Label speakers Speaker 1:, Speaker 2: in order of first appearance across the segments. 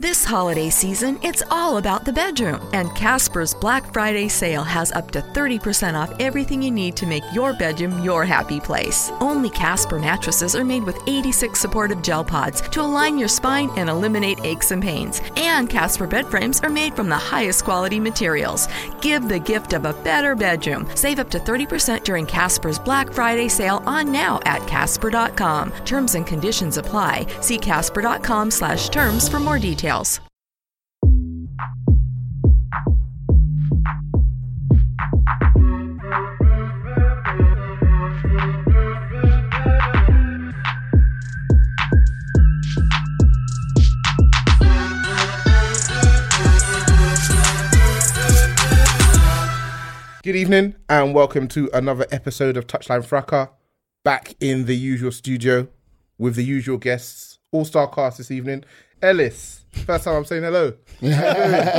Speaker 1: This holiday season, it's all about the bedroom, and Casper's Black Friday sale has up to 30% off everything you need to make your bedroom your happy place. Only Casper mattresses are made with 86 supportive gel pods to align your spine and eliminate aches and pains. And Casper bed frames are made from the highest quality materials. Give the gift of a better bedroom. Save up to 30% during Casper's Black Friday sale on now at casper.com. Terms and conditions apply. See casper.com slash terms for more details.
Speaker 2: Good evening and welcome to another episode of Touchline Fracker. Back in the usual studio with the usual guests, all star cast this evening. Ellis, first time I'm saying hello.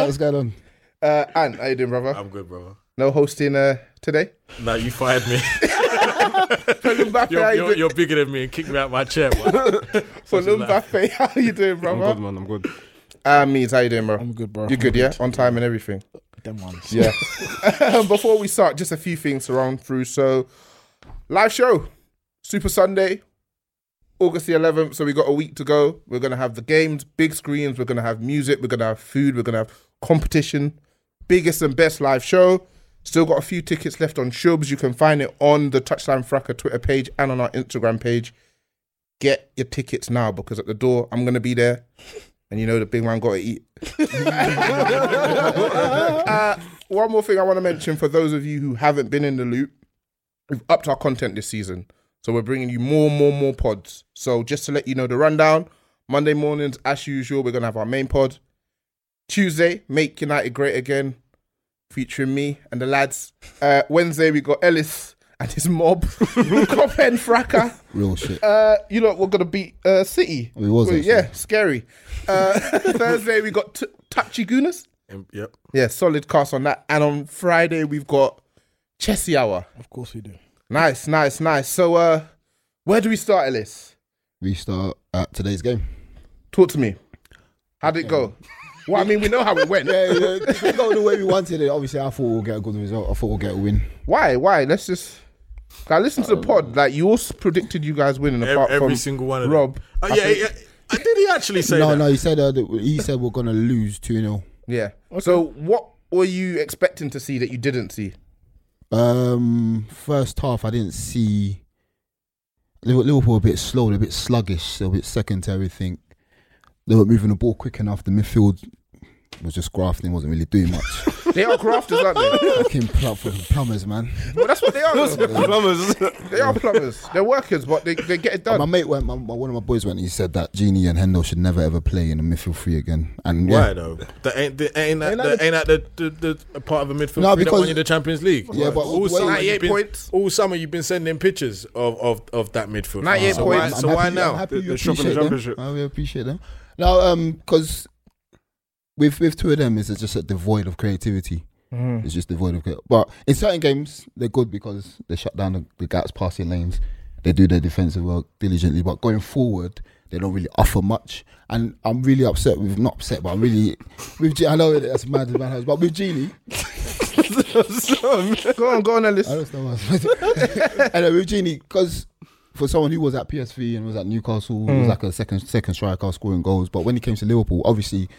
Speaker 3: What's going on?
Speaker 2: Uh, and how you doing, brother?
Speaker 4: I'm good, brother.
Speaker 2: no hosting uh, today.
Speaker 4: No, you fired me.
Speaker 2: Mbappe, how
Speaker 4: you're,
Speaker 2: you
Speaker 4: you're,
Speaker 2: doing?
Speaker 4: you're bigger than me and kicked me out my chair. bruh.
Speaker 2: For Mbappe, how you doing, brother?
Speaker 5: man. I'm good.
Speaker 2: And means how you doing, bro?
Speaker 3: I'm good, bro.
Speaker 2: You're good, yeah? On time and everything.
Speaker 3: Them ones.
Speaker 2: Yeah. Before we start, just a few things to run through. So, live show, Super Sunday, August the 11th. So, we got a week to go. We're going to have the games, big screens. We're going to have music. We're going to have food. We're going to have competition. Biggest and best live show. Still got a few tickets left on Shubs. You can find it on the Touchline Fracker Twitter page and on our Instagram page. Get your tickets now because at the door, I'm going to be there. And you know the big man got to eat. Uh, one more thing I want to mention for those of you who haven't been in the loop, we've upped our content this season. So we're bringing you more, more, more pods. So just to let you know the rundown, Monday mornings, as usual, we're going to have our main pod. Tuesday, Make United Great Again, featuring me and the lads. Uh, Wednesday, we got Ellis and his mob, Cop and Fracker.
Speaker 3: Real shit.
Speaker 2: Uh, you know, we're going to beat uh, City.
Speaker 3: We was, actually.
Speaker 2: yeah, scary. Uh, Thursday, we got t- Tachigunas.
Speaker 4: Um, yep.
Speaker 2: Yeah, solid cast on that. And on Friday we've got Chessy Hour.
Speaker 3: Of course we do.
Speaker 2: Nice, nice, nice. So uh where do we start, Ellis?
Speaker 3: We start at today's game.
Speaker 2: Talk to me. How'd it go? Well, I mean we know how it went.
Speaker 3: it go the way we wanted it. Obviously, I thought we'll get a good result. I thought we'll get a win.
Speaker 2: Why? Why? Let's just I listen to the
Speaker 3: Um,
Speaker 2: pod. Like you also predicted you guys winning
Speaker 4: Ev-
Speaker 2: apart
Speaker 4: every
Speaker 2: from
Speaker 4: single one of
Speaker 2: Rob.
Speaker 4: them. Oh,
Speaker 2: I
Speaker 4: yeah,
Speaker 2: think-
Speaker 4: yeah. Uh, Did he actually say
Speaker 3: no,
Speaker 4: that?
Speaker 3: no, he said uh, that he said we're gonna lose two 0
Speaker 2: yeah. So what were you expecting to see that you didn't see?
Speaker 3: Um, first half I didn't see. Liver- Liverpool a bit slow, they're a bit sluggish, they're a bit second to everything. They weren't moving the ball quick enough. The midfield was just grafting, wasn't really doing much.
Speaker 2: They are grafters, aren't they?
Speaker 3: Fucking plum- fucking plumbers, man.
Speaker 2: Well, that's what they are. though.
Speaker 5: Plumbers.
Speaker 2: they are plumbers. They're workers, but they, they get it done.
Speaker 3: My mate went. My, my- one of my boys went. He said that Genie and Hendo should never ever play in the midfield three again. And yeah,
Speaker 4: Why though? That ain't that ain't
Speaker 2: Ain't
Speaker 4: that,
Speaker 2: that
Speaker 4: ain't that, ain't that the, the, the, a part of a midfield
Speaker 3: No,
Speaker 4: three that
Speaker 3: because-
Speaker 4: won you the Champions League?
Speaker 3: Yeah, but
Speaker 4: all
Speaker 3: wait-
Speaker 4: summer,
Speaker 2: 98
Speaker 4: you've been,
Speaker 2: points.
Speaker 4: all summer you've been sending pictures of, of, of that midfield.
Speaker 2: 98
Speaker 4: so
Speaker 2: points.
Speaker 4: Why,
Speaker 2: I'm
Speaker 4: so why
Speaker 3: happy- I'm
Speaker 4: now?
Speaker 3: happy
Speaker 5: The-
Speaker 3: you
Speaker 5: the shop in the
Speaker 3: appreciate them.
Speaker 5: championship.
Speaker 3: I really appreciate them. Now, um, because with with two of them, it's just a devoid of creativity.
Speaker 4: Mm-hmm.
Speaker 3: It's just devoid of. crea- But in certain games, they're good because they shut down the, the gaps, passing lanes. They do their defensive work diligently, but going forward, they don't really offer much. And I'm really upset with not upset, but I'm really with. Ge- I know that's mad as mad house, but with Genie.
Speaker 2: go on, go on, Ellis.
Speaker 3: I don't know. what I was and uh, with Genie, because for someone who was at PSV and was at Newcastle, was like a second second striker scoring goals. But when he came to Liverpool, obviously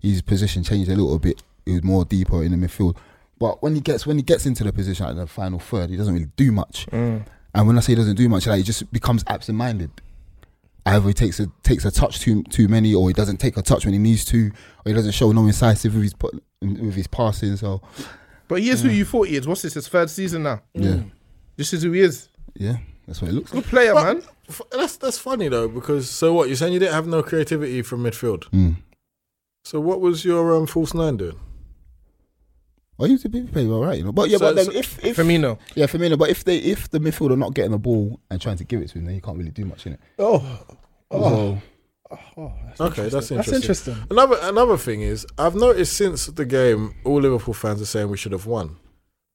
Speaker 3: his position changed a little bit. He was more deeper in the midfield. But when he gets when he gets into the position at the final third, he doesn't really do much. And when I say he doesn't do much, like he just becomes absent minded. either he takes a takes a touch too too many, or he doesn't take a touch when he needs to, or he doesn't show no incisive with his pu- with his passing. So
Speaker 2: But he is who you thought he is. What's this? His third season now.
Speaker 3: yeah,
Speaker 4: Mm.
Speaker 2: This is who he is.
Speaker 3: yeah, that's what it looks like.
Speaker 2: Good player, man.
Speaker 4: F- That's that's funny though because so what you're saying you didn't have no creativity from midfield. So what was your um, false nine doing?
Speaker 3: Well, he used to be playing all right, you know. But yeah,
Speaker 4: So-
Speaker 3: but then
Speaker 4: so-
Speaker 3: if if
Speaker 2: Firmino.
Speaker 3: yeah, Firmino. But if they if the midfield are not getting the ball and trying to give it to him, then you can't really do much in it.
Speaker 5: Oh,
Speaker 3: Oh,
Speaker 4: Okay, that's interesting.
Speaker 5: That's interesting.
Speaker 4: Another another thing is I've noticed since the game, all Liverpool fans are saying we should have won.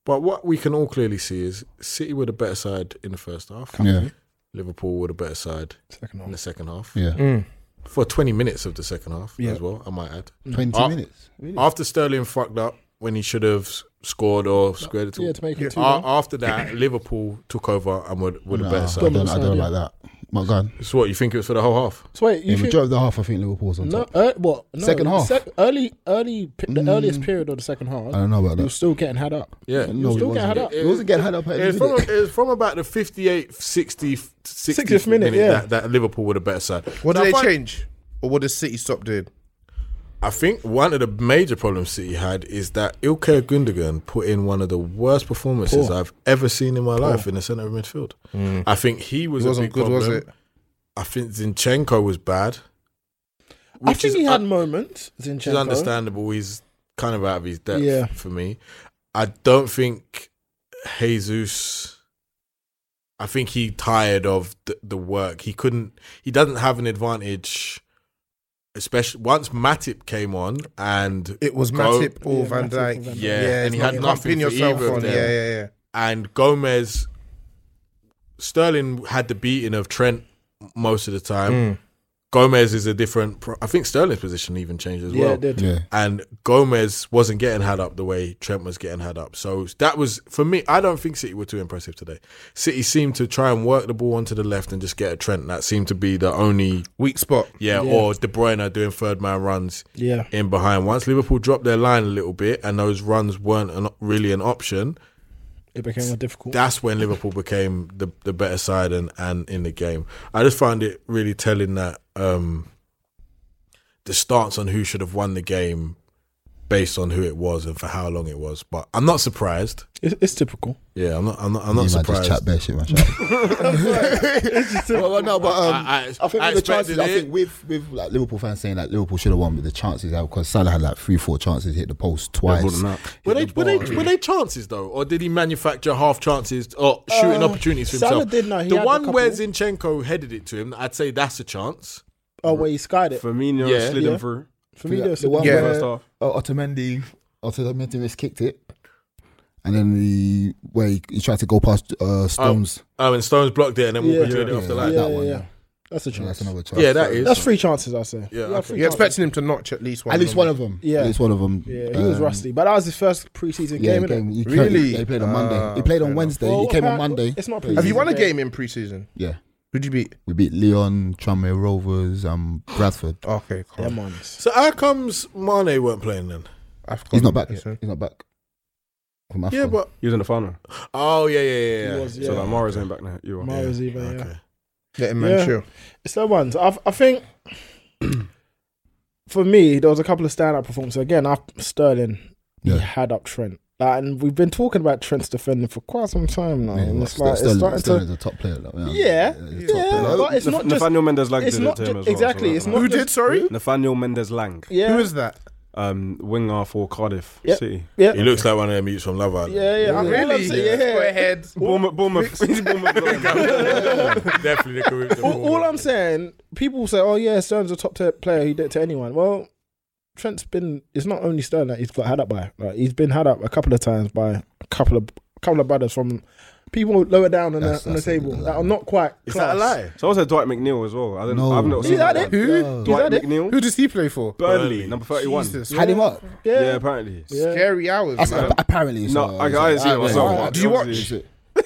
Speaker 4: But what we can all clearly see is City were the better side in the first half.
Speaker 3: yeah,
Speaker 4: Liverpool were the better side in
Speaker 5: second half.
Speaker 4: the second half.
Speaker 3: yeah.
Speaker 4: For 20 minutes of the second half
Speaker 5: Yeah.
Speaker 4: as well, I might add.
Speaker 3: Twenty
Speaker 4: Ah.
Speaker 3: minutes. Really?
Speaker 4: After Sterling fucked up when he should have s- scored or squared it all.
Speaker 5: Yeah, to make it two.
Speaker 4: A-
Speaker 5: one.
Speaker 4: after that, Liverpool took over and were, were the
Speaker 3: Nah,
Speaker 4: better
Speaker 3: I
Speaker 4: side.
Speaker 3: don't, I don't
Speaker 5: Dominant
Speaker 3: like
Speaker 5: side,
Speaker 3: that. My God,
Speaker 4: So what you think it was for the whole half?
Speaker 5: So wait, you
Speaker 3: the
Speaker 5: think,
Speaker 3: majority of the half, I think Liverpool's on
Speaker 5: no,
Speaker 3: top.
Speaker 5: uh, what? No,
Speaker 3: Second half. Mm.
Speaker 5: sec- early, early, pe- the earliest period of the second half.
Speaker 3: I don't know about
Speaker 5: You're
Speaker 3: that.
Speaker 5: still getting had up.
Speaker 4: Yeah,
Speaker 3: No,
Speaker 5: still
Speaker 3: it
Speaker 5: get had
Speaker 3: wasn't.
Speaker 5: up.
Speaker 3: It wasn't getting had up. at the
Speaker 4: It's
Speaker 3: minute.
Speaker 4: from, it's from about the 58th, 60th, 60th,
Speaker 5: 60th minute, yeah.
Speaker 4: that, that Liverpool were the better side.
Speaker 2: What did
Speaker 4: So I
Speaker 2: they
Speaker 4: find-
Speaker 2: change? Or what did City stop doing?
Speaker 4: I think one of the major problems City had is that Ilkay Gundogan put in one of the worst performances I've ever seen in my life in the centre of midfield. I think he was
Speaker 2: It
Speaker 4: a
Speaker 2: wasn't
Speaker 4: big
Speaker 2: good, was
Speaker 4: problem.
Speaker 2: it?
Speaker 4: I think Zinchenko was bad,
Speaker 5: I
Speaker 4: which
Speaker 5: think
Speaker 4: is
Speaker 5: he had
Speaker 4: un-
Speaker 5: moments.
Speaker 4: which is
Speaker 5: Zinchenko.
Speaker 4: understandable. He's kind of out of his depth
Speaker 5: Yeah.
Speaker 4: for me. I don't think Jesus. I think he tired of the, the work. He couldn't. He doesn't have an advantage, especially once Matip came on and
Speaker 2: It was
Speaker 4: Go-
Speaker 2: Matip or
Speaker 5: Yeah,
Speaker 2: Van
Speaker 5: Matip or Van
Speaker 2: Dijk.
Speaker 5: Dijk.
Speaker 4: Yeah,
Speaker 2: it's
Speaker 4: and he
Speaker 2: not-
Speaker 4: had
Speaker 2: you can't
Speaker 4: nothing
Speaker 2: pin
Speaker 4: for
Speaker 2: yourself
Speaker 4: either of
Speaker 2: on. Yeah,
Speaker 4: them.
Speaker 2: yeah, yeah.
Speaker 4: and Gomez. Sterling had the beating of Trent most of the time.
Speaker 2: Hmm.
Speaker 4: Gomez is a different. pro- I think Sterling's position even changed as
Speaker 5: Yeah,
Speaker 4: well.
Speaker 5: it did.
Speaker 3: Yeah.
Speaker 4: And Gomez wasn't getting had up the way Trent was getting had up. So that was for me. I don't think City were too impressive today. City seemed to try and work the ball onto the left and just get a Trent. That seemed to be the only
Speaker 2: Weak spot.
Speaker 4: yeah,
Speaker 5: Yeah.
Speaker 4: or De Bruyne doing third man runs
Speaker 5: Yeah.
Speaker 4: in behind. Once Liverpool dropped their line a little bit and those runs weren't an, really an option,
Speaker 5: It became more difficult.
Speaker 4: that's when Liverpool became the, the better side and, and in the game. I just find it really telling that um, the stance on who should have won the game based on who it was and for how long it was. But I'm not surprised.
Speaker 5: it's, it's typical.
Speaker 4: Yeah, I'm not. I'm not, I'm not
Speaker 3: You might just
Speaker 4: surprised.
Speaker 3: chat bare shit, man. Shut up. well, well, no, but um,
Speaker 4: I-
Speaker 3: I,
Speaker 4: I-
Speaker 3: think
Speaker 4: I
Speaker 3: with the chances,
Speaker 4: expected
Speaker 3: I
Speaker 4: it.
Speaker 3: think with with like Liverpool fans saying that Liverpool should have won, but the chances out because Salah had like three, four chances, hit the post twice.
Speaker 6: Liverpool done that.
Speaker 4: Were they, were, they, were they chances though, or did he manufacture half chances or shooting opportunities for
Speaker 5: Uh, Salah
Speaker 4: himself?
Speaker 5: did, no, he
Speaker 4: the
Speaker 5: had a
Speaker 4: one where
Speaker 5: couple.
Speaker 4: Zinchenko headed it to him, I'd say that's a chance.
Speaker 5: Oh, where he skied it. For,
Speaker 7: Firmino
Speaker 4: Yeah.
Speaker 7: slid
Speaker 5: Yeah.
Speaker 7: him through.
Speaker 5: me,
Speaker 3: The,
Speaker 5: there's
Speaker 3: the one
Speaker 2: Yeah.
Speaker 3: where
Speaker 7: First
Speaker 3: uh,
Speaker 7: half.
Speaker 3: Otamendi, Otamendi miskicked it, and then the where he, he tried to go past uh, Stones.
Speaker 4: Oh, and Stones blocked it and then Walker
Speaker 5: Yeah.
Speaker 4: cleared it off the line.
Speaker 3: that
Speaker 5: yeah,
Speaker 3: one,
Speaker 5: yeah.
Speaker 3: yeah.
Speaker 7: Oh.
Speaker 5: That's a
Speaker 3: Yeah,
Speaker 5: chance.
Speaker 3: that's another chance.
Speaker 4: Yeah, that is.
Speaker 5: That's three chances, I say.
Speaker 4: Yeah, okay.
Speaker 5: three
Speaker 2: You're
Speaker 5: chances.
Speaker 2: expecting him to notch at least one.
Speaker 3: At least
Speaker 2: of
Speaker 3: one
Speaker 2: them.
Speaker 3: of them.
Speaker 5: Yeah.
Speaker 3: at least one of them.
Speaker 5: Yeah, he was
Speaker 3: Um,
Speaker 5: rusty, but that was his first preseason
Speaker 3: Yeah,
Speaker 5: game, innit?
Speaker 3: game. He came-
Speaker 2: Really?
Speaker 3: yeah, he played on Monday. he played on Wednesday.
Speaker 5: Ah, Well,
Speaker 3: he came on
Speaker 5: apparent-
Speaker 3: Monday.
Speaker 5: it's not
Speaker 3: Please.
Speaker 2: Have you won a
Speaker 5: Okay.
Speaker 2: game in preseason?
Speaker 3: Yeah.
Speaker 2: Who'd you beat?
Speaker 3: We beat Leon, Tranmere Rovers, um, Bradford.
Speaker 2: Oh, Okay,
Speaker 5: Yeah,
Speaker 2: cool.
Speaker 5: man.
Speaker 4: So how comes Mane weren't playing then?
Speaker 2: I've
Speaker 3: He's
Speaker 2: got-
Speaker 3: not back. He's
Speaker 2: Yeah.
Speaker 3: not back.
Speaker 4: Yeah, but
Speaker 7: He was in the final.
Speaker 4: oh yeah, yeah, yeah. yeah.
Speaker 5: He was, yeah.
Speaker 7: So like Mara's going back now. You are.
Speaker 5: Mara's either, yeah.
Speaker 4: Okay.
Speaker 2: Let him
Speaker 5: Yeah.
Speaker 2: man chill.
Speaker 5: It's the ones. I, I think for me, there was a couple of standout performances. Again, I, Sterling,
Speaker 3: Yeah.
Speaker 5: he had up Trent. Like, and we've been talking about Trent's defending for quite some time now.
Speaker 3: Yeah,
Speaker 5: and
Speaker 3: but
Speaker 5: it's like,
Speaker 3: Sterling-
Speaker 5: it's starting
Speaker 3: Sterling
Speaker 5: to.
Speaker 3: is a top player. though,
Speaker 5: Yeah,
Speaker 3: he's a
Speaker 5: yeah,
Speaker 3: top player.
Speaker 5: but it's
Speaker 7: Naf-
Speaker 5: not just.
Speaker 7: Nathaniel Mendes Lang
Speaker 5: It's
Speaker 7: did it
Speaker 5: not
Speaker 7: to him
Speaker 5: ju-
Speaker 7: as well.
Speaker 5: exactly.
Speaker 7: so
Speaker 5: It's
Speaker 7: that-
Speaker 5: not
Speaker 2: Who
Speaker 5: just-
Speaker 2: did, sorry?
Speaker 7: Nathaniel Mendes Lang,
Speaker 5: Yeah,
Speaker 2: Who is that?
Speaker 7: um, winger for Cardiff
Speaker 5: Yep.
Speaker 7: City.
Speaker 5: yeah,
Speaker 4: He looks like one of them mutes from Love Island.
Speaker 5: yeah, yeah. I really?
Speaker 2: Really?
Speaker 5: yeah.
Speaker 2: Squarehead.
Speaker 7: Bournemouth, Bournemouth, He's Bournemouth.
Speaker 4: Definitely the Caribbean.
Speaker 5: all, all I'm saying, people say, "Oh yeah, Sterling's a top tier player. He did it to anyone." Well, Trent's been. It's not only Sterling that he's got had up by. Like he's been had up a couple of times by a couple of couple of brothers from people lower down on,
Speaker 3: That's-
Speaker 5: the, on the
Speaker 3: that's a-
Speaker 5: table that are not quite.
Speaker 4: Is that
Speaker 5: class.
Speaker 4: a lie?
Speaker 7: so I said Dwight McNeil as well. I don't.
Speaker 3: No.
Speaker 7: I've not
Speaker 3: Is
Speaker 7: seen
Speaker 5: he that it?
Speaker 2: Who?
Speaker 7: Dwight
Speaker 5: that it?
Speaker 7: McNeil.
Speaker 2: Who does he play for?
Speaker 7: Burnley, number thirty-one.
Speaker 2: Jesus.
Speaker 3: Had him up.
Speaker 5: Yeah.
Speaker 7: Yeah, apparently.
Speaker 5: Yeah.
Speaker 2: Scary hours,
Speaker 3: That's-
Speaker 2: man.
Speaker 3: app- apparently.
Speaker 7: No,
Speaker 3: so-
Speaker 7: I, I didn't see it myself.
Speaker 2: Did you watch?
Speaker 7: Obviously.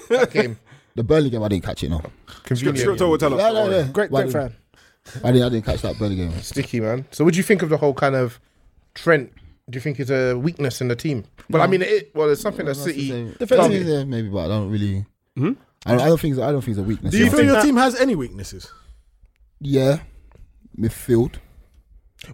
Speaker 2: that game.
Speaker 3: The Burnley game, I didn't catch it. No,
Speaker 7: Script
Speaker 2: Convenient.
Speaker 7: will tell us.
Speaker 3: No, no,
Speaker 7: don't worry.
Speaker 3: no.
Speaker 5: Great,
Speaker 3: Why
Speaker 5: great
Speaker 3: didn't-
Speaker 5: fan.
Speaker 3: I didn't. I didn't catch that Burnley game.
Speaker 2: Sticky, man. So what do you think of the whole kind of Trent? Do you think it's a weakness in the team? Well, I mean, it, well, it's something that City.
Speaker 3: Defensively, yeah, maybe, but I don't really. I, don't, I don't think. it's- I don't think it's a weakness.
Speaker 4: Do you
Speaker 3: I
Speaker 4: think your team has any weaknesses?
Speaker 3: yeah, midfield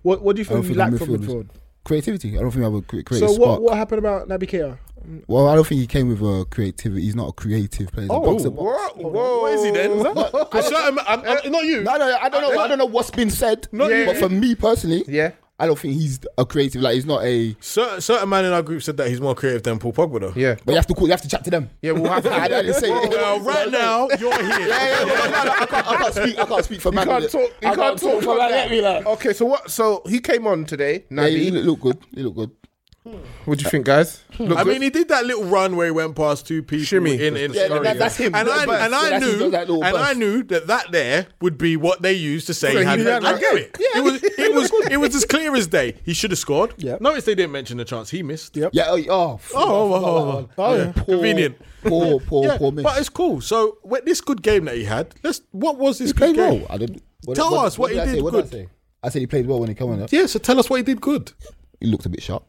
Speaker 5: What What do you
Speaker 3: I don't
Speaker 5: think we
Speaker 3: think our
Speaker 5: lack from
Speaker 3: midfield is-
Speaker 5: midfield?
Speaker 3: creativity. I don't think we have a cre- creative
Speaker 5: So what
Speaker 3: spark.
Speaker 5: What happened about Naby Keita?
Speaker 3: Well, I don't think he came with a creativity. He's not a creative player. He's
Speaker 5: Oh.
Speaker 3: a boxer.
Speaker 2: What? Whoa.
Speaker 4: What is he then? I shall, I'm, I'm,
Speaker 5: Eh,
Speaker 4: I'm, not you.
Speaker 3: No, no, I don't know. I don't know what's been said.
Speaker 2: Not you.
Speaker 3: but for me personally,
Speaker 2: Yeah.
Speaker 3: I don't think he's a creative. Like he's not a.
Speaker 4: Certain, certain man in our group said that he's more creative than Paul Pogba, though.
Speaker 2: Yeah.
Speaker 3: But you have to call. You have to chat to them.
Speaker 2: Yeah, we'll have to-
Speaker 3: I, I didn't say it.
Speaker 4: Well, right now you're
Speaker 3: Yeah,
Speaker 4: here.
Speaker 3: yeah, yeah, no, no, I, can't, I can't speak. I can't speak for
Speaker 2: You
Speaker 3: man.
Speaker 2: can't talk. You
Speaker 3: I
Speaker 2: can't, talk.
Speaker 3: for man. Let me like.
Speaker 2: Okay, so what? So he came on today.
Speaker 3: Yeah,
Speaker 2: Nabi,
Speaker 3: he look- look good. He look good.
Speaker 2: what do you think, guys? Look
Speaker 4: I
Speaker 2: good?
Speaker 4: mean, he did that little run where he went past two people
Speaker 2: Shimmy.
Speaker 4: in in.
Speaker 3: Yeah, that- that's him.
Speaker 4: And
Speaker 3: That burst.
Speaker 4: I and
Speaker 3: Yeah, that's
Speaker 4: I
Speaker 3: him,
Speaker 4: knew
Speaker 3: does that
Speaker 4: and
Speaker 3: little
Speaker 4: I
Speaker 3: burst.
Speaker 4: knew that that there would be what they used to say
Speaker 2: Yeah,
Speaker 4: he had.
Speaker 2: he had
Speaker 4: I
Speaker 2: that.
Speaker 4: knew it. It was it was it was as clear as day. He should have scored.
Speaker 5: Yeah.
Speaker 4: Notice they didn't mention the chance he missed.
Speaker 5: Yep.
Speaker 3: Yeah. Oh, oh, fuck,
Speaker 4: Oh,
Speaker 3: I forgot
Speaker 4: oh,
Speaker 3: that
Speaker 4: oh,
Speaker 3: one.
Speaker 4: oh, yeah.
Speaker 3: Poor,
Speaker 4: Convenient.
Speaker 3: Poor, poor,
Speaker 4: Yeah,
Speaker 3: poor miss.
Speaker 4: but it's cool. So with this good game that he had, let's what was this
Speaker 3: he
Speaker 4: good
Speaker 3: played
Speaker 4: game?
Speaker 3: well. I didn't. What,
Speaker 4: Tell us what he
Speaker 3: I
Speaker 4: did
Speaker 3: say? What did I
Speaker 4: good.
Speaker 3: say? I said he played well when he came on.
Speaker 4: Yeah, so tell us what he did good.
Speaker 3: He looked a bit sharp.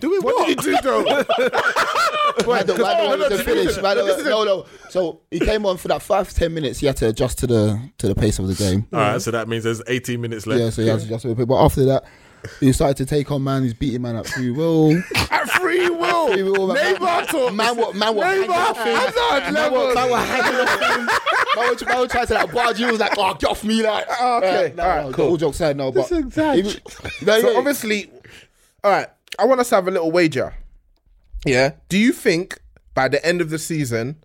Speaker 4: Do it. What,
Speaker 2: What did he do though?
Speaker 3: Man, don't- man,
Speaker 2: no,
Speaker 3: don't
Speaker 2: no,
Speaker 3: want to
Speaker 2: this
Speaker 3: finish,
Speaker 2: isn't-
Speaker 3: man,
Speaker 2: no,
Speaker 3: don't-
Speaker 2: this
Speaker 3: No, no. So he came on for that five ten minutes. He had to adjust to the to the pace of the game.
Speaker 4: All right, so that means there's 18 minutes left.
Speaker 3: Yeah, so he had to adjust to the pace. But after that, he started to take on man. He's beating man at free will.
Speaker 2: At free will.
Speaker 3: Free will, man.
Speaker 2: Neymar talk.
Speaker 3: Man, what man what?
Speaker 2: Neymar. Hazard
Speaker 3: Man
Speaker 2: level.
Speaker 3: what? Man what? Hanging off him. Man what? Man what? Trying to like barge you. was like, oh, get off me, like.
Speaker 2: okay,
Speaker 3: no,
Speaker 2: all right,
Speaker 3: no,
Speaker 2: cool.
Speaker 3: All jokes aside, no, but
Speaker 5: is exact.
Speaker 3: Even- no,
Speaker 2: So
Speaker 3: yeah,
Speaker 2: obviously, all right. I want us to have a little wager. Yeah. Do you think by the end of the season,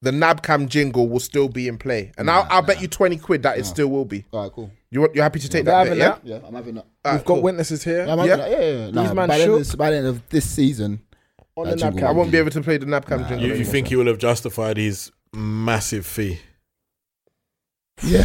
Speaker 2: the Nabcam jingle will still be in play? And I'll, I'll bet you twenty quid that it still will be.
Speaker 3: All right, cool.
Speaker 2: You want- you're happy to take
Speaker 5: We're
Speaker 2: that bet?
Speaker 5: having
Speaker 2: Yeah.
Speaker 5: that.
Speaker 3: Yeah, I'm having that.
Speaker 5: We've got witnesses here.
Speaker 3: Yeah, I'm having
Speaker 2: Yeah.
Speaker 3: that. Yeah, yeah, yeah.
Speaker 5: These
Speaker 3: Nah,
Speaker 5: man
Speaker 3: by, the end
Speaker 5: shook.
Speaker 3: of this, by the end of this season,
Speaker 5: On
Speaker 3: that
Speaker 5: the
Speaker 3: jingle
Speaker 5: napkin.
Speaker 2: I
Speaker 3: will
Speaker 2: won't be able to play the Nabcam jingle.
Speaker 4: You, you
Speaker 2: anymore.
Speaker 4: think he will have justified his massive fee?
Speaker 3: Yeah.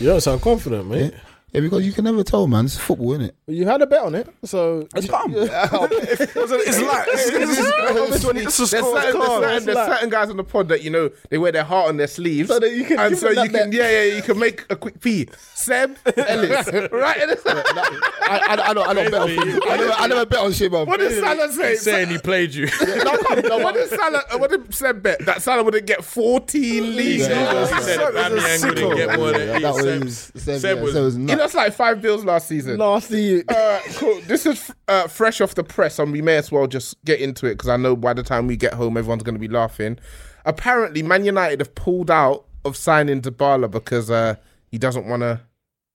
Speaker 4: You don't sound confident, mate.
Speaker 3: Yeah, because you can never tell, man. It's football, isn't it?
Speaker 5: You had a bet on it, so
Speaker 7: It's like it's like it's a
Speaker 2: There's certain, there's,
Speaker 7: scorecard.
Speaker 2: certain, there's certain guys on the pod that you know they wear their heart on their sleeves, so that you can and
Speaker 3: give
Speaker 2: so
Speaker 3: them that
Speaker 2: you can
Speaker 3: bet.
Speaker 2: yeah yeah you can make a quick fee. Seb Ellis, right?
Speaker 3: I, I, I don't, I don't bet on things. I never, I never bet on shit, man.
Speaker 2: what did Salah say?
Speaker 4: He's saying he played you.
Speaker 2: no, what did Salah? uh, What did Seb bet? That Salah wouldn't get 14 leagues.
Speaker 3: Yeah, yeah,
Speaker 4: He said Aubameyang wouldn't get more than
Speaker 3: Yeah, that
Speaker 4: eight.
Speaker 3: was
Speaker 4: Seb-
Speaker 3: Seb,
Speaker 4: Seb
Speaker 3: yeah,
Speaker 4: was-
Speaker 3: Seb was
Speaker 2: He
Speaker 3: nuts.
Speaker 2: lost like five bills last season.
Speaker 5: nasty.
Speaker 2: Uh, cool. This is uh, fresh off the press, and we may as well just get into it because I know by the time we get home, everyone's going to be laughing. Apparently, Man United have pulled out of signing Dybala because uh, he doesn't want to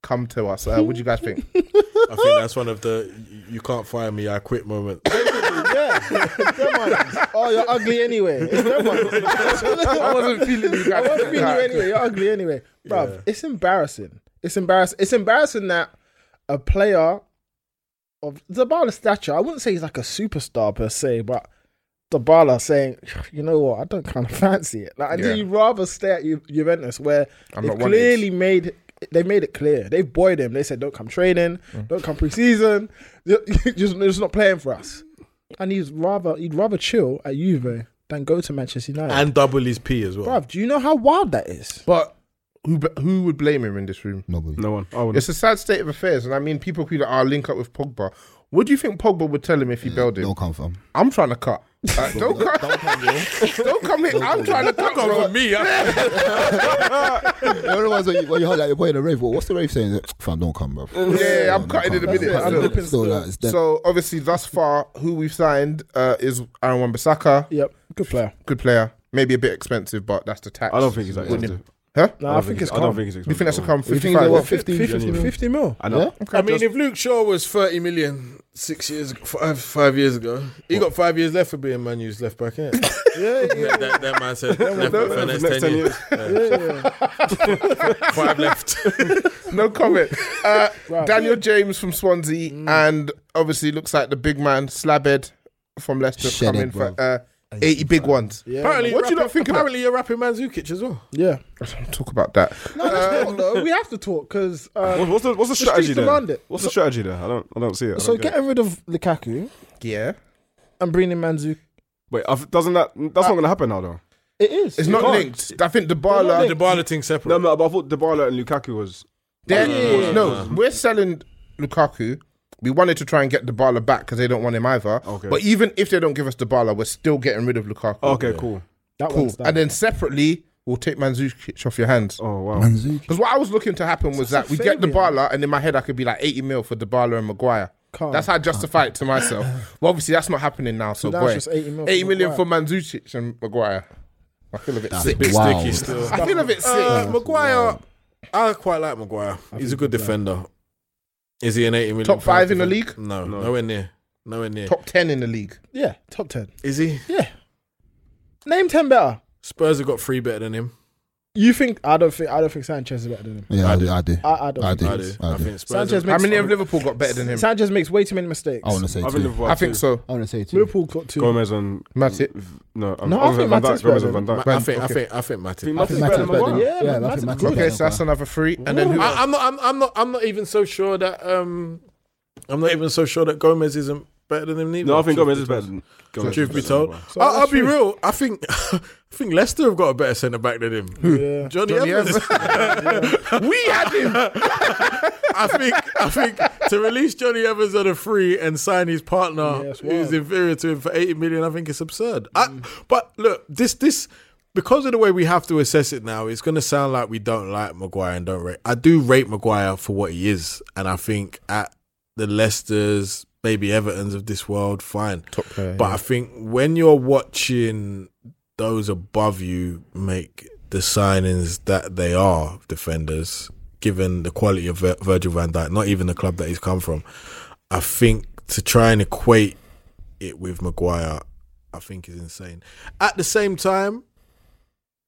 Speaker 2: come to us. Uh, what do you guys think?
Speaker 4: I think that's one of the you can't fire me, I quit moment.
Speaker 5: yeah, Them ones. Oh, you're ugly anyway. It's them ones.
Speaker 2: I wasn't feeling you
Speaker 5: I
Speaker 2: guys.
Speaker 5: wasn't being you anyway. You're ugly anyway, bruv. It's embarrassing. It's embarrassing. It's embarrassing that a player of Zabala's stature, I wouldn't say he's like a superstar per se, but Zabala saying, you know what, I don't kind of fancy it. Like,
Speaker 2: Yeah.
Speaker 5: I'd rather stay at Ju- Juventus where
Speaker 2: I'm
Speaker 5: they've
Speaker 2: not wanted.
Speaker 5: clearly made. They made it clear. They buoyed him. They said, "Don't come training.
Speaker 2: Mm.
Speaker 5: Don't come preseason. You're you're just, you're just not playing for us." And he's rather he'd rather chill at Juve than go to Manchester United.
Speaker 4: And double his P as well.
Speaker 5: Bruv, do you know how wild that is?
Speaker 2: But who who would blame him in this room?
Speaker 3: Nobody.
Speaker 7: No one. I would.
Speaker 2: It's a sad state of affairs, and I mean, people who are link up with Pogba. What do you think Pogba would tell him if he bailed him?
Speaker 3: Don't come from.
Speaker 2: I'm trying to cut. Uh, don't, come, don't come here. I'm trying to cut,
Speaker 4: Come
Speaker 2: bro.
Speaker 4: with me. I-
Speaker 3: You know the ones when you, when you heard like your boy in the rave. What's the rave saying? Fam, don't come, bro.
Speaker 2: Yeah, I'm cutting in a minute.
Speaker 3: I'm
Speaker 2: So-
Speaker 3: still, still, like, it's dead.
Speaker 2: So obviously, thus far, who we've signed uh, is Aaron Wan-Bissaka,
Speaker 5: Yep, good player.
Speaker 2: good player. Maybe a bit expensive, but that's the tax.
Speaker 7: I don't think he's
Speaker 2: Wouldn't
Speaker 7: expensive.
Speaker 2: it- Huh?
Speaker 5: No,
Speaker 7: I
Speaker 5: I,
Speaker 7: don't
Speaker 5: think, it's
Speaker 7: I don't
Speaker 5: calm.
Speaker 7: think it's expensive.
Speaker 2: You think that's a come
Speaker 3: You think they're
Speaker 2: 55?
Speaker 3: what,
Speaker 5: 50,
Speaker 3: 50?
Speaker 5: 50, 50 mil.
Speaker 7: I know.
Speaker 4: I mean, if Luke Shaw was 30 million six years ago, five, five years ago, he got five years left for being Man U's left back in.
Speaker 5: Yeah, yeah,
Speaker 4: that, that, that man said left back for the next
Speaker 7: Next
Speaker 4: 10
Speaker 7: 10
Speaker 4: years.
Speaker 5: yeah.
Speaker 4: Yeah, Five left.
Speaker 2: No comment. Uh,
Speaker 5: Right.
Speaker 2: Daniel James from Swansea, and obviously looks like the big man Slabhead from Leicester
Speaker 3: Shed
Speaker 2: come
Speaker 3: it,
Speaker 2: in for
Speaker 3: bro.
Speaker 2: uh, 80 big ones.
Speaker 4: Apparently,
Speaker 2: What do you
Speaker 4: rapping-
Speaker 2: not think of that?
Speaker 4: Apparently, you're rapping Manzukic as well.
Speaker 5: yeah.
Speaker 2: Talk about that. Um,
Speaker 5: No, let's talk though. We have to talk because
Speaker 7: What-
Speaker 5: um,
Speaker 7: What's the what's the
Speaker 5: streets
Speaker 7: strategy there?
Speaker 5: demand it.
Speaker 7: What's the strategy there? I don't I don't see it. I
Speaker 5: so
Speaker 7: don't get it.
Speaker 5: getting rid of Lukaku
Speaker 2: Yeah.
Speaker 5: and bringing Manzu,
Speaker 7: Wait, I've- doesn't that that's not going to happen now though?
Speaker 5: it is.
Speaker 2: It's not
Speaker 7: can't.
Speaker 2: linked. I think
Speaker 5: not
Speaker 2: Dybala.
Speaker 5: linked.
Speaker 4: The Barla thing separate.
Speaker 7: No, no, but I thought Dybala and Lukaku was
Speaker 2: they're-
Speaker 4: Yeah.
Speaker 2: No, we're selling Lukaku. We wanted to try and get Dybala back because they don't want him either.
Speaker 7: Okay.
Speaker 2: But even if they don't give us Dybala, we're still getting rid of Lukaku.
Speaker 7: okay, cool.
Speaker 5: that
Speaker 2: Cool.
Speaker 5: one's done.
Speaker 2: And then separately, will take Mandzukic off your hands.
Speaker 5: Oh wow.
Speaker 3: Mandzukic.
Speaker 2: Because what I was looking to happen was that
Speaker 5: That's
Speaker 2: we
Speaker 5: a
Speaker 2: get
Speaker 5: failure.
Speaker 2: Dybala, and in my head I could be like 80 mil for Dybala and Maguire.
Speaker 5: Can't.
Speaker 2: That's how I justify it to myself. Well, obviously that's not happening now. So,
Speaker 5: So that's
Speaker 2: boy,
Speaker 5: just 80 mil for
Speaker 2: 80 million for Mandzukic and Maguire. I feel a bit sick.
Speaker 4: bit
Speaker 3: Wow.
Speaker 4: sticky still.
Speaker 2: I feel a bit sick.
Speaker 4: Uh, Maguire, I quite like Maguire. He's a good defender. Is he an 80 million?
Speaker 2: Top five in the
Speaker 4: pound
Speaker 2: league?
Speaker 4: defender? No, nowhere near. Nowhere near.
Speaker 2: Top 10 in the league.
Speaker 5: Yeah, top ten.
Speaker 4: Is he?
Speaker 5: Yeah. Name ten better.
Speaker 4: Spurs have got three better than him.
Speaker 5: You think I don't think I don't think Sanchez is better than him.
Speaker 3: Yeah, I,
Speaker 4: I
Speaker 3: do.
Speaker 4: do.
Speaker 3: I do.
Speaker 5: I, I don't
Speaker 3: I
Speaker 5: think
Speaker 3: do.
Speaker 4: I do. I,
Speaker 3: I do.
Speaker 4: think Spurs.
Speaker 5: Sanchez
Speaker 4: have-
Speaker 2: How
Speaker 5: makes
Speaker 2: many of Liverpool got better than him?
Speaker 5: Sanchez makes way too many mistakes.
Speaker 3: I want to say
Speaker 7: I think
Speaker 3: two.
Speaker 7: Liverpool
Speaker 2: I
Speaker 7: have
Speaker 2: think
Speaker 7: two.
Speaker 2: so.
Speaker 3: I want to say two.
Speaker 5: Liverpool got two.
Speaker 7: Gomez and
Speaker 2: Matic.
Speaker 7: no, um,
Speaker 5: No, I
Speaker 7: Gomez
Speaker 5: think
Speaker 7: and Van
Speaker 5: Matic's
Speaker 7: Dijk. Gomez
Speaker 5: better
Speaker 7: and Van Dijk.
Speaker 4: I think, I
Speaker 2: Okay.
Speaker 4: think. I think. Matic.
Speaker 3: I
Speaker 7: Matic's
Speaker 3: think
Speaker 7: better than
Speaker 3: Matic's better.
Speaker 7: Maguire.
Speaker 3: than-
Speaker 5: Yeah,
Speaker 3: Yeah, I think
Speaker 5: Matic's
Speaker 3: Matic's
Speaker 5: good.
Speaker 3: better
Speaker 2: Okay,
Speaker 3: than
Speaker 2: so that's
Speaker 3: Maguire.
Speaker 2: another three. And then who else?
Speaker 4: I, am not. I'm, I'm not. I'm not. I'm not even so sure that. Um, I'm not even so sure that Gomez isn't better than him. Neither.
Speaker 7: No, I think
Speaker 4: Truth
Speaker 7: Gomez
Speaker 4: be
Speaker 7: is better.
Speaker 4: told.
Speaker 7: than- Gomez
Speaker 4: Truth
Speaker 7: is
Speaker 4: be
Speaker 7: better than
Speaker 4: told,
Speaker 7: Maguire.
Speaker 4: I, I'll be real. I think. I think Leicester have got a better centre back than him.
Speaker 5: Yeah.
Speaker 4: Johnny,
Speaker 2: Johnny
Speaker 4: Evans.
Speaker 2: Evans. we had him.
Speaker 4: I think I think to release Johnny Evans on a free and sign his partner
Speaker 5: Yeah, it's
Speaker 4: who's
Speaker 5: wild.
Speaker 4: inferior to him for 80 million, I think it's absurd. I, but look, this this because of the way we have to assess it now, it's gonna sound like we don't like Maguire and don't rate. I do rate Maguire for what he is, and I think at the Leicester's, maybe Everton's of this world, fine. Top
Speaker 2: player,
Speaker 4: but I think when you're watching those above you make the signings that they are defenders, given the quality of Vir- Virgil van Dijk, not even the club that he's come from. I think to try and equate it with Maguire, I think is insane. At the same time,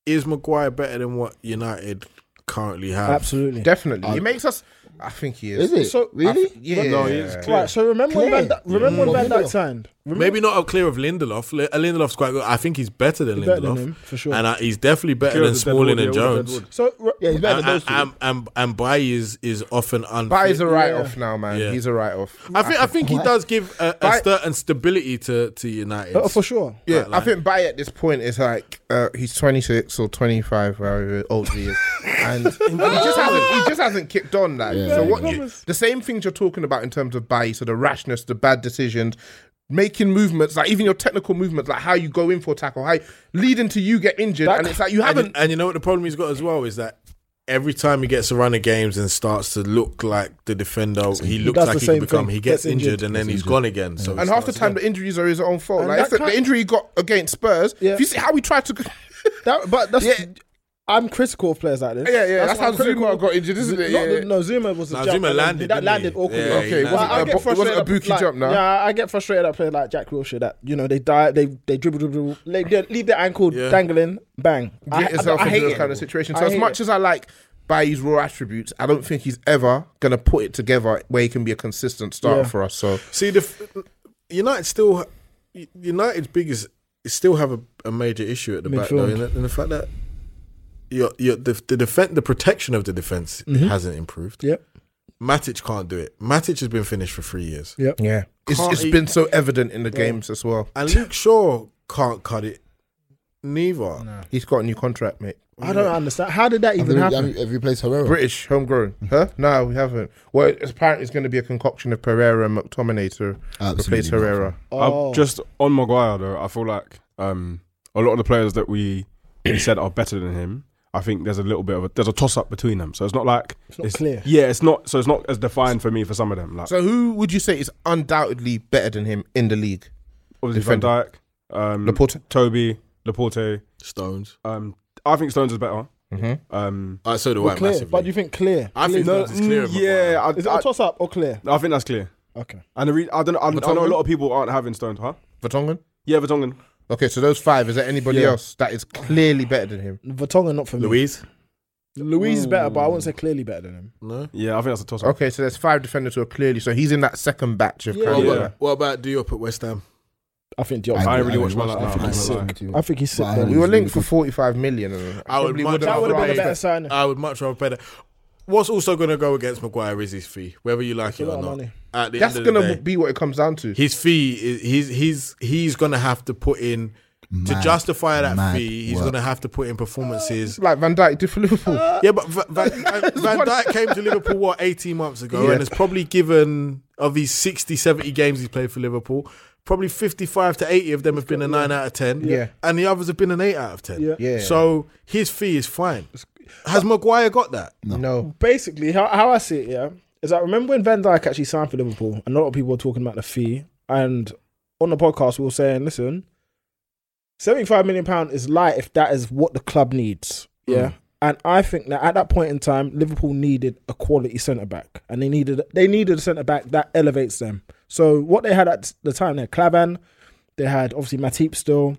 Speaker 4: is Maguire better than what United currently have?
Speaker 5: Absolutely.
Speaker 2: Definitely. He makes us. I think he is.
Speaker 3: Is it?
Speaker 5: So-
Speaker 3: really?
Speaker 2: Yeah.
Speaker 7: No, he is clear.
Speaker 5: Right, so remember when Van
Speaker 3: Clear.
Speaker 5: Dijk, remember
Speaker 3: Mm.
Speaker 5: when Van
Speaker 3: Middle.
Speaker 5: Dijk signed? Remember
Speaker 4: Maybe not up clear of Lindelof. Li- Lindelof's quite good. I think he's better than
Speaker 5: He's
Speaker 4: Lindelof
Speaker 5: better than him, for sure.
Speaker 4: And I, he's definitely better
Speaker 7: Clear
Speaker 4: than
Speaker 7: as a
Speaker 4: Smalling
Speaker 7: dead
Speaker 4: and
Speaker 7: wood, yeah, all the dead
Speaker 4: Jones.
Speaker 7: wood.
Speaker 5: so re-
Speaker 3: Yeah, he's better
Speaker 4: And,
Speaker 3: than those
Speaker 4: and,
Speaker 3: two.
Speaker 4: and, and, and Bailly is, is often unfit.
Speaker 2: Bayes a write off now, man.
Speaker 4: Yeah.
Speaker 2: He's a write off.
Speaker 4: I think I think he
Speaker 3: Why?
Speaker 4: does give a, a
Speaker 2: Why?
Speaker 4: certain stability to to United.
Speaker 2: Uh,
Speaker 5: Oh, for sure.
Speaker 2: Yeah,
Speaker 4: Right,
Speaker 2: I
Speaker 4: like-
Speaker 2: think Bay at this point is like uh, he's 26 or 25, however old he is, and he just hasn't he just hasn't kicked on. Like,
Speaker 3: Yeah.
Speaker 2: so what?
Speaker 5: Yeah.
Speaker 2: You, the same things you're talking about in terms of Bay, so the rashness, the bad decisions, making movements, like even your technical movements, like how you go in for a tackle, how leading to you get injured, and it's like you
Speaker 4: And,
Speaker 2: haven't.
Speaker 4: and you know what the problem he's got as well is that every time he gets a run of games and starts to look like the defender, he looks
Speaker 5: does
Speaker 4: like he can
Speaker 5: the same
Speaker 4: become.
Speaker 5: thing.
Speaker 4: He gets,
Speaker 5: Gets
Speaker 4: injured,
Speaker 5: injured.
Speaker 4: and then he's gone again. So
Speaker 2: And half the time, the injuries are his own fault.
Speaker 5: And
Speaker 2: Like,
Speaker 5: that
Speaker 2: it's the, the
Speaker 5: kind-
Speaker 2: injury he got against Spurs.
Speaker 5: Yeah.
Speaker 2: If you see how we tried to,
Speaker 5: That, but that's
Speaker 2: Yeah.
Speaker 5: I'm critical of players like this.
Speaker 2: yeah, yeah, that's,
Speaker 5: why
Speaker 2: how
Speaker 5: I'm critical-
Speaker 2: Zuma got injured, isn't it?
Speaker 5: Not
Speaker 2: Yeah.
Speaker 5: the- no, Zuma was a
Speaker 4: Nah,
Speaker 5: jump.
Speaker 4: Zuma
Speaker 5: and then-
Speaker 4: landed,
Speaker 5: That
Speaker 4: didn't he?
Speaker 5: landed awkwardly.
Speaker 4: Yeah, Okay, he
Speaker 2: wasn't
Speaker 5: I
Speaker 2: a bo-
Speaker 5: get frustrated.
Speaker 2: wasn't a
Speaker 5: at-
Speaker 2: Buki
Speaker 5: like,
Speaker 2: jump, nah.
Speaker 5: Yeah, I get frustrated at players like Jack Wilshere that you know they die, they they dribble, dribble, leave their, leave their ankle
Speaker 4: Yeah.
Speaker 5: dangling, bang.
Speaker 2: get yourself
Speaker 5: I, I, I
Speaker 2: into
Speaker 5: hate
Speaker 2: those
Speaker 5: it.
Speaker 2: kind of situations.
Speaker 5: I
Speaker 2: So as
Speaker 5: hate
Speaker 2: much
Speaker 5: it.
Speaker 2: as I like Baye's raw attributes, I don't think he's ever gonna put it together where he can be a consistent starter
Speaker 5: Yeah.
Speaker 2: for us. So
Speaker 4: see the f- United still United's biggest still have a, a major issue at the back though,
Speaker 5: Midfield.
Speaker 4: in the, in the fact that your your the the, defen- the protection of the defense
Speaker 5: Mm-hmm.
Speaker 4: hasn't improved.
Speaker 5: Yep.
Speaker 4: Matic can't do it. Matic has been finished for three years.
Speaker 5: Yep.
Speaker 2: yeah, it's,
Speaker 4: Can't
Speaker 2: it's
Speaker 4: he-
Speaker 2: been so evident in the games as well.
Speaker 4: And Luke Shaw can't cut it neither.
Speaker 2: He's got a new contract, mate.
Speaker 5: I don't understand. How did that
Speaker 3: Have
Speaker 5: even
Speaker 3: you-
Speaker 5: happen?
Speaker 3: have you- Have you played Herrera?
Speaker 2: British homegrown, huh? No, we haven't. Well, it's apparently it's going to be a concoction of Pereira and McTominay to replace
Speaker 3: Absolutely not.
Speaker 2: Herrera.
Speaker 5: Oh.
Speaker 7: I'm just on Maguire though. I feel like um, a lot of the players that we we said are better than him. I think there's a little bit of a there's a toss up between them. So it's not like it's,
Speaker 5: not clear.
Speaker 7: Yeah, it's not. So it's not as defined for me for some of them. Like
Speaker 2: So who would you say is undoubtedly better than him in the league?
Speaker 7: obviously Van Dijk, um,
Speaker 2: Laporte.
Speaker 7: Toby, Laporte.
Speaker 4: Stones.
Speaker 7: Um, I think Stones is better.
Speaker 2: Mhm.
Speaker 5: Mm-hmm.
Speaker 7: Um,
Speaker 4: Uh, I so do
Speaker 5: Well,
Speaker 4: I
Speaker 5: clear,
Speaker 4: massively.
Speaker 5: but do you think clear?
Speaker 4: I think
Speaker 7: no,
Speaker 4: Stones is clear.
Speaker 7: mm,
Speaker 4: of Maguire.
Speaker 7: yeah, I,
Speaker 5: Is it a
Speaker 7: I,
Speaker 5: toss up or clear?
Speaker 7: I think that's clear.
Speaker 5: Okay.
Speaker 7: And the re- I don't. I, I know a
Speaker 2: Vertonghen?
Speaker 7: lot of people aren't having Stones, huh?
Speaker 2: Vertonghen.
Speaker 7: Yeah, Vertonghen.
Speaker 2: Okay, so those five. Is there anybody
Speaker 7: Yeah.
Speaker 2: else that is clearly better than him?
Speaker 5: Vertonghen not for me.
Speaker 4: Louise?
Speaker 5: Louise is better, but I wouldn't say clearly better than him.
Speaker 4: No.
Speaker 7: Yeah, I think that's a toss up.
Speaker 2: Okay, so there's five defenders who are clearly. So he's in that second batch of.
Speaker 5: Yeah.
Speaker 2: kind
Speaker 4: What
Speaker 2: of-
Speaker 7: Yeah.
Speaker 4: about, what about Diop at West Ham?
Speaker 5: I think Diop.
Speaker 7: I
Speaker 3: do-
Speaker 7: really
Speaker 3: do
Speaker 7: watch my
Speaker 3: watch
Speaker 7: life
Speaker 3: that.
Speaker 7: now.
Speaker 3: I
Speaker 7: I'm
Speaker 3: think
Speaker 7: not
Speaker 3: it's sick.
Speaker 5: I think he's sick.
Speaker 3: Wow.
Speaker 5: though.
Speaker 2: We were linked for 45 million. and
Speaker 4: I would
Speaker 2: probably
Speaker 4: much-
Speaker 5: That would have been a
Speaker 4: Right.
Speaker 5: better signing.
Speaker 4: I would much rather pay that. What's also going to go against Maguire is his fee, whether you like it
Speaker 5: a lot
Speaker 4: or
Speaker 5: of
Speaker 4: not.
Speaker 5: money.
Speaker 4: At the
Speaker 2: That's
Speaker 4: end of the
Speaker 2: going
Speaker 4: day,
Speaker 2: to be what it comes down to.
Speaker 4: his fee is he's he's he's going to have to put in to
Speaker 3: Mad,
Speaker 4: justify that
Speaker 3: mad
Speaker 4: fee. He's
Speaker 3: work.
Speaker 4: going to have to put in performances.
Speaker 2: like Van Dijk did for Liverpool.
Speaker 4: Yeah, but Van, Van, Van Dijk came to Liverpool, what, 18 months ago,
Speaker 2: Yeah.
Speaker 4: and has probably given, of these 60, 70 games he's played for Liverpool, probably 55 to 80 of them have been a 9 out of 10.
Speaker 2: Yeah.
Speaker 4: And the others have been an 8 out of 10.
Speaker 5: Yeah.
Speaker 2: Yeah.
Speaker 4: So his fee is fine. Has Maguire got that?
Speaker 2: No.
Speaker 5: basically how, how I see it, yeah, is I remember when Van Dijk actually signed for Liverpool, and a lot of people were talking about the fee, and on the podcast we were saying, listen, seventy-five million pound is light if that is what the club needs, yeah. And I think that at that point in time, Liverpool needed a quality centre back, and they needed they needed a centre back that elevates them. So what they had at the time, they had Clavan, they had obviously Matip still.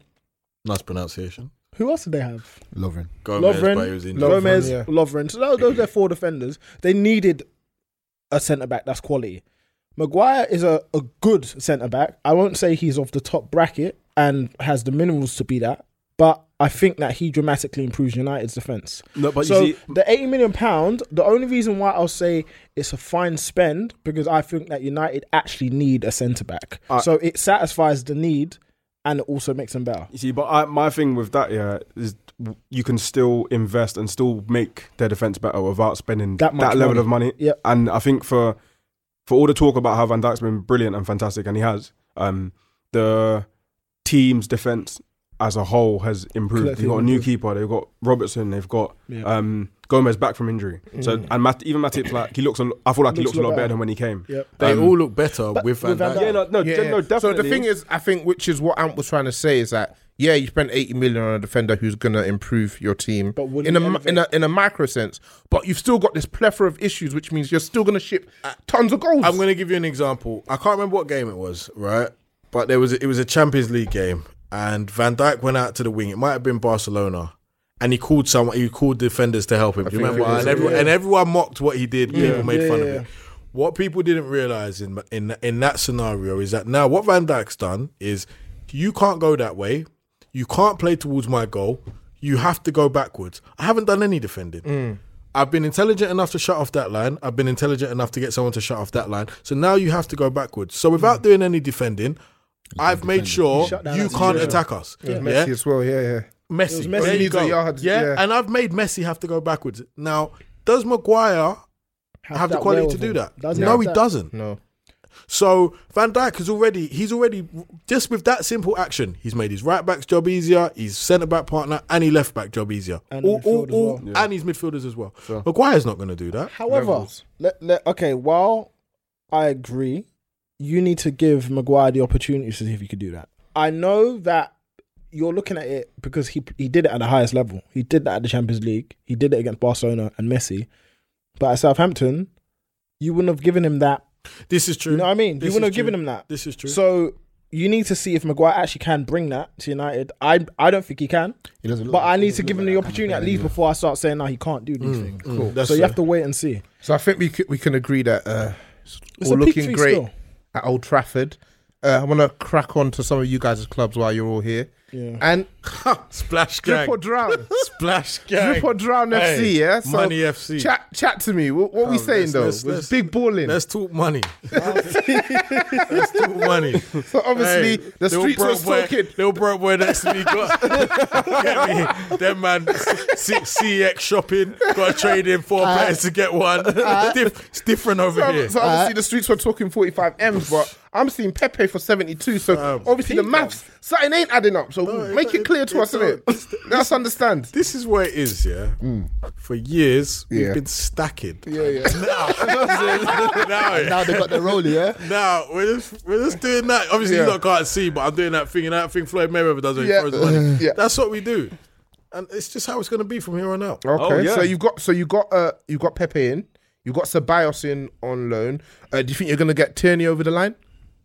Speaker 4: Nice pronunciation.
Speaker 5: Who else did they have?
Speaker 3: Lovren.
Speaker 4: Gomez, but he was
Speaker 5: Lovren,
Speaker 4: injured.
Speaker 5: Gomez,
Speaker 2: yeah.
Speaker 5: Lovren. So those, those are four defenders. They needed a centre back that's quality. Maguire is a, a good centre back. I won't say he's off the top bracket and has the minerals to be that, but I think that he dramatically improves United's defence.
Speaker 7: No, but you
Speaker 5: so
Speaker 7: see-
Speaker 5: the eighty million pound. The only reason why I'll say it's a fine spend because I think that United actually need a centre back.
Speaker 7: Uh,
Speaker 5: so it satisfies the need and it also makes them better.
Speaker 7: You see, but I, my thing with that, yeah, is you can still invest and still make their defense better without spending
Speaker 5: That
Speaker 7: that,
Speaker 5: much
Speaker 7: level
Speaker 5: money.
Speaker 7: of money.
Speaker 5: Yep.
Speaker 7: And I think for for all the talk about how Van Dijk's been brilliant and fantastic, and he has, um, the team's defense as a whole has improved. They've got a new keeper. They've got Robertson. They've got um, Gomez back from injury. So and Mat- even Matip's like he looks. A, lo- I feel like he
Speaker 5: Mm. Looks
Speaker 7: looks
Speaker 5: a
Speaker 7: a
Speaker 5: lot
Speaker 7: lot better
Speaker 5: better.
Speaker 7: than when he came.
Speaker 5: Yep.
Speaker 4: They
Speaker 7: Um,
Speaker 4: all look better with Van
Speaker 5: with Van
Speaker 4: Dijk.
Speaker 7: Yeah, no, no,
Speaker 2: Yeah,
Speaker 7: gen-
Speaker 2: yeah.
Speaker 7: no, definitely.
Speaker 2: So the thing is, I think, which is what Amp was trying to say, is that yeah, you spent eighty million on a defender who's going to improve your team,
Speaker 5: But would
Speaker 2: in
Speaker 5: he
Speaker 2: a ma- in a in a macro sense, but you've still got this plethora of issues, which means you're still going to ship tons of goals.
Speaker 4: I'm going to give you an example. I can't remember what game it was, right? But there was it was a Champions League game, and Van Dijk went out to the wing. It might have been Barcelona, and he called someone. He called defenders to help him. Do you
Speaker 2: think
Speaker 4: remember?
Speaker 2: it was,
Speaker 4: and, everyone,
Speaker 5: yeah.
Speaker 4: and everyone mocked what he did. People made
Speaker 5: Yeah,
Speaker 4: fun
Speaker 5: yeah,
Speaker 4: of
Speaker 5: yeah.
Speaker 4: it. What people didn't realize in in in that scenario is that now what Van Dijk's done is you can't go that way. You can't play towards my goal. You have to go backwards. I haven't done any defending. I've been intelligent enough to shut off that line. I've been intelligent enough to get someone to shut off that line. So now you have to go backwards. So without
Speaker 5: Hmm.
Speaker 4: doing any defending, I've made sure
Speaker 5: down
Speaker 4: you
Speaker 5: that
Speaker 4: can't
Speaker 5: situation.
Speaker 4: attack us. Yeah.
Speaker 2: Messi as well, yeah, yeah.
Speaker 4: Messi.
Speaker 5: It was Messi.
Speaker 4: There you
Speaker 2: Needs a
Speaker 4: go.
Speaker 2: yard,
Speaker 4: yeah?
Speaker 2: yeah.
Speaker 4: and I've made Messi have to go backwards. Now, does Maguire have, the
Speaker 5: that
Speaker 4: quality to
Speaker 5: wherewithal.
Speaker 4: do that?
Speaker 5: Does
Speaker 4: no,
Speaker 5: have
Speaker 4: he
Speaker 5: that.
Speaker 4: doesn't.
Speaker 2: No,
Speaker 4: So Van Dijk is already he's already just with that simple action, he's made his right back's job easier, his centre back partner, and his left back job easier.
Speaker 5: And midfield as well.
Speaker 4: and his midfielders as well. Maguire's not going to do that.
Speaker 5: However, let, let, okay, while I agree, you need to give Maguire the opportunity to see if he could do that. I know that you're looking at it because he he did it at the highest level. He did that at the Champions League. He did it against Barcelona and Messi. But at Southampton, you wouldn't have given him that.
Speaker 4: This is true.
Speaker 5: You know what I mean?
Speaker 4: This
Speaker 5: you wouldn't
Speaker 4: is
Speaker 5: have given
Speaker 4: true.
Speaker 5: him that.
Speaker 4: This is true.
Speaker 5: So you need to see if Maguire actually can bring that to United. I I don't think he can.
Speaker 3: He doesn't look
Speaker 5: But
Speaker 3: like-
Speaker 5: I
Speaker 3: he
Speaker 5: need
Speaker 3: doesn't
Speaker 5: to
Speaker 3: look
Speaker 5: give him
Speaker 3: like that
Speaker 5: the
Speaker 3: kind of
Speaker 5: opportunity
Speaker 3: guy
Speaker 5: at least
Speaker 3: anyway.
Speaker 5: before I start saying, no, he can't do these things.
Speaker 4: Mm, cool.
Speaker 5: So you have to wait and see.
Speaker 2: so I think we could, we can agree that uh,
Speaker 5: It's
Speaker 2: all
Speaker 5: a peak
Speaker 2: looking
Speaker 5: three
Speaker 2: great
Speaker 5: still.
Speaker 2: at Old Trafford. Uh, I'm going to crack on to some of you guys' clubs while you're all here,
Speaker 5: Yeah.
Speaker 2: and
Speaker 4: splash gang.
Speaker 2: drip or drown.
Speaker 4: Splash gang.
Speaker 2: Drip or drown
Speaker 4: Hey,
Speaker 2: FC, yeah. So
Speaker 4: Money FC.
Speaker 2: Chat, chat to me. What, what are we
Speaker 4: Come,
Speaker 2: saying
Speaker 4: let's-
Speaker 2: though?
Speaker 4: let's-
Speaker 2: We're
Speaker 4: let's-
Speaker 2: big balling.
Speaker 4: Let's talk money. Let's talk money.
Speaker 2: So obviously
Speaker 4: Hey,
Speaker 2: the
Speaker 4: little
Speaker 2: streets were
Speaker 4: broke boy-
Speaker 2: soaking.
Speaker 4: Little broke boy next to me got get me. Them man six CX shopping. Got to trade in four pairs to get one. Diff- it's different over
Speaker 2: So,
Speaker 4: here.
Speaker 2: so obviously the streets were talking 45 m's, but I'm seeing Pepe for 72. So obviously the maths, something ain't adding up. So make it clear to us, innit? Let's understand.
Speaker 4: this is where it is, yeah. For years
Speaker 2: Mm. Yeah.
Speaker 4: we've been stacking.
Speaker 2: Yeah, yeah.
Speaker 4: Now, now,
Speaker 3: Now they got the role, yeah.
Speaker 4: Now we're just we're just doing that. Obviously,
Speaker 2: Yeah.
Speaker 4: you lot can't see, but I'm doing that thing and that thing Floyd Mayweather does when
Speaker 2: Yeah.
Speaker 4: he throws the money.
Speaker 2: Yeah.
Speaker 4: That's what we do, and it's just how it's going to be from here on out.
Speaker 2: Okay,
Speaker 7: Oh, yeah.
Speaker 2: so you've got so you got uh you got Pepe in, you got Ceballos in on loan. Uh, do you think you're gonna get Tierney over the line?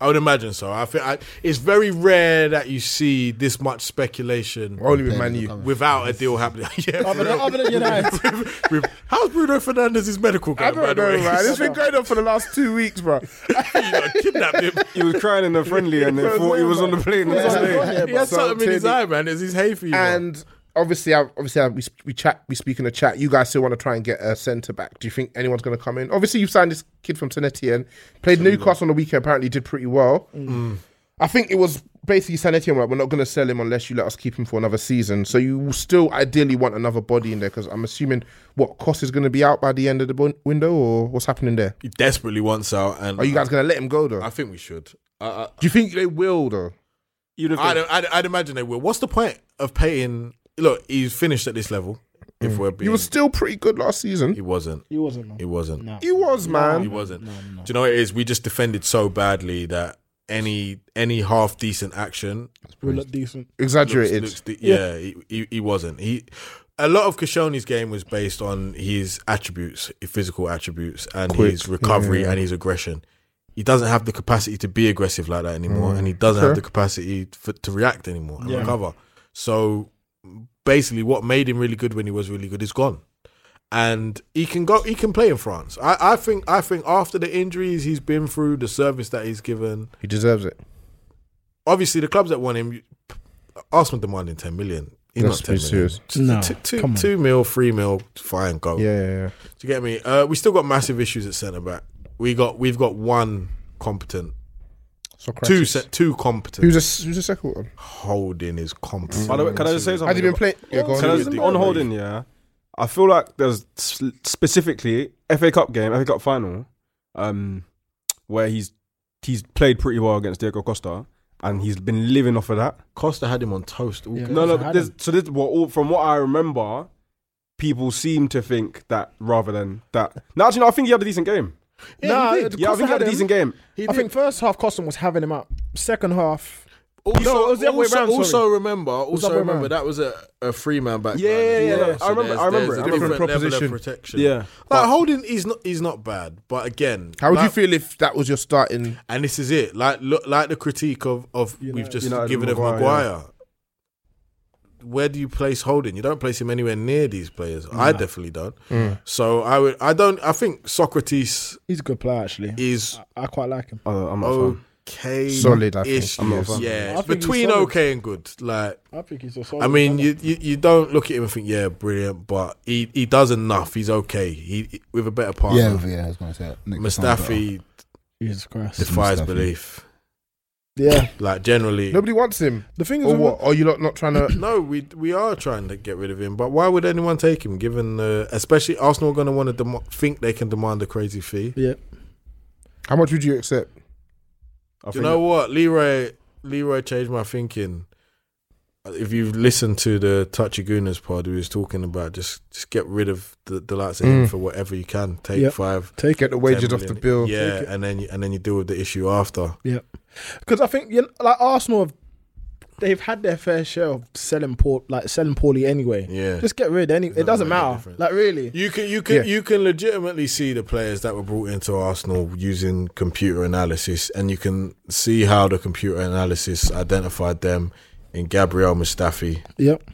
Speaker 4: I would imagine so. I think I, it's very rare that you see this much speculation
Speaker 2: Only with Man U.
Speaker 4: without a deal happening. yeah,
Speaker 5: Other than, other than United.
Speaker 4: with- with- how's Bruno Fernandez's medical
Speaker 2: I
Speaker 4: going? by
Speaker 2: don't
Speaker 4: the
Speaker 2: know,
Speaker 4: way?
Speaker 2: man. This has been going on for the last two weeks, bro.
Speaker 4: you got kidnapped him.
Speaker 7: he was crying in the friendly and they thought he was on the plane. the next day.
Speaker 4: He has
Speaker 2: So
Speaker 4: something in his
Speaker 2: Tierney-
Speaker 4: eye, man. Is his hay fever?
Speaker 2: And obviously, I, obviously, I, we sp- we chat, we speak in the chat. You guys still want to try and get a centre back. Do you think anyone's going to come in? Obviously, you've signed this kid from Senetian, played Newcastle on the weekend. Apparently, did pretty well.
Speaker 4: Mm.
Speaker 2: Mm. I think it was basically Senetian. Like, we're not going to sell him unless you let us keep him for another season. So you will still ideally want another body in there because I'm assuming what cost is going to be out by the end of the bun- window, or what's happening there?
Speaker 4: he desperately wants out. And
Speaker 2: Are you guys going to let him go though?
Speaker 4: I think we should. I,
Speaker 2: Do you think they will though?
Speaker 7: Even if
Speaker 4: I, I'd,
Speaker 7: they-
Speaker 4: I'd, I'd imagine they will. What's the point of paying? Look, he's finished at this level. If we're
Speaker 2: Mm.
Speaker 4: being,
Speaker 2: You were still pretty good last
Speaker 4: Mm. he
Speaker 2: season.
Speaker 4: wasn't.
Speaker 5: He wasn't. Man.
Speaker 4: He wasn't.
Speaker 5: No.
Speaker 2: He was, man.
Speaker 4: He wasn't. Do you know what it is? We just defended so badly that any any half decent action
Speaker 5: We look decent.
Speaker 2: Exaggerated.
Speaker 4: Looks- looks de- yeah, he, he, he wasn't. He a lot of Kashoni's game was based on his attributes, his physical attributes, and
Speaker 2: Quick,
Speaker 4: his recovery
Speaker 2: yeah.
Speaker 4: and his aggression. He doesn't have the capacity to be aggressive like that anymore, and he doesn't
Speaker 2: Mm. Sure.
Speaker 4: have the capacity for, to react anymore and
Speaker 5: Yeah.
Speaker 4: recover. So basically, what made him really good when he was really good is gone. And he can go. He can play in France. I, I think. I think after the injuries he's been through, the service that he's given,
Speaker 2: He deserves it.
Speaker 4: obviously the clubs that want him, you- Arsenal demanding ten million. He's
Speaker 2: Let's
Speaker 4: not ten
Speaker 2: be
Speaker 4: million.
Speaker 2: serious.
Speaker 4: T-
Speaker 5: No,
Speaker 4: t- two,
Speaker 5: come on.
Speaker 4: two mil, three mil, fine, go.
Speaker 2: Yeah, yeah, yeah.
Speaker 4: Do you get me? Uh, we still got massive issues at centre back. We got we've got one competent, two
Speaker 2: Socrates.
Speaker 4: se- two competent.
Speaker 2: Who's the, who's the second one?
Speaker 4: holding is competent?
Speaker 7: By the way, can I just say something?
Speaker 2: Had he been playing? Yeah, go
Speaker 7: Can I
Speaker 2: on.
Speaker 4: Two
Speaker 7: just-
Speaker 4: is
Speaker 7: on
Speaker 4: the-
Speaker 7: holding, yeah. I feel like there's s- specifically FA Cup game, FA Cup final, um, where he's he's played pretty well against Diego Costa, and he's been living off of that.
Speaker 4: Costa had him on toast. All game.
Speaker 7: No, no.
Speaker 5: so had
Speaker 7: this-
Speaker 5: him.
Speaker 7: so this, well, all, from what I remember, people seem to think that rather than that. No, actually, no, I think he had a decent game.
Speaker 5: Nah,
Speaker 7: yeah, I
Speaker 5: Costa
Speaker 7: think he had a
Speaker 5: him.
Speaker 7: decent game.
Speaker 5: I think first half Costum was having him up. Second half,
Speaker 4: Also,
Speaker 5: No, it was the other way
Speaker 4: also-
Speaker 5: round, sorry.
Speaker 4: also remember,
Speaker 5: the
Speaker 4: also
Speaker 5: other way
Speaker 4: remember
Speaker 5: round.
Speaker 4: that was a, a free man back.
Speaker 7: Yeah,
Speaker 4: then.
Speaker 7: yeah, yeah, yeah.
Speaker 4: So
Speaker 7: I remember-
Speaker 4: there's- there's a
Speaker 7: I remember it. I remember
Speaker 4: different
Speaker 2: it.
Speaker 4: level of
Speaker 2: Proposition.
Speaker 4: protection.
Speaker 7: Yeah.
Speaker 4: like
Speaker 7: But-
Speaker 4: holding is not is not bad, but again,
Speaker 2: How would you
Speaker 4: like-
Speaker 2: feel if that was your starting?
Speaker 4: And this is it. Like look, like the critique of of we've just
Speaker 7: United
Speaker 4: given of
Speaker 7: Maguire,
Speaker 4: Maguire. Where do you place Holding? You don't place him anywhere near these players. I definitely don't. So I would. I don't. I think Socrates
Speaker 5: he's a good player actually.
Speaker 4: is
Speaker 5: I quite like him.
Speaker 7: Oh, I'm not a fan.
Speaker 4: okay,
Speaker 2: Solid, I think.
Speaker 4: ish.
Speaker 7: I'm not a fan.
Speaker 4: Yeah,
Speaker 5: I
Speaker 4: it's
Speaker 5: think he's
Speaker 4: between
Speaker 5: solid.
Speaker 4: okay and good. Like
Speaker 5: I think he's a solid
Speaker 4: I mean,
Speaker 5: player.
Speaker 4: you, you you don't look at him and think, yeah, brilliant, but he he does enough. He's okay. He with a better partner.
Speaker 3: Yeah, yeah, I was going to say that. Nick Mustafi.
Speaker 4: Mustafi
Speaker 5: Jesus Christ.
Speaker 4: defies
Speaker 3: Mustafi.
Speaker 4: belief.
Speaker 5: Yeah,
Speaker 4: Like generally,
Speaker 2: Nobody wants him.
Speaker 5: the thing is,
Speaker 2: Or
Speaker 5: with-
Speaker 2: what? Are you lot not trying to?
Speaker 4: No, we we are trying to get rid of him, but why would anyone take him? Given the especially Arsenal going to want to dem- think they can demand a crazy fee.
Speaker 5: yeah,
Speaker 2: How much would you accept?
Speaker 7: I
Speaker 4: Do you
Speaker 7: think
Speaker 4: know what, Leroy? Leroy changed my thinking. If you've listened to the Touchy Gooners pod, we was talking about just just get rid of the, the likes of him for whatever you can. Take
Speaker 5: Yep.
Speaker 4: five,
Speaker 5: take
Speaker 2: Get the wages
Speaker 4: 10
Speaker 2: off the
Speaker 4: million.
Speaker 2: bill.
Speaker 4: Yeah, and then you, and then you deal with the issue after.
Speaker 5: Yeah, because I think you know, like Arsenal have they've had their fair share of selling poor, like selling poorly anyway.
Speaker 4: Yeah.
Speaker 5: just get rid. Any, it doesn't
Speaker 4: make a
Speaker 5: matter.
Speaker 4: difference.
Speaker 5: Like really,
Speaker 4: You can you can
Speaker 2: Yeah.
Speaker 4: you can legitimately see the players that were brought into Arsenal using computer analysis, and you can see how the computer analysis identified them in Gabriel Mustafi,
Speaker 5: yep,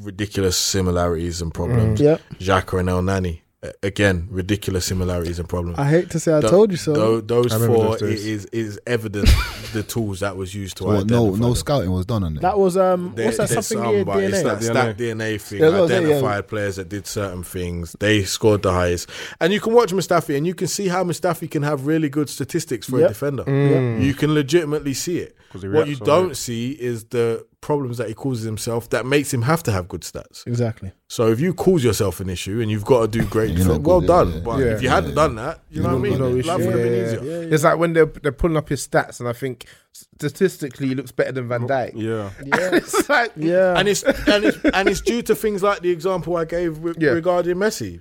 Speaker 4: ridiculous similarities and
Speaker 2: Mm.
Speaker 4: problems.
Speaker 5: yep.
Speaker 4: Xhaka and El Nani, a- again ridiculous similarities and problems.
Speaker 5: I hate to say I
Speaker 4: Tho-
Speaker 5: told you so.
Speaker 4: tho- Those,
Speaker 2: I remember
Speaker 4: four
Speaker 2: those days.
Speaker 4: it is is evident the tools that was used to
Speaker 3: What,
Speaker 4: identify.
Speaker 3: no, no
Speaker 4: them.
Speaker 3: scouting was done on it.
Speaker 5: that was
Speaker 3: Mm.
Speaker 5: um,
Speaker 4: There-
Speaker 5: what's that
Speaker 4: there's
Speaker 5: something
Speaker 4: some,
Speaker 5: here?
Speaker 4: but It's
Speaker 5: DNA.
Speaker 4: that
Speaker 7: Yeah,
Speaker 4: stat DNA thing.
Speaker 3: Yeah, that was it, yeah.
Speaker 4: Identified players that did certain things. They scored the highest. And you can watch Mustafi and you can see how Mustafi can have really good statistics for
Speaker 5: Yep.
Speaker 4: a defender.
Speaker 3: Mm.
Speaker 4: You can legitimately see it. What
Speaker 7: reacts
Speaker 4: you
Speaker 7: all
Speaker 4: don't
Speaker 7: right.
Speaker 4: see is the problems that he causes himself that makes him have to have good stats.
Speaker 5: Exactly.
Speaker 4: So if you cause yourself an issue and you've got to do great,
Speaker 3: You're not
Speaker 4: well
Speaker 3: good, yeah,
Speaker 4: done.
Speaker 3: yeah.
Speaker 4: But
Speaker 2: Yeah.
Speaker 4: if you hadn't done that, you know what I mean?
Speaker 2: No
Speaker 4: Life
Speaker 2: issue.
Speaker 4: would have been
Speaker 2: Yeah.
Speaker 4: easier.
Speaker 2: It's like when they're they're pulling up his stats, and I think statistically he looks better than Van Dijk.
Speaker 7: Yeah.
Speaker 2: it's like
Speaker 5: Yeah,
Speaker 4: and it's and it's and it's due to things like the example I gave with,
Speaker 2: Yeah.
Speaker 4: regarding Messi.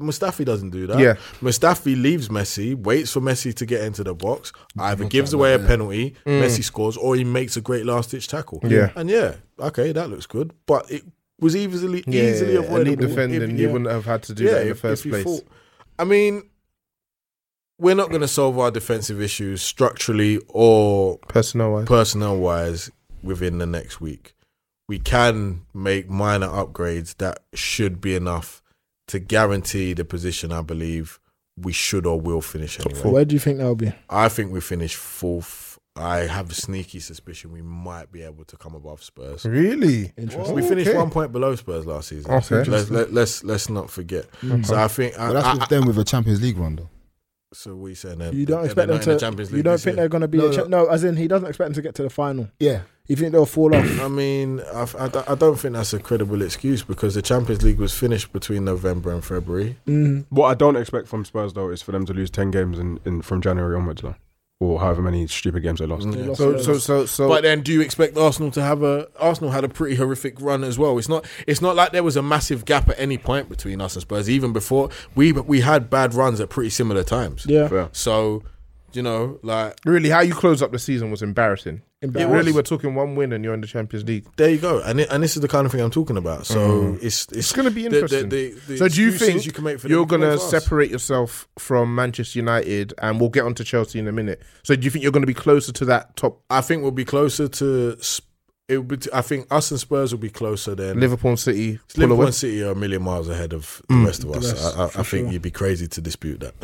Speaker 4: Mustafi doesn't do that.
Speaker 2: Yeah.
Speaker 4: Mustafi leaves Messi, waits for Messi to get into the box, either gives away a penalty, Messi scores, or he makes a great last ditch tackle.
Speaker 2: Mm. Yeah.
Speaker 4: And yeah, okay, that looks good. But it was easily
Speaker 2: Yeah,
Speaker 4: easily
Speaker 2: yeah,
Speaker 4: avoidable.
Speaker 2: and he
Speaker 4: if-
Speaker 2: defending,
Speaker 4: yeah.
Speaker 2: you wouldn't have had to do that in the
Speaker 4: if-
Speaker 2: first
Speaker 4: if you
Speaker 2: place.
Speaker 4: thought- I mean, we're not going to solve our defensive issues structurally or
Speaker 2: Personnel wise,
Speaker 4: personnel wise within the next week. We can make minor upgrades that should be enough to guarantee the position I believe we should or will finish anyway.
Speaker 5: Where do you think that'll be?
Speaker 4: I think we finish fourth. I have a sneaky suspicion we might be able to come above Spurs.
Speaker 2: really?
Speaker 5: Interesting.
Speaker 4: We finished
Speaker 2: Okay.
Speaker 4: one point below Spurs last season.
Speaker 2: Okay.
Speaker 4: Let's, let, let's let's not forget.
Speaker 5: Mm-hmm.
Speaker 4: So I think I,
Speaker 3: But that's
Speaker 4: I-
Speaker 3: with
Speaker 4: I-
Speaker 3: them with a Champions League run, though.
Speaker 4: so we saying they're-
Speaker 5: You don't
Speaker 4: they're
Speaker 5: expect
Speaker 4: not in
Speaker 5: them
Speaker 4: the
Speaker 5: to.
Speaker 4: Champions
Speaker 5: you
Speaker 4: League
Speaker 5: don't
Speaker 4: this
Speaker 5: think
Speaker 4: year.
Speaker 5: they're going to be
Speaker 3: No,
Speaker 5: a cha- no. As in, he doesn't expect them to get to the final.
Speaker 3: Yeah.
Speaker 5: You think they'll fall off?
Speaker 4: I mean, I, I, don't- I don't think that's a credible excuse because the Champions League was finished between November and February.
Speaker 5: Mm.
Speaker 7: What I don't expect from Spurs though is for them to lose ten games in, in from January onwards. Though. or however many stupid games they lost.
Speaker 5: lost
Speaker 2: So
Speaker 5: loads.
Speaker 2: so so so.
Speaker 4: But then, do you expect Arsenal to have a? Arsenal had a pretty horrific run as well. It's not. It's not like there was a massive gap at any point between us and Spurs. Even before we we had bad runs at pretty similar times.
Speaker 5: Yeah.
Speaker 7: Fair.
Speaker 4: So, you know, like
Speaker 2: really, how you close up the season was embarrassing.
Speaker 5: Embarrassing.
Speaker 2: Really, we're talking one win and you're in the Champions League.
Speaker 4: there you go. And it, and this is the kind of thing I'm talking about. So it's it's,
Speaker 2: It's going to be
Speaker 4: Mm. the- the-
Speaker 2: interesting.
Speaker 4: the- the
Speaker 2: so do you
Speaker 4: excuses
Speaker 2: think you
Speaker 4: can make for them
Speaker 2: are
Speaker 4: to
Speaker 2: going to
Speaker 4: play for us.
Speaker 2: separate yourself from Manchester United, and we'll get onto Chelsea in a minute? So do you think you're going to be closer to that top
Speaker 4: I think we'll be closer to. Sp- It would be t- I think us and Spurs will be closer than
Speaker 2: Liverpool and City? pull
Speaker 4: Liverpool
Speaker 2: away? Mm.
Speaker 4: and City are a million miles ahead of the rest of us.
Speaker 5: rest,
Speaker 4: I, I, I
Speaker 5: for
Speaker 4: think
Speaker 5: sure.
Speaker 4: you'd be crazy to dispute that.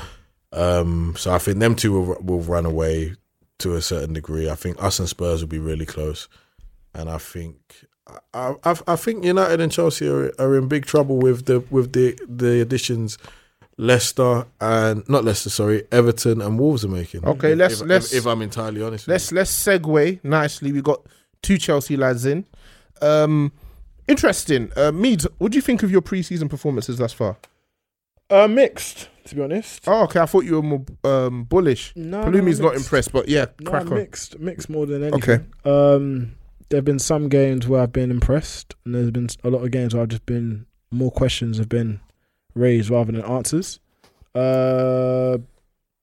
Speaker 4: Um, so I think them two will, will run away to a certain degree. I think us and Spurs will be really close, and I think I, I, I think United and Chelsea are, are in big trouble with the with the the additions. Leicester and not Leicester, sorry, Everton and Wolves are making.
Speaker 2: Okay, let's-
Speaker 4: If- if,
Speaker 2: let's-
Speaker 4: if I'm entirely honest, with you.
Speaker 2: let's let's segue nicely. We got two Chelsea lads in. Um, interesting, uh, Meads. What do you think of your preseason performances thus far?
Speaker 5: Uh, mixed, to be honest.
Speaker 2: Oh, okay. I thought you were more um, bullish.
Speaker 5: No,
Speaker 2: Palumi's
Speaker 5: no,
Speaker 2: not
Speaker 5: mixed.
Speaker 2: impressed, but yeah,
Speaker 5: No,
Speaker 2: crack on.
Speaker 5: mixed, mixed more than anything. Okay. Um, there have been some games where I've been impressed, and there's been a lot of games where I've just been more questions have been raised rather than answers. Uh,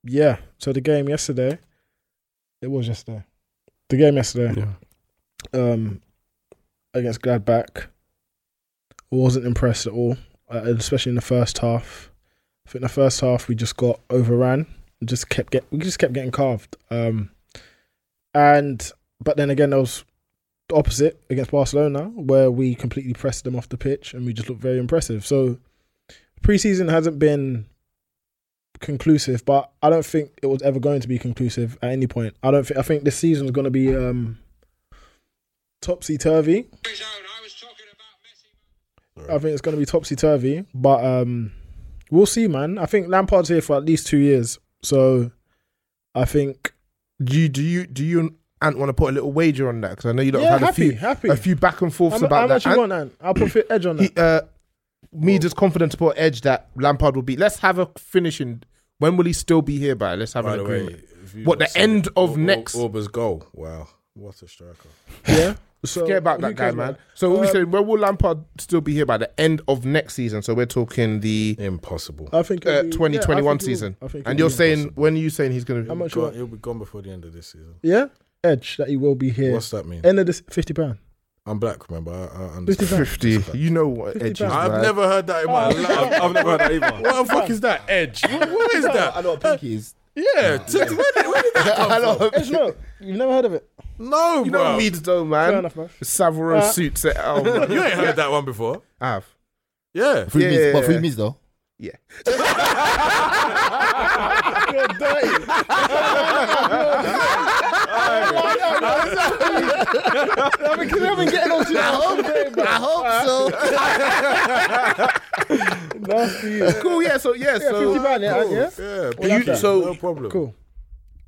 Speaker 5: yeah. So the game yesterday, it was yesterday. The game yesterday,
Speaker 7: Yeah.
Speaker 5: um, against Gladbach, wasn't impressed at all, uh, especially in the first half. I think the first half we just got overran, We just kept get we just kept getting carved. Um, and but then again, there was the opposite against Barcelona, where we completely pressed them off the pitch and we just looked very impressive. So preseason hasn't been conclusive, but I don't think it was ever going to be conclusive at any point. I don't think I think this season is going to be um, topsy turvy. I think it's going to be topsy turvy, but um, we'll see, man. I think Lampard's here for at least two years, so I think
Speaker 2: Do you do you do you and want to put a little wager on that? Because I know you don't
Speaker 5: Yeah,
Speaker 2: have had
Speaker 5: happy,
Speaker 2: a few
Speaker 5: happy.
Speaker 2: a few back and forths
Speaker 5: how, mu-
Speaker 2: about
Speaker 5: how
Speaker 2: that.
Speaker 5: much you
Speaker 2: And-
Speaker 5: want, Ant? I'll put edge on
Speaker 2: he, uh,
Speaker 5: that.
Speaker 2: me just confident to put edge that Lampard will be. Let's have a finishing. When will he still be here by? Let's have
Speaker 4: By
Speaker 2: an
Speaker 4: the way,
Speaker 2: agreement.
Speaker 4: if you
Speaker 2: What, the
Speaker 4: not seen
Speaker 2: end
Speaker 4: it,
Speaker 2: of
Speaker 4: Or- Or-
Speaker 2: next-
Speaker 4: Orba's goal? Wow, what a striker!
Speaker 5: yeah. So
Speaker 2: Forget about
Speaker 5: who
Speaker 2: that guy,
Speaker 5: cares,
Speaker 2: man. So what we
Speaker 5: Uh,
Speaker 2: said, when will Lampard still be here by the end of next season? So we're talking the
Speaker 4: Impossible.
Speaker 5: I think
Speaker 2: uh,
Speaker 5: it'll be- yeah, I
Speaker 2: 2021
Speaker 5: think it will.
Speaker 2: season.
Speaker 5: I
Speaker 2: And
Speaker 5: think it will.
Speaker 2: you're saying when are you saying he's going
Speaker 5: How
Speaker 2: to?
Speaker 5: much-
Speaker 4: Go-
Speaker 5: sure.
Speaker 4: He'll be gone before the end of this season.
Speaker 5: yeah, edge that he will be here.
Speaker 4: What's that mean?
Speaker 5: End of this fifty pound.
Speaker 4: I'm black, remember? I, I
Speaker 5: Fifty
Speaker 4: understand.
Speaker 5: pound.
Speaker 2: Fifty. You know what edge is?
Speaker 5: 50
Speaker 4: I've
Speaker 2: man.
Speaker 4: never heard that in my
Speaker 5: Oh,
Speaker 4: life.
Speaker 7: I've never heard that either.
Speaker 4: What the fuck is that? Edge? What, what is
Speaker 3: I
Speaker 4: that?
Speaker 3: know what pinky is.
Speaker 4: Ah, Yeah. t- Where did, where did that come from?
Speaker 5: Edge, no, you've never heard of it.
Speaker 4: No,
Speaker 2: You know
Speaker 4: bro.
Speaker 2: what means though,
Speaker 5: Fair
Speaker 2: man.
Speaker 5: enough, man.
Speaker 2: Savile
Speaker 5: Uh,
Speaker 2: suits it. Oh, man.
Speaker 4: You ain't heard that one before.
Speaker 2: I have.
Speaker 4: Yeah.
Speaker 3: Three
Speaker 2: Yeah,
Speaker 3: means,
Speaker 2: yeah,
Speaker 3: but three
Speaker 2: yeah.
Speaker 3: means though.
Speaker 2: Yeah.
Speaker 5: You're dirty.
Speaker 3: I've been getting on to I hope, I hope so.
Speaker 5: Nasty.
Speaker 2: Cool. Yeah. So yeah.
Speaker 5: Yeah,
Speaker 2: so
Speaker 5: fifty pound. Yeah,
Speaker 4: Cool.
Speaker 5: yeah.
Speaker 4: Yeah.
Speaker 5: Well,
Speaker 4: You,
Speaker 5: that's
Speaker 4: so
Speaker 2: that.
Speaker 4: no problem.
Speaker 5: Cool.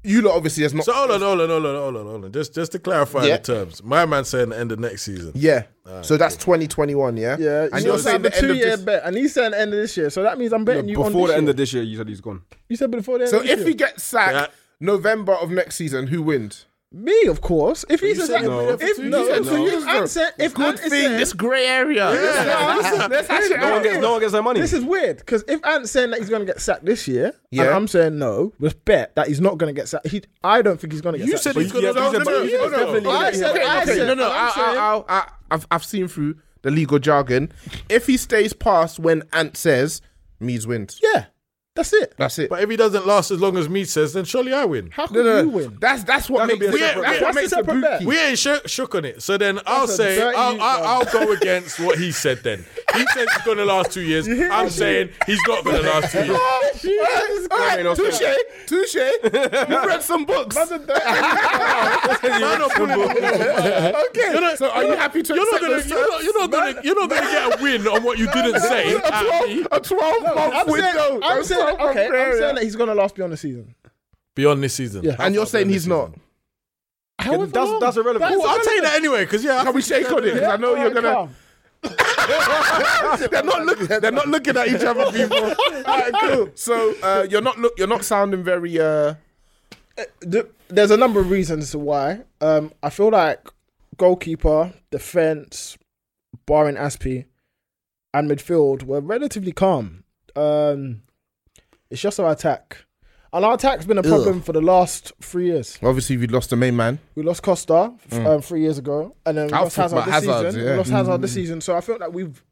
Speaker 2: you lot obviously has not.
Speaker 4: So hold on, hold on, hold on, hold on, hold on. Just, just to clarify
Speaker 2: Yeah.
Speaker 4: the terms. My man saying the end of next season.
Speaker 2: Yeah. so that's 2021, Ah, yeah?
Speaker 5: Yeah,
Speaker 2: And
Speaker 5: you
Speaker 2: you're
Speaker 5: also
Speaker 2: saying
Speaker 5: have a
Speaker 2: the end
Speaker 5: two
Speaker 2: of
Speaker 5: year
Speaker 2: this.
Speaker 5: bet, and he's saying end of this year. So that means I'm betting you on
Speaker 7: Before
Speaker 5: this
Speaker 7: the end
Speaker 5: year.
Speaker 7: of this year, you said he's gone.
Speaker 5: You said before the end.
Speaker 2: So
Speaker 5: of this
Speaker 2: if
Speaker 5: year.
Speaker 2: he gets sacked
Speaker 4: Yeah.
Speaker 2: November of next season, who wins?
Speaker 5: me, of course. If he's
Speaker 4: you
Speaker 5: a
Speaker 4: said
Speaker 5: no.
Speaker 4: no.
Speaker 5: if
Speaker 4: You
Speaker 5: no,
Speaker 4: said
Speaker 5: if
Speaker 4: no.
Speaker 5: if Ant said- if Ant is saying-
Speaker 2: grey area. Let's hash it
Speaker 7: No one
Speaker 2: out.
Speaker 7: gets, no one gets their money.
Speaker 5: This is weird because if Ant's saying that he's going to get sacked this year, and
Speaker 2: Yeah.
Speaker 5: I'm saying no, let's bet that he's not going to get sacked. He, I don't think he's going to get
Speaker 4: You said
Speaker 5: sacked.
Speaker 4: he's
Speaker 7: yeah,
Speaker 4: gonna
Speaker 7: but
Speaker 4: no,
Speaker 7: you
Speaker 4: no, no, no,
Speaker 7: said- but you said
Speaker 4: no.
Speaker 7: definitely
Speaker 5: Oh, I
Speaker 7: that he
Speaker 5: said-
Speaker 7: won't.
Speaker 5: I
Speaker 2: Okay,
Speaker 5: said-
Speaker 2: no, no, I,
Speaker 5: I'm saying-
Speaker 2: I, I, I, I've, I've seen through the legal jargon. If he stays past when Ant says, Meads wins.
Speaker 5: yeah, that's it.
Speaker 2: That's it.
Speaker 4: But if he doesn't last as long as me says, then surely I win.
Speaker 5: How could
Speaker 2: No, no,
Speaker 5: you
Speaker 2: no.
Speaker 5: win?
Speaker 2: That's, that's what
Speaker 7: That could
Speaker 2: makes,
Speaker 7: be a
Speaker 2: we-
Speaker 7: separate
Speaker 2: that's
Speaker 7: bet.
Speaker 2: what
Speaker 5: That's a
Speaker 2: makes it
Speaker 5: separate bet.
Speaker 2: bookie.
Speaker 4: We ain't shook, shook on it. So then I'll
Speaker 5: a
Speaker 4: say
Speaker 5: dirty-
Speaker 4: I'll, I'll, I'll go against what he said. Then he says it's going to last two years. I'm saying he's not going to last two years.
Speaker 2: All right, touche, touche. You read some books.
Speaker 4: Man up on book.
Speaker 2: okay.
Speaker 4: You're not-
Speaker 2: so are you happy to
Speaker 4: You're not
Speaker 2: accept those
Speaker 4: going to you're
Speaker 2: terms?
Speaker 4: not, you're not going to you're not going to get a win on what you didn't say. at me.
Speaker 2: a 12 month
Speaker 5: I'm saying,
Speaker 2: window.
Speaker 5: I'm
Speaker 2: That's
Speaker 5: saying,
Speaker 2: 12 month
Speaker 5: okay, I'm
Speaker 2: area.
Speaker 5: saying that he's going to last beyond the season.
Speaker 4: Beyond this season,
Speaker 5: Yeah.
Speaker 2: and you're saying he's not.
Speaker 5: However
Speaker 7: that's-
Speaker 5: long-
Speaker 7: that's irrelevant.
Speaker 5: That's
Speaker 4: Well, I'll tell you that
Speaker 5: irrelevant.
Speaker 4: anyway because yeah, I
Speaker 2: Can we shake on it? 'Cause I know
Speaker 5: Yeah,
Speaker 2: you're
Speaker 5: alright,
Speaker 2: gonna.
Speaker 5: calm.
Speaker 2: They're not looking. They're not looking at each other, people. All right, cool. So uh, you're not look. You're not sounding very uh,
Speaker 5: th- there's a number of reasons why. Um, I feel like goalkeeper, defense, barring Aspi, and midfield were relatively calm. Um, it's just our attack, and our attack's been a problem for the last three years.
Speaker 2: Obviously, we lost the main man.
Speaker 5: We lost Costa f- um, three years ago, and then we
Speaker 2: I was
Speaker 5: lost
Speaker 2: talking
Speaker 5: Hazard this
Speaker 2: about Hazard,
Speaker 5: season.
Speaker 2: yeah.
Speaker 5: We lost Hazard this season, so I feel like we've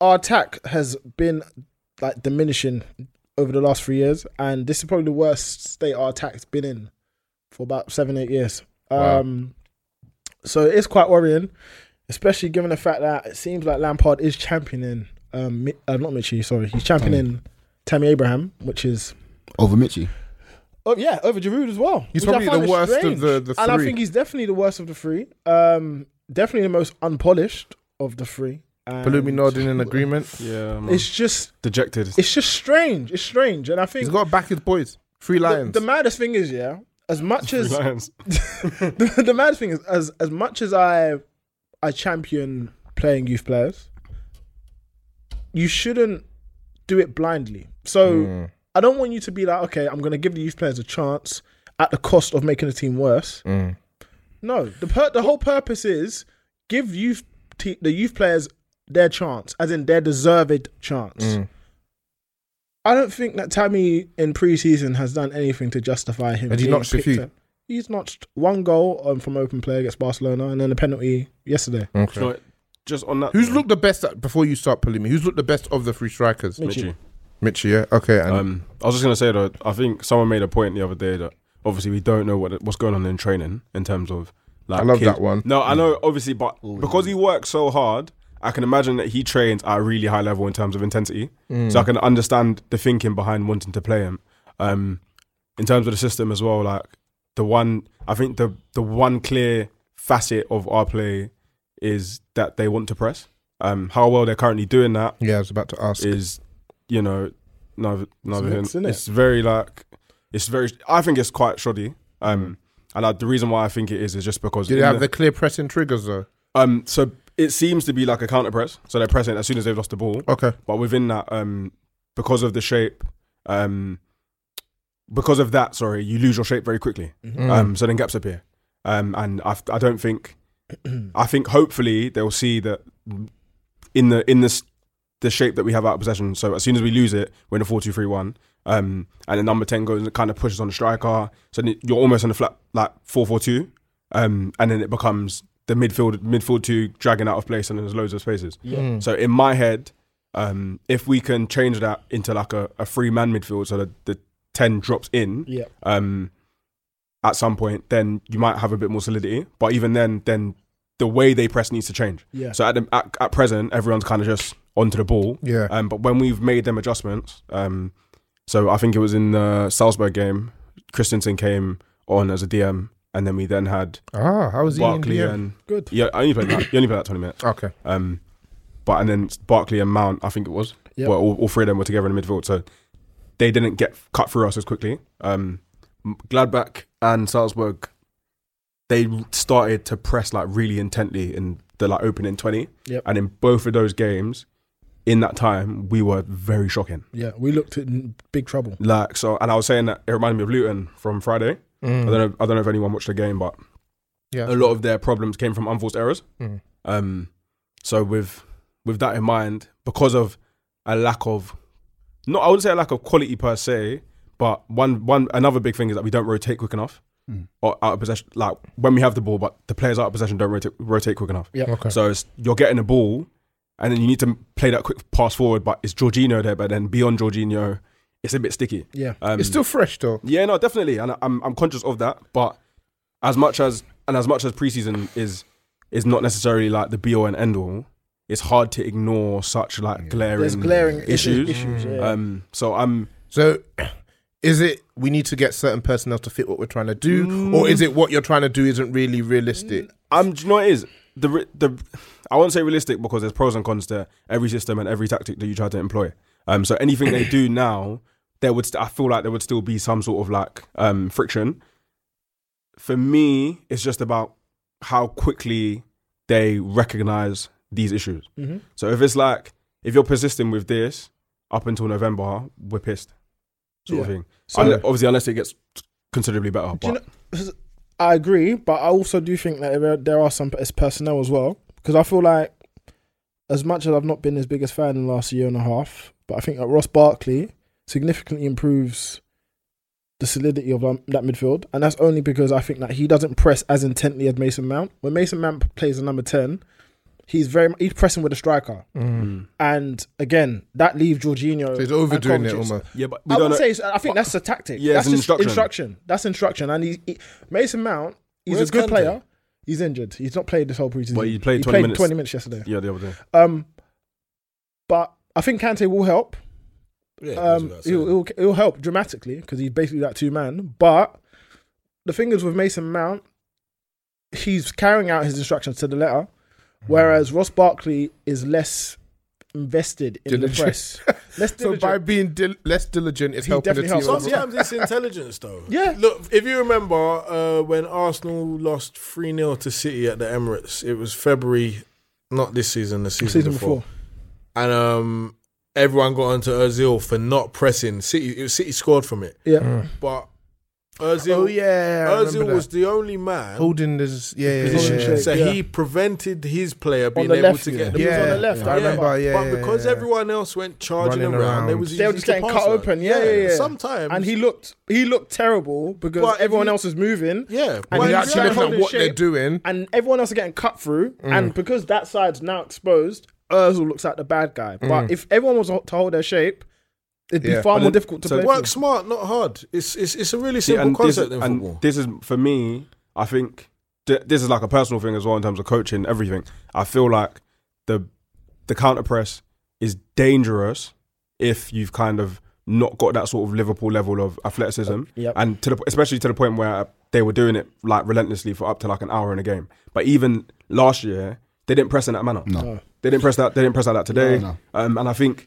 Speaker 5: our attack has been like diminishing over the last three years, and this is probably the worst state our attack's been in for about seven, eight years. Um, So it's quite worrying, especially given the fact that it seems like Lampard is championing, um, Mi- uh, not Mitchy, sorry, he's championing Tammy Abraham, which is
Speaker 3: Over Mitchy.
Speaker 5: Oh yeah, over Giroud as well.
Speaker 2: He's
Speaker 5: which I
Speaker 2: probably
Speaker 5: find
Speaker 2: the
Speaker 5: it
Speaker 2: worst of
Speaker 5: strange.
Speaker 2: the- the
Speaker 5: and I
Speaker 2: three.
Speaker 5: think he's definitely the worst of the three. Um, definitely the most unpolished of the three. And
Speaker 2: Palumi nodding in agreement.
Speaker 7: Yeah, man.
Speaker 5: It's just,
Speaker 7: dejected.
Speaker 5: it's just strange. It's strange, and I think
Speaker 2: He's got to back his boys. Three
Speaker 5: the,
Speaker 2: lions.
Speaker 5: the maddest thing is, yeah, as much as
Speaker 7: Lions.
Speaker 5: the, the maddest thing is, as as much as I I champion playing youth players, you shouldn't do it blindly. So
Speaker 2: Mm.
Speaker 5: I don't want you to be like, okay, I'm going to give the youth players a chance at the cost of making the team worse.
Speaker 2: Mm.
Speaker 5: No, the per- the whole purpose is give youth te- the youth players their chance, as in their deserved chance.
Speaker 2: Mm.
Speaker 5: I don't think that Tammy in preseason has done anything to justify him.
Speaker 2: And he
Speaker 5: being
Speaker 2: notched a
Speaker 5: picked
Speaker 2: few.
Speaker 5: up. He's notched one goal um, from open play against Barcelona, and then a penalty yesterday.
Speaker 2: Mm.
Speaker 7: Do you know what? Just on that.
Speaker 2: who's looked the best at, before you start pulling me? Who's looked the best of the three strikers?
Speaker 7: Mitchy.
Speaker 2: Mitchie, yeah. Okay,
Speaker 5: Uh,
Speaker 2: and
Speaker 7: Um, I was just gonna say though, I think someone made a point the other day that obviously we don't know what what's going on in training in terms of like.
Speaker 2: I love
Speaker 7: kids-
Speaker 2: that one.
Speaker 7: No, I know obviously, but because he works so hard, I can imagine that he trains at a really high level in terms of intensity.
Speaker 2: Mm.
Speaker 7: So I can understand the thinking behind wanting to play him. Um, in terms of the system as well, like the one I think the the one clear facet of our play is that they want to press. Um, how well they're currently doing that
Speaker 2: yeah, I was about to ask.
Speaker 7: is you know neither neither
Speaker 5: mixed,
Speaker 7: here-
Speaker 5: innit?
Speaker 7: it's very like it's very I think it's quite shoddy um and I, the reason why I think it is is just because
Speaker 2: Do they
Speaker 7: in
Speaker 2: have
Speaker 7: the-
Speaker 2: the clear pressing triggers though?
Speaker 7: um so it seems to be like a counter press so they're pressing as soon as they've lost the ball
Speaker 2: Okay.
Speaker 7: but within that um because of the shape um because of that sorry you lose your shape very quickly um so then gaps appear um and I, I don't think I think hopefully they'll see that in the in this the shape that we have out of possession. So as soon as we lose it, we're in a four two three one. Um, and the number ten goes and kind of pushes on the striker. So then you're almost on the flat like four four two. Um, and then it becomes the midfield midfield two dragging out of place, and there's loads of spaces. So in my head, um, if we can change that into like a, a three man midfield, so that the ten drops in,
Speaker 5: Yeah.
Speaker 7: um, at some point, then you might have a bit more solidity. But even then, then the way they press needs to change.
Speaker 5: Yeah.
Speaker 7: So at, the, at at present, everyone's kind of just onto the ball.
Speaker 2: Yeah.
Speaker 7: Um, but when we've made them adjustments, um, so I think it was in the Salzburg game, Christensen came on as a DM, and then we then had
Speaker 2: Ah, how is he? in
Speaker 7: Barkley
Speaker 2: the end?
Speaker 7: and
Speaker 5: Good.
Speaker 7: yeah, I only played that. You only played that twenty minutes.
Speaker 2: Okay.
Speaker 7: Um, but and then Barkley and Mount, I think it was.
Speaker 5: Yeah.
Speaker 7: Well, all, all three of them were together in the midfield, so they didn't get cut through us as quickly. Um, Gladbach and Salzburg, they started to press like really intently in the like opening twenty,
Speaker 5: Yep.
Speaker 7: and in both of those games, in that time, we were very shocking.
Speaker 5: Yeah, we looked in big trouble.
Speaker 7: Like so, and I was saying that it reminded me of Luton from Friday. I
Speaker 2: Mm-hmm.
Speaker 7: don't know. I don't know if anyone watched the game, but
Speaker 2: Mm. Yeah.
Speaker 7: a lot of their problems came from unforced errors.
Speaker 2: Mhm.
Speaker 7: Um, so with with that in mind, because of a lack of, not I wouldn't say a lack of quality per se, but one one another big thing is that we don't rotate quick enough,
Speaker 2: Mm.
Speaker 7: or out of possession. Like when we have the ball, but the players out of possession don't rotate rotate quick enough.
Speaker 5: Yeah.
Speaker 2: Okay.
Speaker 7: So it's, you're getting the ball, and then you need to play that quick pass forward. But it's Jorginho there, but then beyond Jorginho, it's a bit sticky.
Speaker 5: Yeah.
Speaker 7: Um,
Speaker 2: it's still fresh though.
Speaker 7: yeah, no, definitely, and I- I'm I'm conscious of that. But as much as and as much as preseason is is not necessarily like the be all and end all, it's hard to ignore such like glaring,
Speaker 5: There's glaring
Speaker 7: issues.
Speaker 5: issues. issues yeah.
Speaker 7: Um, so I'm
Speaker 2: So, is it we need to get certain personnel to fit what we're trying to do, or is it what you're trying to do isn't really
Speaker 5: Mm,
Speaker 2: realistic?
Speaker 7: I'm do you know what it is the re- the I won't say realistic because there's pros and cons to every system and every tactic that you try to employ. Um, so anything they do now, there would st- I feel like there would still be some sort of like um friction. For me, it's just about how quickly they recognize these issues.
Speaker 5: Mm-hmm.
Speaker 7: So if it's like if you're persisting with this up until November, we're pissed, sort of
Speaker 5: Yeah.
Speaker 7: thing. Unle- obviously, unless it gets considerably better.
Speaker 5: Do you
Speaker 7: but-
Speaker 5: know- I agree, but I also do think that there, there are some it's personnel as well because I feel like as much as I've not been his biggest fan in the last year and a half, but I think that Ross Barkley significantly improves the solidity of um, that midfield, and that's only because I think that he doesn't press as intently as Mason Mount. When Mason Mount plays a number ten, he's very he's pressing with a striker, and again that leaves Jorginho.
Speaker 2: Mm. So he's
Speaker 5: and
Speaker 2: overdoing it
Speaker 5: Kovacic.
Speaker 2: almost.
Speaker 7: yeah, but we
Speaker 5: I
Speaker 7: don't
Speaker 5: would
Speaker 7: know.
Speaker 5: say it's- I think that's a tactic.
Speaker 7: Yeah,
Speaker 5: that's
Speaker 7: it's an
Speaker 5: just
Speaker 7: instruction.
Speaker 5: That's instruction. And he, he- Mason Mount, he's
Speaker 4: Where's
Speaker 5: a good
Speaker 4: Kante?
Speaker 5: player. He's injured. He's not played this whole preseason.
Speaker 7: But he played 20 minutes.
Speaker 5: yesterday.
Speaker 7: yeah, the other day.
Speaker 5: Um, but I think Kante will help.
Speaker 4: Yeah, that's
Speaker 5: Um,
Speaker 4: what I said.
Speaker 5: he'll, he'll, he'll help dramatically because he's basically that two man. But the thing is with Mason Mount, he's carrying out his instructions to the letter,
Speaker 7: Hmm.
Speaker 5: whereas Ross Barkley is less invested in
Speaker 2: Diligent.
Speaker 5: the press. Less
Speaker 2: So
Speaker 5: diligent.
Speaker 2: by being dil- less diligent, it's
Speaker 5: He
Speaker 2: helping the team.
Speaker 5: definitely helps.
Speaker 2: overall.
Speaker 4: Sometimes it's intelligence, though.
Speaker 5: Yeah.
Speaker 4: Look, if you remember uh, when Arsenal lost 3 0 to City at the Emirates, it was February, not this season, the season,
Speaker 5: season
Speaker 4: before.
Speaker 5: before.
Speaker 4: And um, everyone got onto Ozil for not pressing. City it was City scored from it.
Speaker 5: Yeah.
Speaker 7: Hmm.
Speaker 4: But Ozil,
Speaker 2: Oh yeah, I remember
Speaker 4: Ozil
Speaker 2: that.
Speaker 4: was the only man.
Speaker 2: holding this. Yeah, yeah,
Speaker 5: Position
Speaker 2: yeah,
Speaker 5: shape.
Speaker 4: So
Speaker 5: yeah.
Speaker 4: he prevented his player being
Speaker 5: the
Speaker 4: able
Speaker 5: left,
Speaker 4: to
Speaker 5: yeah.
Speaker 4: get the
Speaker 5: He was
Speaker 2: Yeah,
Speaker 5: on the left,
Speaker 2: I
Speaker 5: I remember.
Speaker 2: remember. Yeah,
Speaker 4: but
Speaker 2: yeah,
Speaker 4: because
Speaker 2: yeah.
Speaker 4: everyone else went charging
Speaker 2: Running
Speaker 4: around,
Speaker 2: around.
Speaker 4: they was
Speaker 5: They were
Speaker 4: easy
Speaker 5: just
Speaker 4: to
Speaker 5: getting
Speaker 4: pass
Speaker 5: cut
Speaker 4: her.
Speaker 5: open. Yeah, yeah, yeah.
Speaker 4: Sometimes
Speaker 5: and he looked he looked terrible because
Speaker 4: But if
Speaker 5: everyone
Speaker 4: you-
Speaker 5: else is moving.
Speaker 4: Yeah,
Speaker 5: and
Speaker 4: but
Speaker 2: When
Speaker 4: When
Speaker 2: you
Speaker 4: you
Speaker 2: actually
Speaker 4: try
Speaker 2: look
Speaker 4: and
Speaker 2: at
Speaker 4: hold
Speaker 2: what they're doing,
Speaker 5: and everyone else is getting cut through, and because that side's now exposed, Özil looks like the bad guy. But if everyone was to hold their shape, it'd be
Speaker 2: Yeah.
Speaker 5: far
Speaker 7: But
Speaker 5: more
Speaker 7: then-
Speaker 5: difficult to
Speaker 7: so
Speaker 5: play.
Speaker 4: Work
Speaker 5: through.
Speaker 4: smart, not hard. It's it's it's a really
Speaker 7: See,
Speaker 4: simple concept
Speaker 7: this,
Speaker 4: in
Speaker 7: and
Speaker 4: football.
Speaker 7: this is for me. I think th- this is like a personal thing as well in terms of coaching everything. I feel like the the counter press is dangerous if you've kind of not got that sort of Liverpool level of athleticism,
Speaker 5: yep.
Speaker 7: and to the, especially to the point where they were doing it like relentlessly for up to like an hour in a game. But even last year, they didn't press in that manner.
Speaker 3: No. No.
Speaker 7: they didn't press that. They didn't press like that today.
Speaker 3: No,
Speaker 7: Um, and I think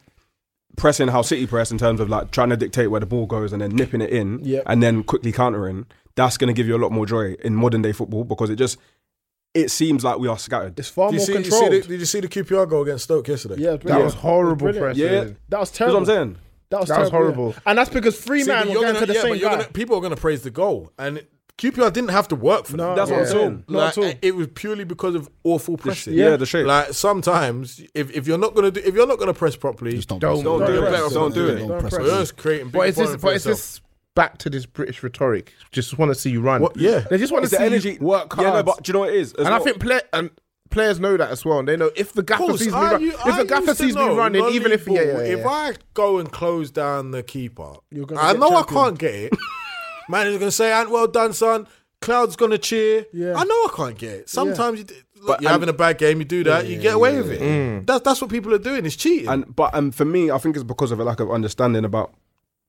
Speaker 7: pressing how City press in terms of like trying to dictate where the ball goes and then nipping it in
Speaker 5: Yep.
Speaker 7: and then quickly countering, that's going to give you a lot more joy in modern day football because it just it seems like we are scattered.
Speaker 5: It's far
Speaker 4: Did you,
Speaker 5: more
Speaker 4: see, did you see
Speaker 5: controlled.
Speaker 4: the, did you see the QPR goal against Stoke yesterday?
Speaker 5: yeah,
Speaker 2: that
Speaker 5: yeah.
Speaker 2: was horrible
Speaker 5: Brilliant.
Speaker 2: pressing.
Speaker 7: Yeah.
Speaker 5: That was
Speaker 7: That's
Speaker 5: terrible.
Speaker 7: what I'm saying.
Speaker 5: That was,
Speaker 2: That was
Speaker 5: terrible, yeah.
Speaker 2: horrible.
Speaker 5: And that's because three
Speaker 4: See,
Speaker 5: man
Speaker 4: but
Speaker 5: were
Speaker 4: you're
Speaker 5: going
Speaker 4: gonna-
Speaker 5: to the
Speaker 4: yeah,
Speaker 5: same
Speaker 4: but you're
Speaker 5: guy.
Speaker 4: gonna- people are going to praise the goal, and QPR didn't have to work for
Speaker 5: No,
Speaker 4: that.
Speaker 7: That's what I'm
Speaker 5: yeah.
Speaker 7: saying.
Speaker 5: Not
Speaker 4: Like,
Speaker 5: at all.
Speaker 4: it- it was purely because of awful pressing.
Speaker 7: yeah, the shape.
Speaker 4: Like sometimes, if, if you're not gonna do, if you're not gonna press properly,
Speaker 3: Just don't,
Speaker 2: Don't
Speaker 7: don't do
Speaker 4: Don't
Speaker 7: it.
Speaker 4: press.
Speaker 7: Don't do it.
Speaker 3: Don't press.
Speaker 4: Well, that's creating. Big
Speaker 2: But it's this,
Speaker 4: foreign
Speaker 2: but
Speaker 4: for
Speaker 2: it's
Speaker 4: yourself.
Speaker 2: this back to this British rhetoric. Just want to see you run.
Speaker 4: What- yeah.
Speaker 2: they just want to
Speaker 7: It's
Speaker 2: see
Speaker 7: the energy.
Speaker 2: you work hard.
Speaker 7: Yeah, no, but do you know what it is? As
Speaker 2: and I
Speaker 7: well-
Speaker 2: think play, and players know that as well. And they know if the gaffer
Speaker 4: course,
Speaker 2: sees me,
Speaker 4: I
Speaker 2: run,
Speaker 4: u-
Speaker 2: if
Speaker 4: I
Speaker 2: the gaffer
Speaker 4: used to
Speaker 2: sees me
Speaker 4: know,
Speaker 2: running, even if yeah,
Speaker 4: non-league
Speaker 2: yeah,
Speaker 4: ball,
Speaker 2: yeah.
Speaker 4: if I go and close down the keeper,
Speaker 5: You're gonna
Speaker 4: I
Speaker 5: get
Speaker 4: know
Speaker 5: champion.
Speaker 4: I can't get it. Man is gonna say, "Ant, well done, son." Cloud's gonna cheer.
Speaker 5: Yeah.
Speaker 4: I know I can't get it. Sometimes you, d- look, you're
Speaker 7: and- Mm.
Speaker 4: having a bad game, you do that, you get away with it. That's that's what people are doing. It's cheating.
Speaker 7: and but um for me, I think it's because of a lack of understanding about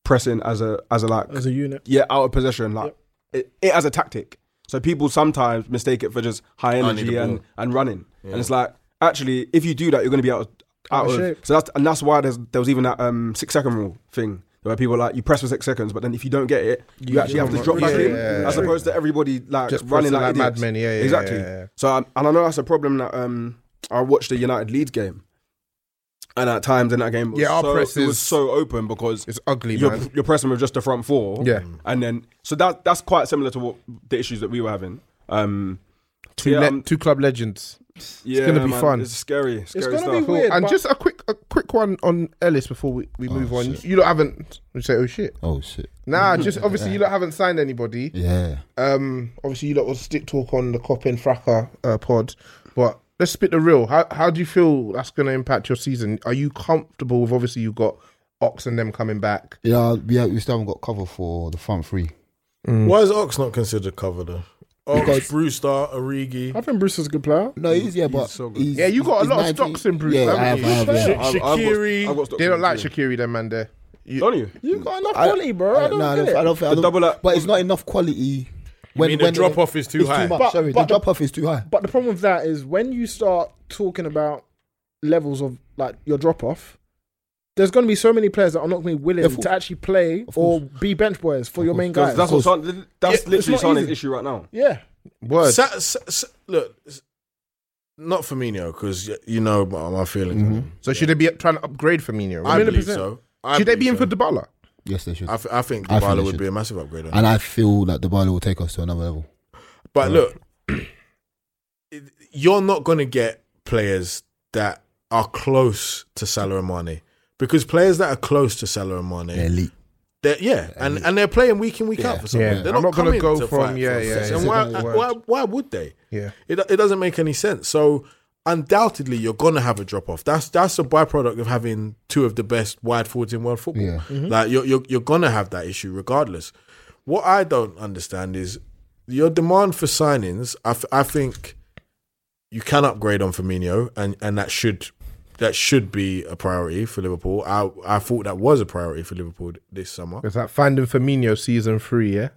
Speaker 7: pressing as a as a like
Speaker 5: As a unit.
Speaker 7: Yeah, out of possession, like it, it as a tactic. So people sometimes mistake it for just high
Speaker 4: need
Speaker 7: energy
Speaker 4: the
Speaker 7: and,
Speaker 4: ball.
Speaker 7: and running, and it's like actually, if you do that, you're going to be out of, out,
Speaker 5: of
Speaker 7: of
Speaker 5: shape.
Speaker 7: So that's and that's why there's, there was even that um six second rule thing where people are like you press for six seconds, but then if you don't get it, you actually have to drop back
Speaker 2: Yeah,
Speaker 7: in,
Speaker 2: yeah, yeah.
Speaker 7: as opposed to everybody like
Speaker 2: Just
Speaker 7: running
Speaker 2: pressing like
Speaker 7: like, idiots.
Speaker 2: madmen, yeah, yeah,
Speaker 7: exactly.
Speaker 2: yeah, yeah.
Speaker 7: So um, and I know that's a problem that um I watched the United Leeds game. And at times in that game, it was
Speaker 2: Yeah, our
Speaker 7: so,
Speaker 2: press
Speaker 7: it
Speaker 2: is-
Speaker 7: was so open because
Speaker 2: it's ugly,
Speaker 7: you're,
Speaker 2: man.
Speaker 7: you're pressing with just the front four.
Speaker 2: Yeah.
Speaker 7: And then so that that's quite similar to what the issues that we were having. Um
Speaker 2: Two,
Speaker 7: yeah,
Speaker 2: le-
Speaker 7: um,
Speaker 2: two club legends.
Speaker 7: yeah,
Speaker 2: gonna be
Speaker 7: man,
Speaker 2: fun.
Speaker 7: It's scary. Scary
Speaker 5: gonna
Speaker 7: stuff.
Speaker 5: be weird.
Speaker 2: and
Speaker 5: but-
Speaker 2: just a quick, a quick one on Ellis before we, we move on. You lot haven't. You say, oh shit.
Speaker 3: Oh shit.
Speaker 2: Nah, just obviously you lot haven't signed anybody.
Speaker 3: Yeah.
Speaker 2: Um, obviously you lot will stick talk on the Cop in Fracker uh, pod, but let's spit the real. How how do you feel that's going to impact your season? Are you comfortable with obviously you've got Ox and them coming back?
Speaker 3: Yeah, we, ha- we still haven't got cover for the front three.
Speaker 4: Why is Ox not considered cover though? Ox, Brewster, Origi.
Speaker 5: I think Bruce is a good player.
Speaker 3: No, he's yeah, but
Speaker 7: so good.
Speaker 3: he's,
Speaker 2: Yeah, you got a
Speaker 3: he's
Speaker 2: lot of stocks in Bruce,
Speaker 3: Yeah,
Speaker 2: haven't
Speaker 3: I have,
Speaker 2: you?
Speaker 3: I have, yeah.
Speaker 4: Shit.
Speaker 7: I've- I've got-
Speaker 4: Shakiri.
Speaker 7: I've got Stockton
Speaker 2: They don't like
Speaker 7: too.
Speaker 2: Shakiri, them man. There, you,
Speaker 7: Don't you?
Speaker 5: You've got enough quality, bro. I, don't
Speaker 3: no,
Speaker 5: get
Speaker 3: I
Speaker 5: it.
Speaker 3: don't think. I
Speaker 7: The
Speaker 3: don't,
Speaker 7: double up-
Speaker 3: but it's not enough quality. When,
Speaker 4: mean the drop-off is too
Speaker 3: it's
Speaker 4: high?
Speaker 3: Too much,
Speaker 5: But-
Speaker 3: sorry,
Speaker 5: but-
Speaker 3: the drop off is too high.
Speaker 5: But the problem with that is when you start talking about levels of like your drop off, there's going to be so many players that are not going to be willing
Speaker 3: Of course.
Speaker 5: to actually play or
Speaker 3: course.
Speaker 5: be bench boys for your main guys.
Speaker 7: That's what Son, that's
Speaker 5: Yeah, it's
Speaker 7: literally
Speaker 5: not
Speaker 7: Sonny's
Speaker 5: easy.
Speaker 7: issue right now.
Speaker 5: yeah,
Speaker 2: word.
Speaker 4: Sa- sa- sa- look, s- not Firmino because you know my, my feelings. on him.
Speaker 2: so should they be trying to upgrade Firmino?
Speaker 4: I
Speaker 2: Right?
Speaker 4: believe so. I
Speaker 2: should they be
Speaker 4: believe
Speaker 2: in for
Speaker 4: so.
Speaker 2: Dybala?
Speaker 3: Yes, they should.
Speaker 4: I, th- I think
Speaker 3: I think
Speaker 4: Dybala
Speaker 3: they
Speaker 4: would
Speaker 3: should.
Speaker 4: be a massive upgrade. On
Speaker 3: and I feel that Dybala will take us to another level.
Speaker 4: But look, it- you're not going to get players that are close to Salah and Mane because players that are close to Salah and Mane,
Speaker 3: They're elite.
Speaker 4: they're, yeah, and, and they're playing week in week out for something.
Speaker 2: Yeah.
Speaker 4: They're
Speaker 2: I'm
Speaker 4: not,
Speaker 2: not gonna
Speaker 4: coming
Speaker 2: go
Speaker 4: to
Speaker 2: from-
Speaker 4: fight
Speaker 2: yeah,
Speaker 4: for
Speaker 2: yeah,
Speaker 4: six.
Speaker 2: yeah.
Speaker 4: And
Speaker 2: It's a
Speaker 4: why,
Speaker 2: good word.
Speaker 4: why why would they?
Speaker 2: Yeah.
Speaker 4: It, it doesn't make any sense. So undoubtedly, you're gonna have a drop off. That's that's a byproduct of having two of the best wide forwards in world football.
Speaker 3: Yeah.
Speaker 4: Like you're, you're you're gonna have that issue regardless. What I don't understand is your demand for signings. I, f- I think you can upgrade on Firmino, and and that should that should be a priority for Liverpool. I I thought that was a priority for Liverpool this summer.
Speaker 2: It's like finding Firmino season three, yeah?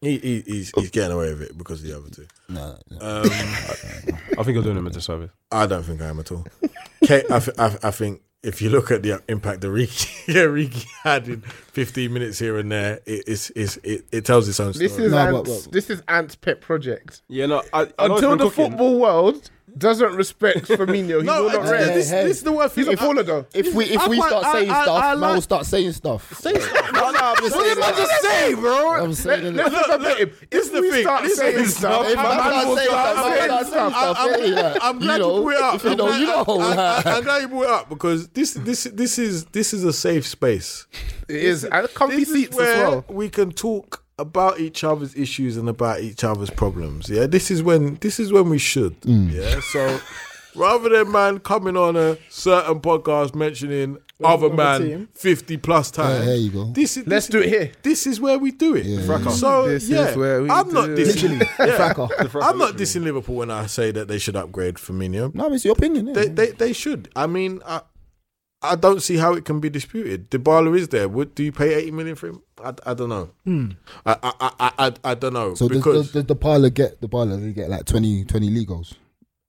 Speaker 4: He, he, he's, he's getting away with it because of the other two.
Speaker 3: No,
Speaker 7: I think you're doing him a disservice.
Speaker 4: I don't think I am at all. Kate, I, th- I, th- I think if you look at the impact that Riki, yeah, Riki had in 15 minutes here and there, it, it's, it's, it, it tells its own story.
Speaker 2: This is
Speaker 3: No, but-
Speaker 2: Ant's,
Speaker 3: but-
Speaker 2: this is Ant's pet project.
Speaker 7: Yeah, no. I, I know it's
Speaker 2: Until
Speaker 7: been
Speaker 2: the
Speaker 7: cooking.
Speaker 2: football world doesn't respect Firmino, he
Speaker 4: no,
Speaker 2: will not
Speaker 4: I-
Speaker 2: rest.
Speaker 4: this,
Speaker 3: Hey, hey.
Speaker 4: this is the worst
Speaker 2: He's a
Speaker 4: thing.
Speaker 2: baller though.
Speaker 3: If we if
Speaker 4: I
Speaker 3: we
Speaker 4: quite-
Speaker 3: start
Speaker 4: I-
Speaker 3: saying
Speaker 4: I-
Speaker 3: stuff,
Speaker 4: I
Speaker 3: man will
Speaker 4: like-
Speaker 3: start saying stuff.
Speaker 4: What did I just say, bro?
Speaker 3: I'm saying that-
Speaker 2: Let's not bet him.
Speaker 4: this
Speaker 2: If
Speaker 4: is the
Speaker 2: we
Speaker 4: thing.
Speaker 2: start
Speaker 4: This
Speaker 2: saying
Speaker 4: is-
Speaker 2: stuff,
Speaker 3: If
Speaker 4: I'm
Speaker 3: man
Speaker 4: glad
Speaker 3: start
Speaker 4: you
Speaker 3: saying
Speaker 4: brought
Speaker 3: stuff,
Speaker 4: it up.
Speaker 3: man start saying
Speaker 4: I'm-
Speaker 3: stuff.
Speaker 4: I'm-
Speaker 3: yeah, yeah.
Speaker 4: I'm glad you,
Speaker 3: know,
Speaker 4: brought it up.
Speaker 3: If you
Speaker 4: I'm
Speaker 3: know,
Speaker 4: glad-
Speaker 3: you know.
Speaker 4: I, I, I'm glad you brought it up because this, this, this is this is a safe space.
Speaker 2: it is. And comfy
Speaker 4: This is
Speaker 2: seats as
Speaker 4: where
Speaker 2: well.
Speaker 4: We can talk about each other's issues and about each other's problems. Yeah, this is when this is when we should.
Speaker 3: Mm.
Speaker 4: Yeah, so rather than man coming on a certain podcast mentioning other
Speaker 5: another
Speaker 4: man
Speaker 5: team.
Speaker 4: fifty plus times.
Speaker 3: Yeah, there you go.
Speaker 4: This is
Speaker 2: Let's
Speaker 4: this
Speaker 2: do
Speaker 4: is-
Speaker 2: it here.
Speaker 4: This is where we do it.
Speaker 3: Fracker.
Speaker 4: So
Speaker 2: This is
Speaker 4: yeah,
Speaker 2: where we
Speaker 4: I'm not
Speaker 2: do it.
Speaker 4: dissing. yeah.
Speaker 3: Fracker.
Speaker 4: I'm not dissing Liverpool when I say that they should upgrade Firmino
Speaker 3: No, it's your opinion. innit?
Speaker 4: they, they they should. I mean, I I don't see how it can be disputed. Dybala is there. Would do you pay eighty million for him? I, I don't know.
Speaker 2: Hmm.
Speaker 4: I, I, I I I don't know
Speaker 3: so does,
Speaker 4: because
Speaker 3: does, does the parlor get the parlor? They get like 20, 20 league goals.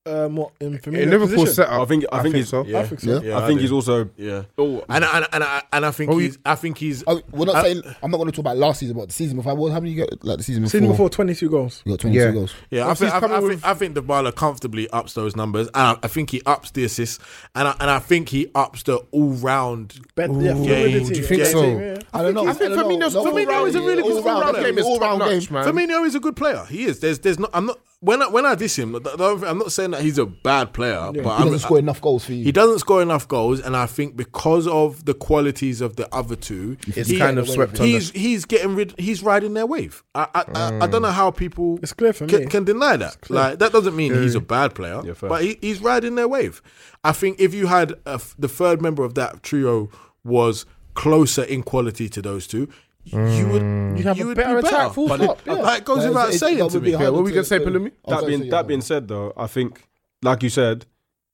Speaker 5: Um, what in Firmino
Speaker 2: In Liverpool's
Speaker 5: position?
Speaker 2: setup,
Speaker 7: I think- I think he's-
Speaker 2: so.
Speaker 4: yeah.
Speaker 5: I think so.
Speaker 3: Yeah.
Speaker 4: Yeah,
Speaker 7: I think
Speaker 4: do.
Speaker 7: he's also.
Speaker 4: yeah.
Speaker 7: Oh,
Speaker 4: And and and I, and I think he's I think he's
Speaker 3: Oh, we're not
Speaker 4: I-
Speaker 3: saying I'm not going to talk about last season, but the season before. What, how many you got? Like the season before?
Speaker 5: Season before, twenty-two goals.
Speaker 3: you got twenty two
Speaker 2: Yeah.
Speaker 3: goals.
Speaker 4: Yeah, I
Speaker 2: Obviously,
Speaker 4: think, I,
Speaker 2: he's coming
Speaker 4: I,
Speaker 2: with-
Speaker 4: think, I think Dybala comfortably ups those numbers, and I, I think he ups the assists, and I, and I think he ups the all round.
Speaker 5: Bet, yeah,
Speaker 4: Ooh.
Speaker 5: fluidity.
Speaker 4: Do you
Speaker 2: think
Speaker 5: Yeah,
Speaker 2: so?
Speaker 5: yeah, yeah.
Speaker 3: I don't know.
Speaker 2: I think
Speaker 3: don't know.
Speaker 2: Firmino's-
Speaker 3: No,
Speaker 2: Firmino is a really good
Speaker 3: all-round
Speaker 2: all-round game. It's
Speaker 3: all-round
Speaker 2: top-notch,
Speaker 3: game.
Speaker 2: man.
Speaker 4: Firmino is a good player. He is. There's there's not. I'm not when I, when I diss him. I don't- I'm not saying that he's a bad player,
Speaker 3: He
Speaker 4: but I'm,
Speaker 3: doesn't score enough goals for you.
Speaker 4: He doesn't score enough goals, and I think because of the qualities of the other two,
Speaker 2: It's
Speaker 4: he-
Speaker 2: kind of swept under.
Speaker 4: He's he's getting rid. He's riding their wave. I I, I, I don't know how people
Speaker 5: It's clear for
Speaker 4: can,
Speaker 5: me.
Speaker 4: can deny that. Like that doesn't mean he's a bad player,
Speaker 7: Yeah, fair.
Speaker 4: but he, he's riding their wave. I think if you had a f the third member of that trio was closer in quality to those two. You would,
Speaker 5: Mm. You'd have a
Speaker 4: would
Speaker 5: better
Speaker 4: be
Speaker 5: attack,
Speaker 4: better.
Speaker 5: full
Speaker 4: But
Speaker 5: stop,
Speaker 4: it-
Speaker 5: yeah.
Speaker 4: That goes
Speaker 3: Like,
Speaker 4: without
Speaker 3: it's- it's-
Speaker 4: saying
Speaker 3: that
Speaker 4: to
Speaker 3: would be
Speaker 4: me.
Speaker 3: harder
Speaker 2: what we gonna say,
Speaker 3: to-
Speaker 2: Pelumi?
Speaker 3: I was
Speaker 7: that
Speaker 3: gonna say,
Speaker 7: being
Speaker 3: yeah,
Speaker 7: that being said, though, I think, like you said,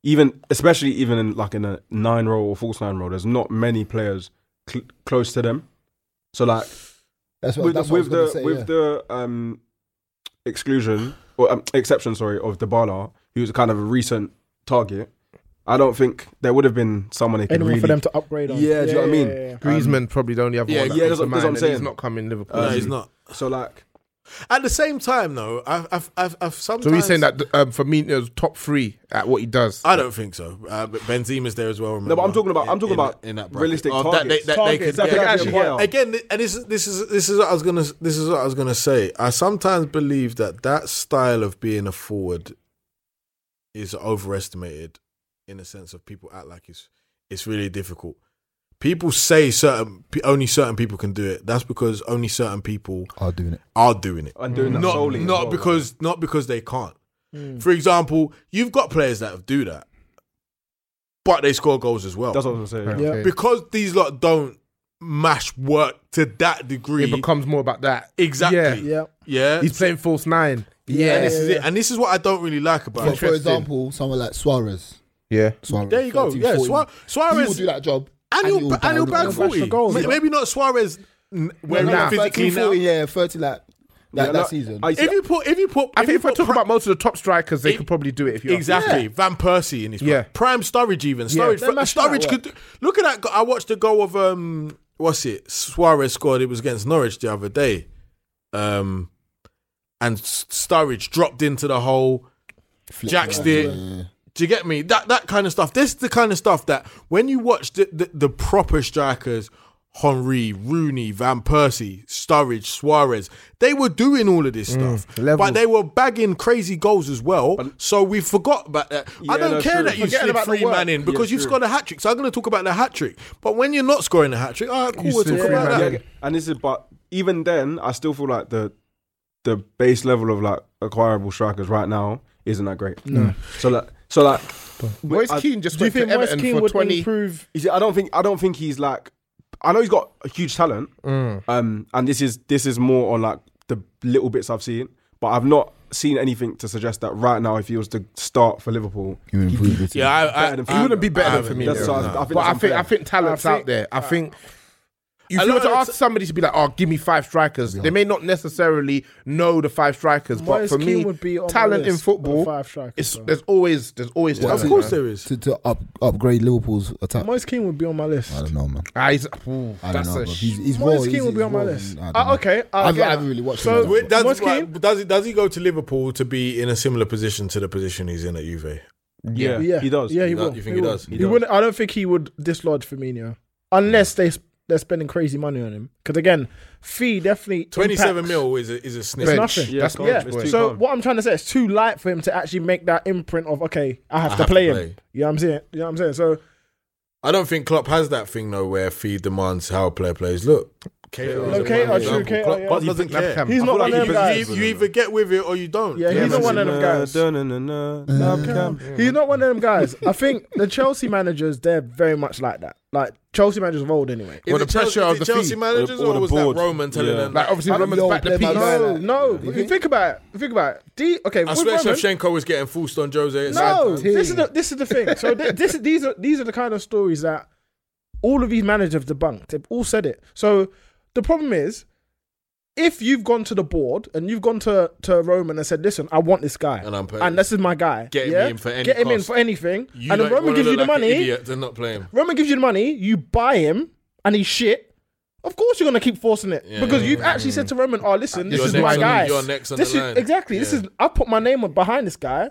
Speaker 7: even especially even in like in a nine roll or false nine roll, there's not many players cl- close to them. So like
Speaker 3: that's what,
Speaker 7: with,
Speaker 3: that's what
Speaker 7: with
Speaker 3: I
Speaker 7: the
Speaker 3: was gonna say,
Speaker 7: with
Speaker 3: yeah.
Speaker 7: the um, exclusion or um, exception, sorry, of Dybala, who's kind of a recent target. I don't think there would have been someone they could
Speaker 5: Anyone
Speaker 7: really.
Speaker 5: for them to upgrade on?
Speaker 7: Yeah, do you know what I mean? Um,
Speaker 5: yeah,
Speaker 2: Griezmann probably the only other
Speaker 4: Um, yeah,
Speaker 2: one. that
Speaker 7: yeah,
Speaker 2: comes
Speaker 7: that's
Speaker 2: to
Speaker 7: what- that's what I'm
Speaker 2: mind, and He's
Speaker 7: saying.
Speaker 2: not coming Liverpool.
Speaker 4: No,
Speaker 2: is
Speaker 4: he's
Speaker 2: he?
Speaker 4: not.
Speaker 7: so like,
Speaker 4: At the same time, though, I've, I've, I've, I've sometimes.
Speaker 2: So he's saying that um, Firmino's top three at what he does.
Speaker 4: I don't think so. Uh, but Benzema's there as well. Remember?
Speaker 7: no, but I'm talking about I'm talking
Speaker 4: in-
Speaker 7: about
Speaker 4: in that bracket.
Speaker 7: realistic
Speaker 4: Oh, that
Speaker 7: targets.
Speaker 4: they- that they
Speaker 7: targets
Speaker 4: could get.
Speaker 7: that could
Speaker 2: actually
Speaker 7: acquire.
Speaker 4: Again, th- and this is this is this is what I was gonna this is what I was gonna say. I sometimes believe that that style of being a forward is overestimated in the sense of people act like it's it's really difficult. People say certain pe- only certain people can do it. That's because only certain people
Speaker 3: Are doing it.
Speaker 4: are doing it.
Speaker 7: And doing that
Speaker 4: not,
Speaker 7: solely as
Speaker 4: not
Speaker 7: well,
Speaker 4: because not because they can't.
Speaker 5: Hmm.
Speaker 4: For example, you've got players that do that, but they score goals as
Speaker 3: Mm.
Speaker 4: well.
Speaker 7: That's what I was saying.
Speaker 5: Yeah.
Speaker 2: Okay.
Speaker 4: because these lot don't mash work to that degree.
Speaker 2: it becomes more about that.
Speaker 4: exactly.
Speaker 2: Yeah.
Speaker 4: Yeah.
Speaker 5: yeah.
Speaker 2: He's playing false nine. Yeah.
Speaker 4: and this is it.
Speaker 5: yeah.
Speaker 4: And this is what I don't really like about
Speaker 3: For,
Speaker 4: it.
Speaker 3: for example, someone like Suarez.
Speaker 2: Yeah.
Speaker 3: Suarez
Speaker 4: There you go.
Speaker 3: 13,
Speaker 4: Yeah,
Speaker 3: 14.
Speaker 4: Suar- Suarez-
Speaker 3: He will do that job.
Speaker 4: Annual,
Speaker 3: he
Speaker 4: annual,
Speaker 3: will
Speaker 4: annual
Speaker 3: bang
Speaker 4: bag
Speaker 3: the
Speaker 5: back
Speaker 3: goals.
Speaker 4: 40.
Speaker 5: for goals,
Speaker 4: Ma-
Speaker 5: yeah.
Speaker 4: Maybe not Suarez n- where
Speaker 2: No,
Speaker 4: he's
Speaker 2: no,
Speaker 4: physically
Speaker 3: 13,
Speaker 4: now.
Speaker 3: 14, yeah, 30 like that,
Speaker 7: Yeah,
Speaker 3: that
Speaker 7: like-
Speaker 3: season.
Speaker 7: I-
Speaker 4: If you put, if you put,
Speaker 2: I think if I
Speaker 4: put
Speaker 2: talk
Speaker 4: Pra-
Speaker 2: about most of the top strikers, they
Speaker 4: It-
Speaker 2: could probably do it. If you ask me.
Speaker 4: Exactly, Van Persie in his prime.
Speaker 2: Yeah.
Speaker 4: prime Sturridge even Sturridge.
Speaker 5: they're mashing that
Speaker 4: Sturridge could do, look at that. go- I watched the goal of um, what's it? Suarez scored. It was against Norwich the other day, um, and S- Sturridge dropped into the hole, jacked it. Do you get me? That that kind of stuff. This is the kind of stuff that when you watch the the, the proper strikers Henri, Rooney, Van Persie, Sturridge, Suarez. They were doing all of this
Speaker 7: Mm,
Speaker 4: stuff, but they were bagging crazy goals as well. so we forgot about that. I
Speaker 7: Yeah,
Speaker 4: don't
Speaker 7: no,
Speaker 4: care
Speaker 7: true.
Speaker 4: that you
Speaker 7: Forgetting
Speaker 4: slid
Speaker 7: about the
Speaker 4: three
Speaker 7: work.
Speaker 4: man in because
Speaker 7: Yeah,
Speaker 4: you've
Speaker 7: true.
Speaker 4: scored a hat trick. So I'm going to talk about the hat trick. But when you're not scoring a hat trick, all right, cool, we'll talk
Speaker 2: slid three
Speaker 4: about
Speaker 2: man
Speaker 4: that.
Speaker 2: in.
Speaker 7: Yeah, and this is but even then, I still feel like the the base level of like acquirable strikers right now isn't that great. No. So like so like
Speaker 2: Moise
Speaker 7: I-
Speaker 2: Keane just
Speaker 5: Do you
Speaker 2: went to
Speaker 5: think West
Speaker 2: Everton
Speaker 5: Keane
Speaker 2: for
Speaker 5: would
Speaker 2: twenty.
Speaker 5: improve?
Speaker 7: You see, I don't think I don't think he's like I know he's got a huge talent. Um and this is this is more on like the little bits I've seen, but I've not seen anything to suggest that right now if he was to start for Liverpool.
Speaker 3: You improve it.
Speaker 4: Yeah, I, I,
Speaker 7: Better than
Speaker 4: I-
Speaker 7: Firmino.
Speaker 2: wouldn't be better
Speaker 4: I
Speaker 2: than
Speaker 4: haven't.
Speaker 2: Firmino.
Speaker 7: That's
Speaker 4: Yeah,
Speaker 7: so I,
Speaker 4: no.
Speaker 7: I think
Speaker 2: But I
Speaker 7: that's
Speaker 2: think I
Speaker 7: unfair.
Speaker 2: think talent's
Speaker 5: I think-
Speaker 2: out there. I think if
Speaker 4: A
Speaker 2: you
Speaker 4: lot
Speaker 2: were to
Speaker 4: of
Speaker 2: ask
Speaker 4: it's-
Speaker 2: somebody to be like, "Oh, give me five strikers," they may not necessarily know the five strikers, but
Speaker 5: Moise
Speaker 2: for
Speaker 5: Keane
Speaker 2: me,
Speaker 5: would be on my
Speaker 2: talent in
Speaker 5: list of
Speaker 2: football,
Speaker 5: five strikers,
Speaker 2: it's,
Speaker 5: bro.
Speaker 2: there's always there's always
Speaker 3: Yeah,
Speaker 2: talent.
Speaker 4: Of course
Speaker 2: man.
Speaker 4: there is.
Speaker 3: to, to up, upgrade Liverpool's attack.
Speaker 5: Moise Keane would be on my list.
Speaker 3: I don't know, man.
Speaker 2: Ah, he's, ooh,
Speaker 3: I don't
Speaker 2: that's
Speaker 3: know.
Speaker 2: a
Speaker 3: bro.
Speaker 2: sh-
Speaker 3: He's, he's
Speaker 5: Moise
Speaker 3: raw,
Speaker 5: Keane
Speaker 3: he's-
Speaker 5: will be
Speaker 3: he's
Speaker 5: on my
Speaker 3: raw,
Speaker 5: list.
Speaker 3: man. I don't
Speaker 5: Ah,
Speaker 3: know.
Speaker 5: okay, I
Speaker 3: I've-
Speaker 5: get
Speaker 3: I
Speaker 5: that.
Speaker 3: haven't really watched.
Speaker 5: So-
Speaker 3: him,
Speaker 4: Wait,
Speaker 3: but-
Speaker 4: does,
Speaker 5: Moise
Speaker 4: like,
Speaker 5: Keane-
Speaker 4: does, he, does he go to Liverpool to be in a similar position to the position he's in at Juve?
Speaker 7: yeah,
Speaker 5: Yeah,
Speaker 7: he does.
Speaker 5: Yeah, he
Speaker 4: You
Speaker 5: will.
Speaker 4: don't- you think he
Speaker 5: will.
Speaker 4: does? He
Speaker 5: He,
Speaker 4: does.
Speaker 5: wouldn't. I don't think he would dislodge Firmino unless they sp- they're spending crazy money on him. Because again, fee definitely
Speaker 4: Twenty-seven
Speaker 5: impacts.
Speaker 4: mil is a, is a
Speaker 5: It's
Speaker 4: sniff.
Speaker 2: Bench.
Speaker 5: nothing.
Speaker 7: Yeah,
Speaker 2: That's
Speaker 7: it's gone.
Speaker 5: yeah.
Speaker 7: It's too
Speaker 5: So
Speaker 7: gone.
Speaker 5: what I'm trying to say, it's too light for him to actually make that imprint of okay, I have,
Speaker 4: I
Speaker 5: to,
Speaker 4: have
Speaker 5: play
Speaker 4: to
Speaker 5: him.
Speaker 4: play.
Speaker 5: You know what I'm saying? You know what I'm saying? So
Speaker 4: I don't think Klopp has that thing though, where fee demands how a player plays. Look, KO.
Speaker 5: No, KO, true, KO,
Speaker 4: Klopp,
Speaker 5: yeah.
Speaker 4: Klopp
Speaker 2: He's
Speaker 4: doesn't
Speaker 2: big left
Speaker 4: care.
Speaker 2: hand.
Speaker 5: he's
Speaker 2: I
Speaker 5: not
Speaker 2: feel
Speaker 5: one
Speaker 2: like
Speaker 5: of them
Speaker 2: he-
Speaker 4: You,
Speaker 5: guys.
Speaker 4: you either get with it or you don't.
Speaker 5: Yeah, he's
Speaker 2: man.
Speaker 5: not one of them guys. He's not one of them guys. I think the Chelsea managers, they're very much like that. Like Chelsea managers of old anyway.
Speaker 4: Is
Speaker 2: Well,
Speaker 4: it
Speaker 2: the pressure
Speaker 4: Chelsea,
Speaker 2: of
Speaker 4: is
Speaker 2: the
Speaker 4: it Chelsea
Speaker 2: fee.
Speaker 4: managers
Speaker 7: Or the- or
Speaker 4: or
Speaker 7: the
Speaker 4: was that
Speaker 7: board.
Speaker 4: Roman telling
Speaker 7: Yeah.
Speaker 4: them?
Speaker 2: Like obviously,
Speaker 3: Like,
Speaker 2: Roman's
Speaker 3: yo,
Speaker 2: back to
Speaker 3: play my
Speaker 2: peace.
Speaker 3: guy.
Speaker 5: No,
Speaker 3: like-
Speaker 5: no.
Speaker 3: You
Speaker 5: You
Speaker 3: think?
Speaker 5: think about it. Think about it. D okay,
Speaker 4: I
Speaker 5: with
Speaker 4: swear,
Speaker 5: Roman-
Speaker 4: Shevchenko was getting forced on Jose. at
Speaker 5: No,
Speaker 4: Southampton.
Speaker 5: this is the this is the thing. So th- this these are these are the kind of stories that all of these managers have debunked. They've all said it. So the problem is, if you've gone to the board and you've gone to to Roman and said, "Listen, I want this guy,
Speaker 4: And I'm paying.
Speaker 5: this is my guy.
Speaker 4: Get him
Speaker 5: yeah?
Speaker 4: in for any
Speaker 5: Get him in
Speaker 4: cost.
Speaker 5: for anything."
Speaker 4: You
Speaker 5: and
Speaker 4: like
Speaker 5: then Roman
Speaker 4: wanna
Speaker 5: gives you the
Speaker 4: look like an
Speaker 5: money.
Speaker 4: Idiot to not play him.
Speaker 5: Roman gives you the money. You buy him, and he's shit. Of course, you're gonna keep forcing it
Speaker 4: Yeah.
Speaker 5: because you've actually said to Roman, "Oh, listen, this
Speaker 4: You're
Speaker 5: is
Speaker 4: next
Speaker 5: my
Speaker 4: on the-
Speaker 5: guy.
Speaker 4: you're next on
Speaker 5: this
Speaker 4: the
Speaker 5: is-
Speaker 4: line.
Speaker 5: exactly. This
Speaker 4: Yeah.
Speaker 5: is I put my name on behind this guy.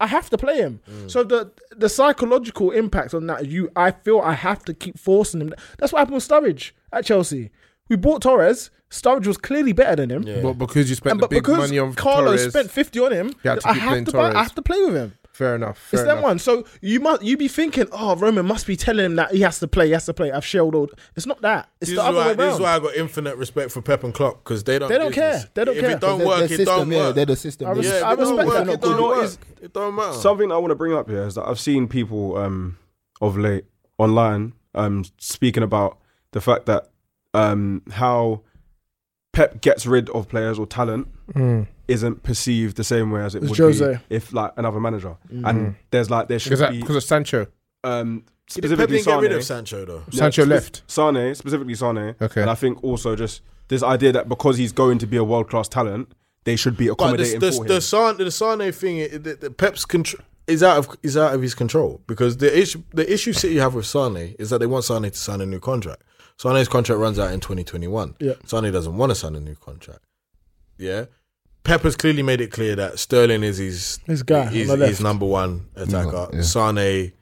Speaker 5: I have to play him.
Speaker 4: Mm.
Speaker 5: So the the psychological impact on that, you, I feel I have to keep forcing him. That's what happened with Sturridge at Chelsea. We bought Torres. Sturridge was clearly better than him.
Speaker 4: Yeah.
Speaker 2: But because you spent
Speaker 5: And
Speaker 2: the
Speaker 5: but
Speaker 2: big
Speaker 5: because
Speaker 2: money on
Speaker 5: Carlos
Speaker 2: Torres,
Speaker 5: spent fifty on him,
Speaker 2: You had to
Speaker 5: I
Speaker 2: keep
Speaker 5: have
Speaker 2: playing
Speaker 5: to buy,
Speaker 2: Torres.
Speaker 5: I have to play with him.
Speaker 2: fair enough. Fair
Speaker 5: It's that
Speaker 2: enough.
Speaker 5: one. So you must you be thinking, oh, Roman must be telling him that he has to play, he has to play. I've shelled all. It's not that. It's
Speaker 4: This is,
Speaker 5: the other
Speaker 4: why,
Speaker 5: way
Speaker 4: this is
Speaker 5: around.
Speaker 4: why I got infinite respect for Pep and Klopp because they don't.
Speaker 5: They don't
Speaker 4: do
Speaker 5: care.
Speaker 4: this.
Speaker 5: They don't
Speaker 4: if
Speaker 5: care.
Speaker 4: it don't
Speaker 3: They're-
Speaker 4: work,
Speaker 3: they're
Speaker 4: it don't
Speaker 3: system, yeah,
Speaker 4: work.
Speaker 3: they're the system.
Speaker 5: I
Speaker 3: yeah.
Speaker 5: res-
Speaker 4: yeah, if
Speaker 5: I
Speaker 4: it don't
Speaker 5: respect
Speaker 4: work,
Speaker 5: that.
Speaker 4: it don't
Speaker 5: You know
Speaker 4: work.
Speaker 5: what
Speaker 7: is-
Speaker 4: It don't matter.
Speaker 7: Something I want to bring up here is that I've seen people um, of late online um, speaking about the fact that um, how Pep gets rid of players or talent isn't perceived the same way as it
Speaker 5: It's
Speaker 7: would
Speaker 5: Jose.
Speaker 7: be if like another manager. And there's like there should
Speaker 2: because
Speaker 7: be
Speaker 2: because of Sancho.
Speaker 7: um,
Speaker 4: Pep
Speaker 7: specifically
Speaker 4: didn't get rid
Speaker 7: Sane,
Speaker 4: of Sancho though.
Speaker 2: Sancho
Speaker 7: spe-
Speaker 2: left.
Speaker 7: Sane specifically Sane.
Speaker 2: Okay.
Speaker 7: and I think also just this idea that because he's going to be a world class talent, they should be
Speaker 4: But the
Speaker 7: accommodating
Speaker 4: the,
Speaker 7: for him.
Speaker 4: the, San, the Sane thing, it- the, the Pep's control is out of is out of his control because the issue the issue City have with Sane is that they want Sane to sign a new contract. Sane's contract runs out in 2021.
Speaker 5: Yeah.
Speaker 4: Sane doesn't want to sign a new contract. Yeah. Pep has clearly made it clear that Sterling is his
Speaker 5: His guy on
Speaker 4: his,
Speaker 5: the left.
Speaker 4: his number one attacker.
Speaker 3: Yeah.
Speaker 4: Sane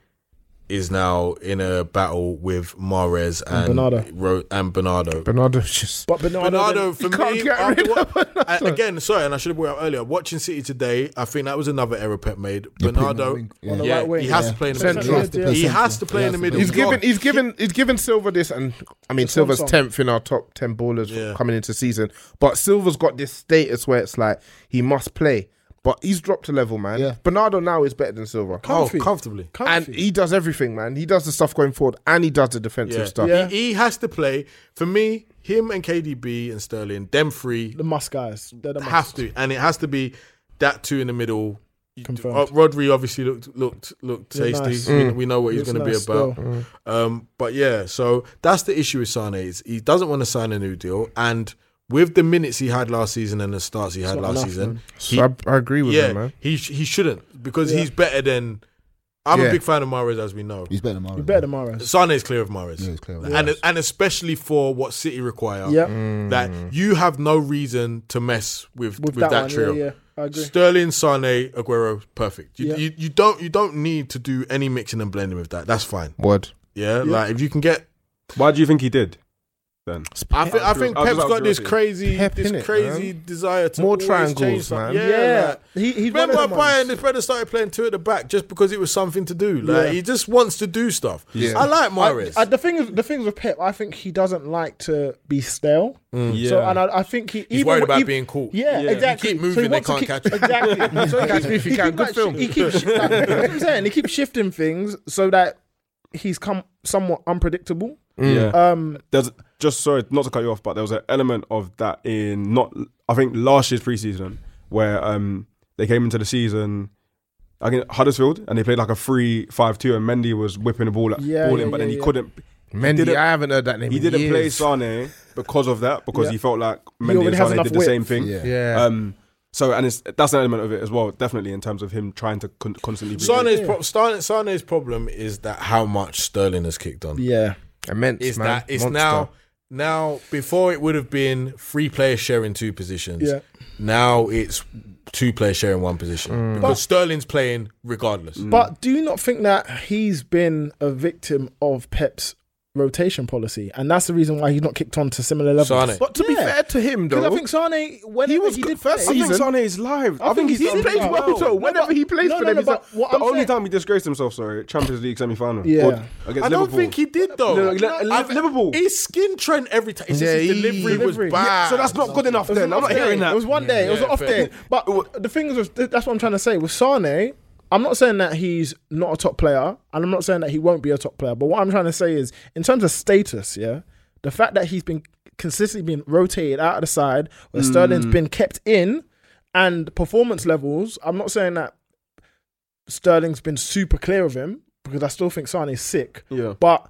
Speaker 4: is now in a battle with Mares and
Speaker 5: Bernardo.
Speaker 4: Ro- and Bernardo.
Speaker 2: Bernardo's just.
Speaker 5: But Bernardo,
Speaker 4: Bernardo
Speaker 5: then-
Speaker 4: for
Speaker 2: can't
Speaker 4: me
Speaker 2: get
Speaker 4: after
Speaker 2: rid
Speaker 4: what-
Speaker 2: of Bernardo.
Speaker 4: I- again sorry and I should have brought it up earlier watching City today I think that was another error Pep made
Speaker 3: Yeah, put him on the
Speaker 4: Bernardo
Speaker 3: wing.
Speaker 4: yeah,
Speaker 3: On
Speaker 5: the right wing.
Speaker 4: he has
Speaker 3: Yeah.
Speaker 4: to play in the
Speaker 5: Central.
Speaker 4: middle
Speaker 5: Yeah, yeah.
Speaker 4: he has to
Speaker 3: Central.
Speaker 4: play in
Speaker 3: He has to
Speaker 4: the middle
Speaker 3: play
Speaker 2: He's
Speaker 3: He's
Speaker 2: given, he's given, he's given Silver this, and I mean
Speaker 5: It's on
Speaker 2: Silver's
Speaker 5: song.
Speaker 2: tenth in our top ten ballers
Speaker 4: Yeah.
Speaker 2: coming into season. But Silver's got this status where it's like he must play, but he's dropped a level, man.
Speaker 3: Yeah.
Speaker 2: Bernardo now is better than Silver,
Speaker 4: oh
Speaker 5: Comfy.
Speaker 4: comfortably
Speaker 2: and
Speaker 5: Comfy.
Speaker 2: he does everything, man. He does the stuff going forward, and he does the defensive
Speaker 4: yeah.
Speaker 2: stuff.
Speaker 5: Yeah.
Speaker 4: He, he has to play for me him and KDB and Sterling them three
Speaker 5: the must guys. They're the must.
Speaker 4: have to and it has to be that two in the middle You-
Speaker 5: Confirmed.
Speaker 4: uh, Rodri obviously looked looked looked
Speaker 5: Yeah,
Speaker 4: tasty.
Speaker 5: nice.
Speaker 4: We,
Speaker 3: Mm.
Speaker 4: we know what he's
Speaker 5: Looks
Speaker 4: going to
Speaker 5: nice
Speaker 4: be about. Um, but yeah, so that's the issue with Sane is he doesn't want to sign a new deal, and with the minutes he had last season and the starts he had
Speaker 5: not
Speaker 4: last
Speaker 5: enough,
Speaker 4: season,
Speaker 5: man.
Speaker 4: he,
Speaker 2: So I, I agree with
Speaker 4: yeah,
Speaker 2: him, man.
Speaker 4: he sh- he shouldn't because
Speaker 5: Yeah.
Speaker 4: he's better than. I'm a
Speaker 2: Yeah.
Speaker 4: big fan of Mares, as we know.
Speaker 3: He's better than Mahrez.
Speaker 5: You better than Mahrez.
Speaker 4: Sane is clear of Mares,
Speaker 3: Yeah, he's clear of
Speaker 4: and
Speaker 3: Mahrez.
Speaker 4: and especially for what City require.
Speaker 5: Yep.
Speaker 4: that you have no reason to mess with Mm. with,
Speaker 5: With, that,
Speaker 4: that,
Speaker 5: one,
Speaker 4: trio.
Speaker 5: yeah, yeah, I agree.
Speaker 4: Sterling, Sane, Aguero, perfect. You,
Speaker 5: Yeah.
Speaker 4: you you don't you don't need to do any mixing and blending with that. That's fine.
Speaker 2: Word.
Speaker 4: Yeah, like if you can get
Speaker 7: Why do you think he did? then.
Speaker 4: I, think I think
Speaker 7: I'll just
Speaker 4: Pep's got
Speaker 7: outgrow
Speaker 4: this
Speaker 7: it.
Speaker 4: crazy,
Speaker 2: Pep,
Speaker 4: this
Speaker 2: innit,
Speaker 4: crazy desire to
Speaker 2: More
Speaker 4: always
Speaker 2: triangles,
Speaker 4: change something.
Speaker 2: man.
Speaker 4: Yeah, like,
Speaker 5: He, he's one of
Speaker 4: Remember
Speaker 5: them
Speaker 4: Brian,
Speaker 5: ones.
Speaker 4: his brother started playing two at the back just because it was something to do. Like
Speaker 5: Yeah.
Speaker 4: he just wants to do stuff.
Speaker 2: Yeah.
Speaker 4: I like
Speaker 5: I,
Speaker 4: Maris.
Speaker 5: I, the thing is, the things with Pep, I think he doesn't like to be stale.
Speaker 7: Yeah.
Speaker 5: So, and I, I think he
Speaker 4: He's
Speaker 5: even
Speaker 4: worried
Speaker 5: when-
Speaker 4: about
Speaker 5: even-
Speaker 4: being caught.
Speaker 5: Yeah,
Speaker 7: Yeah.
Speaker 5: exactly.
Speaker 4: You keep
Speaker 5: So he
Speaker 4: moving, they
Speaker 5: wants to
Speaker 4: can't catch
Speaker 5: keep-
Speaker 4: you.
Speaker 5: Exactly. so he
Speaker 2: Catch me if you
Speaker 5: he
Speaker 2: can.
Speaker 5: keep
Speaker 2: Good
Speaker 5: like,
Speaker 2: film.
Speaker 5: He keeps. like, that's what I'm saying he keeps shifting things so that he's come somewhat unpredictable.
Speaker 2: Mm.
Speaker 7: Yeah.
Speaker 5: Um,
Speaker 7: there's just sorry not to cut you off, but there was an element of that in not I think last year's preseason where um they came into the season against Huddersfield and they played like a 3-5-2 and Mendy was whipping the ball, at,
Speaker 5: Yeah,
Speaker 7: ball
Speaker 5: yeah,
Speaker 7: in, but then
Speaker 5: yeah,
Speaker 7: he
Speaker 5: yeah.
Speaker 7: couldn't.
Speaker 2: Mendy,
Speaker 7: didn't-
Speaker 2: I haven't heard that name.
Speaker 7: He
Speaker 2: in
Speaker 7: didn't play
Speaker 2: years.
Speaker 7: Sane because of that because
Speaker 5: Yeah.
Speaker 7: he felt like
Speaker 5: already
Speaker 7: Mendy and
Speaker 5: has
Speaker 7: Sane
Speaker 5: enough
Speaker 7: did the
Speaker 5: width.
Speaker 7: same thing.
Speaker 3: Yeah.
Speaker 2: Yeah.
Speaker 7: Um. So and it's that's an element of it as well, definitely in terms of him trying to con- constantly.
Speaker 4: Sane's, pro- Sane- Sane's problem is that how much Sterling has kicked on.
Speaker 5: yeah.
Speaker 2: Immense,
Speaker 4: It's
Speaker 2: man.
Speaker 4: that it's
Speaker 2: Monster.
Speaker 4: now now before it would have been three players sharing two positions.
Speaker 5: Yeah.
Speaker 4: Now it's two players sharing one position because Sterling's playing regardless.
Speaker 5: But do you not think that he's been a victim of Pep's rotation policy, and that's the reason why he's not kicked on to similar levels?
Speaker 4: Sane.
Speaker 2: But to be fair to him,
Speaker 5: because
Speaker 2: though,
Speaker 5: I think Sane, whenever
Speaker 2: he
Speaker 5: he,
Speaker 2: was good
Speaker 5: did
Speaker 2: first
Speaker 5: play-
Speaker 7: I think
Speaker 2: season.
Speaker 7: Sane is live. I,
Speaker 5: I think
Speaker 7: think he's
Speaker 5: he
Speaker 7: done
Speaker 5: plays
Speaker 7: really
Speaker 5: well, though.
Speaker 2: Whenever he plays
Speaker 5: no,
Speaker 2: for
Speaker 5: no,
Speaker 2: them,
Speaker 5: no,
Speaker 2: he's
Speaker 5: but
Speaker 2: like-
Speaker 5: what
Speaker 7: The
Speaker 5: I'm
Speaker 7: only
Speaker 5: saying-
Speaker 7: time he disgraced himself, sorry, Champions League semi final.
Speaker 5: Yeah.
Speaker 7: Against
Speaker 4: I don't
Speaker 7: Liverpool.
Speaker 4: think he did though.
Speaker 7: No, no, no, no,
Speaker 4: I've-
Speaker 7: Liverpool.
Speaker 4: He skin Trent every time. It's just
Speaker 2: Yeah,
Speaker 4: his
Speaker 2: he-
Speaker 4: delivery,
Speaker 5: Delivery.
Speaker 4: was bad.
Speaker 7: Yeah, so that's not good enough. Then I'm
Speaker 5: off
Speaker 7: not
Speaker 5: day.
Speaker 7: hearing
Speaker 5: It
Speaker 7: that.
Speaker 5: was one day. it was
Speaker 4: Yeah,
Speaker 5: an off
Speaker 4: fair.
Speaker 5: day. But the thing is, that's what I'm trying to say. With Sane, I'm not saying that he's not a top player, and I'm not saying that he won't be a top player. But what I'm trying to say is, in terms of status, yeah, the fact that he's been consistently being rotated out of the side, where Sterling's been kept in, and performance levels, I'm not saying that Sterling's been super clear of him because I still think Sane is sick.
Speaker 7: Yeah.
Speaker 5: But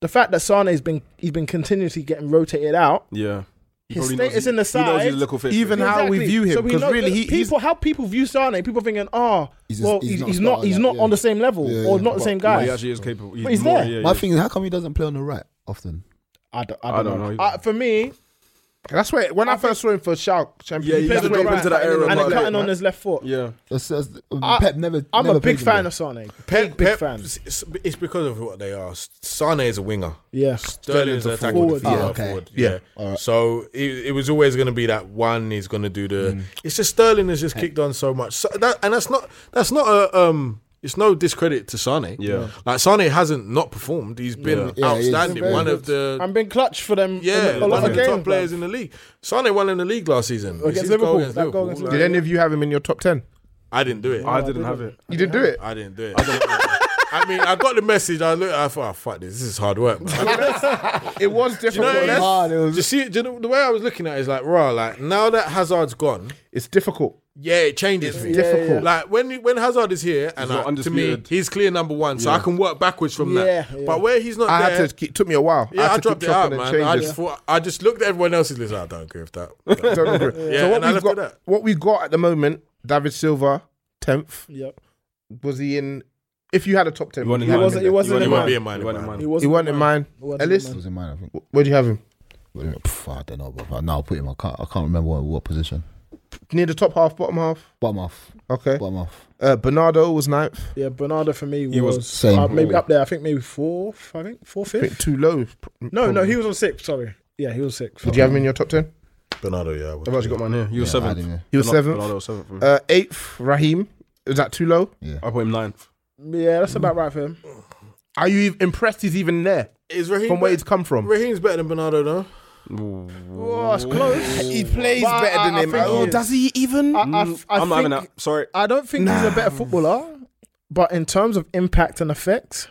Speaker 5: the fact that Sane's been he's been continuously getting rotated out
Speaker 7: Yeah. He
Speaker 5: His
Speaker 7: probably
Speaker 5: status
Speaker 7: knows-
Speaker 5: in the
Speaker 7: He knows
Speaker 5: side,
Speaker 7: he's a little fit.
Speaker 2: even
Speaker 7: yeah.
Speaker 2: how- we view him,
Speaker 5: we
Speaker 2: 'cause
Speaker 5: know
Speaker 2: really
Speaker 5: that
Speaker 2: he- he's-
Speaker 5: people how people view Sane. People thinking, ah,
Speaker 3: He's just-
Speaker 5: well,
Speaker 3: he's
Speaker 5: he's,
Speaker 3: not
Speaker 5: he's not
Speaker 3: starting
Speaker 5: he's
Speaker 3: that,
Speaker 5: not
Speaker 3: yeah.
Speaker 5: on the same level
Speaker 3: Yeah,
Speaker 5: or
Speaker 3: yeah.
Speaker 5: not the same
Speaker 7: Well,
Speaker 5: guy.
Speaker 7: he actually is capable. He's,
Speaker 5: But he's
Speaker 7: more,
Speaker 5: there.
Speaker 7: Yeah,
Speaker 3: My
Speaker 7: yeah.
Speaker 3: thing is, how come he doesn't play on the right often?
Speaker 5: I don't, I
Speaker 7: I
Speaker 5: don't
Speaker 7: don't
Speaker 5: know.
Speaker 7: know.
Speaker 5: I- for me,
Speaker 2: that's where when I, first saw him for Schalke,
Speaker 7: Yeah,
Speaker 2: Champions
Speaker 7: he
Speaker 2: League,
Speaker 7: had to
Speaker 2: that's where
Speaker 7: drop
Speaker 2: he
Speaker 7: into
Speaker 2: was
Speaker 7: that area.
Speaker 2: cutting
Speaker 5: and
Speaker 7: about
Speaker 5: then
Speaker 7: that,
Speaker 5: cutting on his left foot.
Speaker 7: yeah.
Speaker 3: That's, that's, um,
Speaker 5: I-
Speaker 3: Pep never.
Speaker 5: I'm
Speaker 3: never
Speaker 5: a big
Speaker 3: played him
Speaker 5: fan
Speaker 3: there.
Speaker 5: of Sane.
Speaker 4: Pep,
Speaker 5: big, big
Speaker 4: Pep-
Speaker 5: fan.
Speaker 4: It's, it's because of what they are. Sane is a winger.
Speaker 5: Yeah.
Speaker 4: Sterling's an attacker.
Speaker 5: forward.
Speaker 4: Forward. Yeah,
Speaker 3: Oh, okay.
Speaker 4: forward.
Speaker 2: Yeah.
Speaker 4: yeah. So it, it was always going to be that one. He's going to do the. It's just Sterling has just kicked on so much. So that, and that's not that's not a um. It's no discredit to Sane.
Speaker 7: Yeah.
Speaker 4: Like Sane hasn't not performed. He's been
Speaker 3: Yeah, he's
Speaker 4: outstanding.
Speaker 3: been
Speaker 4: one
Speaker 3: very
Speaker 4: of the
Speaker 5: I'm being clutch for them.
Speaker 4: yeah,
Speaker 5: in a lot
Speaker 4: one
Speaker 5: of
Speaker 4: of the
Speaker 5: games.
Speaker 4: top
Speaker 5: man.
Speaker 4: players in the league. Sane won in the league last season. It's
Speaker 5: Against
Speaker 4: his goal
Speaker 5: Liverpool.
Speaker 4: against
Speaker 5: That goal
Speaker 4: Liverpool.
Speaker 5: against
Speaker 4: Like,
Speaker 2: Did any of you have him in your top ten?
Speaker 4: I didn't do it.
Speaker 7: I didn't have it.
Speaker 2: You didn't do it.
Speaker 4: I didn't do it. I mean, I got the message. I looked. I thought, oh, fuck this. This is hard work. man."
Speaker 2: It was
Speaker 4: You know,
Speaker 2: difficult.
Speaker 4: it's-
Speaker 3: hard, it was-
Speaker 4: do you see, do you know, the way I was looking at it is like, raw, like now that Hazard's gone,
Speaker 2: it's difficult.
Speaker 4: yeah, it changes me.
Speaker 2: difficult.
Speaker 4: Like when you- when Hazard is here, and
Speaker 7: not
Speaker 4: I, to me,
Speaker 7: undisputed.
Speaker 4: he's clear number one, so I can work backwards from
Speaker 5: Yeah,
Speaker 4: that.
Speaker 5: yeah.
Speaker 4: But where he's not
Speaker 2: I
Speaker 4: there,
Speaker 2: had to. keep- It took me a while.
Speaker 4: yeah, I,
Speaker 2: had to keep
Speaker 4: dropped it out,
Speaker 2: chopping
Speaker 4: man.
Speaker 2: and
Speaker 4: I
Speaker 2: changing.
Speaker 4: just thought, I just looked at everyone else's list. I don't agree with that.
Speaker 2: Don't agree.
Speaker 4: Yeah,
Speaker 2: so what
Speaker 4: and I
Speaker 2: we've
Speaker 4: left
Speaker 2: got,
Speaker 4: it at.
Speaker 2: what we got at the moment, David Silva, tenth.
Speaker 5: Yep.
Speaker 2: Was he in? If you had a top ten,
Speaker 7: He wasn't
Speaker 2: you had
Speaker 7: in
Speaker 2: him
Speaker 7: mine.
Speaker 5: wasn't- he
Speaker 7: He
Speaker 5: wasn't
Speaker 7: wasn't
Speaker 5: in
Speaker 7: in
Speaker 5: mine.
Speaker 7: mine.
Speaker 4: He wasn't
Speaker 7: He wasn't in mine.
Speaker 2: He wasn't in mine.
Speaker 5: wasn't
Speaker 2: Ellis,
Speaker 3: It was in mine, I think.
Speaker 2: where'd you have him?
Speaker 3: Pff, I don't know, but now I'll put him. I can't. I can't remember what, what position.
Speaker 2: Near the top half, bottom half.
Speaker 3: Bottom off.
Speaker 5: Eh?
Speaker 2: Okay.
Speaker 3: Bottom off.
Speaker 2: Uh, Bernardo was ninth.
Speaker 5: Yeah, Bernardo for me was,
Speaker 7: was
Speaker 3: same.
Speaker 5: uh, maybe up there. I think maybe fourth. I think fourth,
Speaker 2: I think
Speaker 5: fifth.
Speaker 2: too low.
Speaker 5: No, no, he was on sixth. Sorry. Yeah, he was sixth.
Speaker 2: Did you have him in your top ten?
Speaker 4: Bernardo, yeah. I would.
Speaker 2: I've actually got
Speaker 7: Got
Speaker 2: mine.
Speaker 7: mine here. You were
Speaker 3: Yeah, I
Speaker 7: seventh.
Speaker 3: didn't-
Speaker 2: He was
Speaker 7: Bernardo- Bernardo
Speaker 2: seventh.
Speaker 7: was seventh. for me.
Speaker 2: Uh, eighth, Raheem. Is that too low?
Speaker 7: I put him ninth.
Speaker 5: Yeah, that's about right for him.
Speaker 2: Are you even impressed? He's even there
Speaker 4: Is Raheem
Speaker 2: from where
Speaker 4: better-
Speaker 2: he's come from.
Speaker 4: Raheem's better than Bernardo, though.
Speaker 5: Oh, it's close.
Speaker 2: He plays
Speaker 5: But I-
Speaker 2: better than
Speaker 5: I
Speaker 2: him.
Speaker 5: think
Speaker 2: Oh,
Speaker 5: he is.
Speaker 2: does he even?
Speaker 5: I, I, I
Speaker 7: I'm not
Speaker 5: think-
Speaker 7: having that. Sorry.
Speaker 5: I don't think he's a better footballer, but in terms of impact and effects,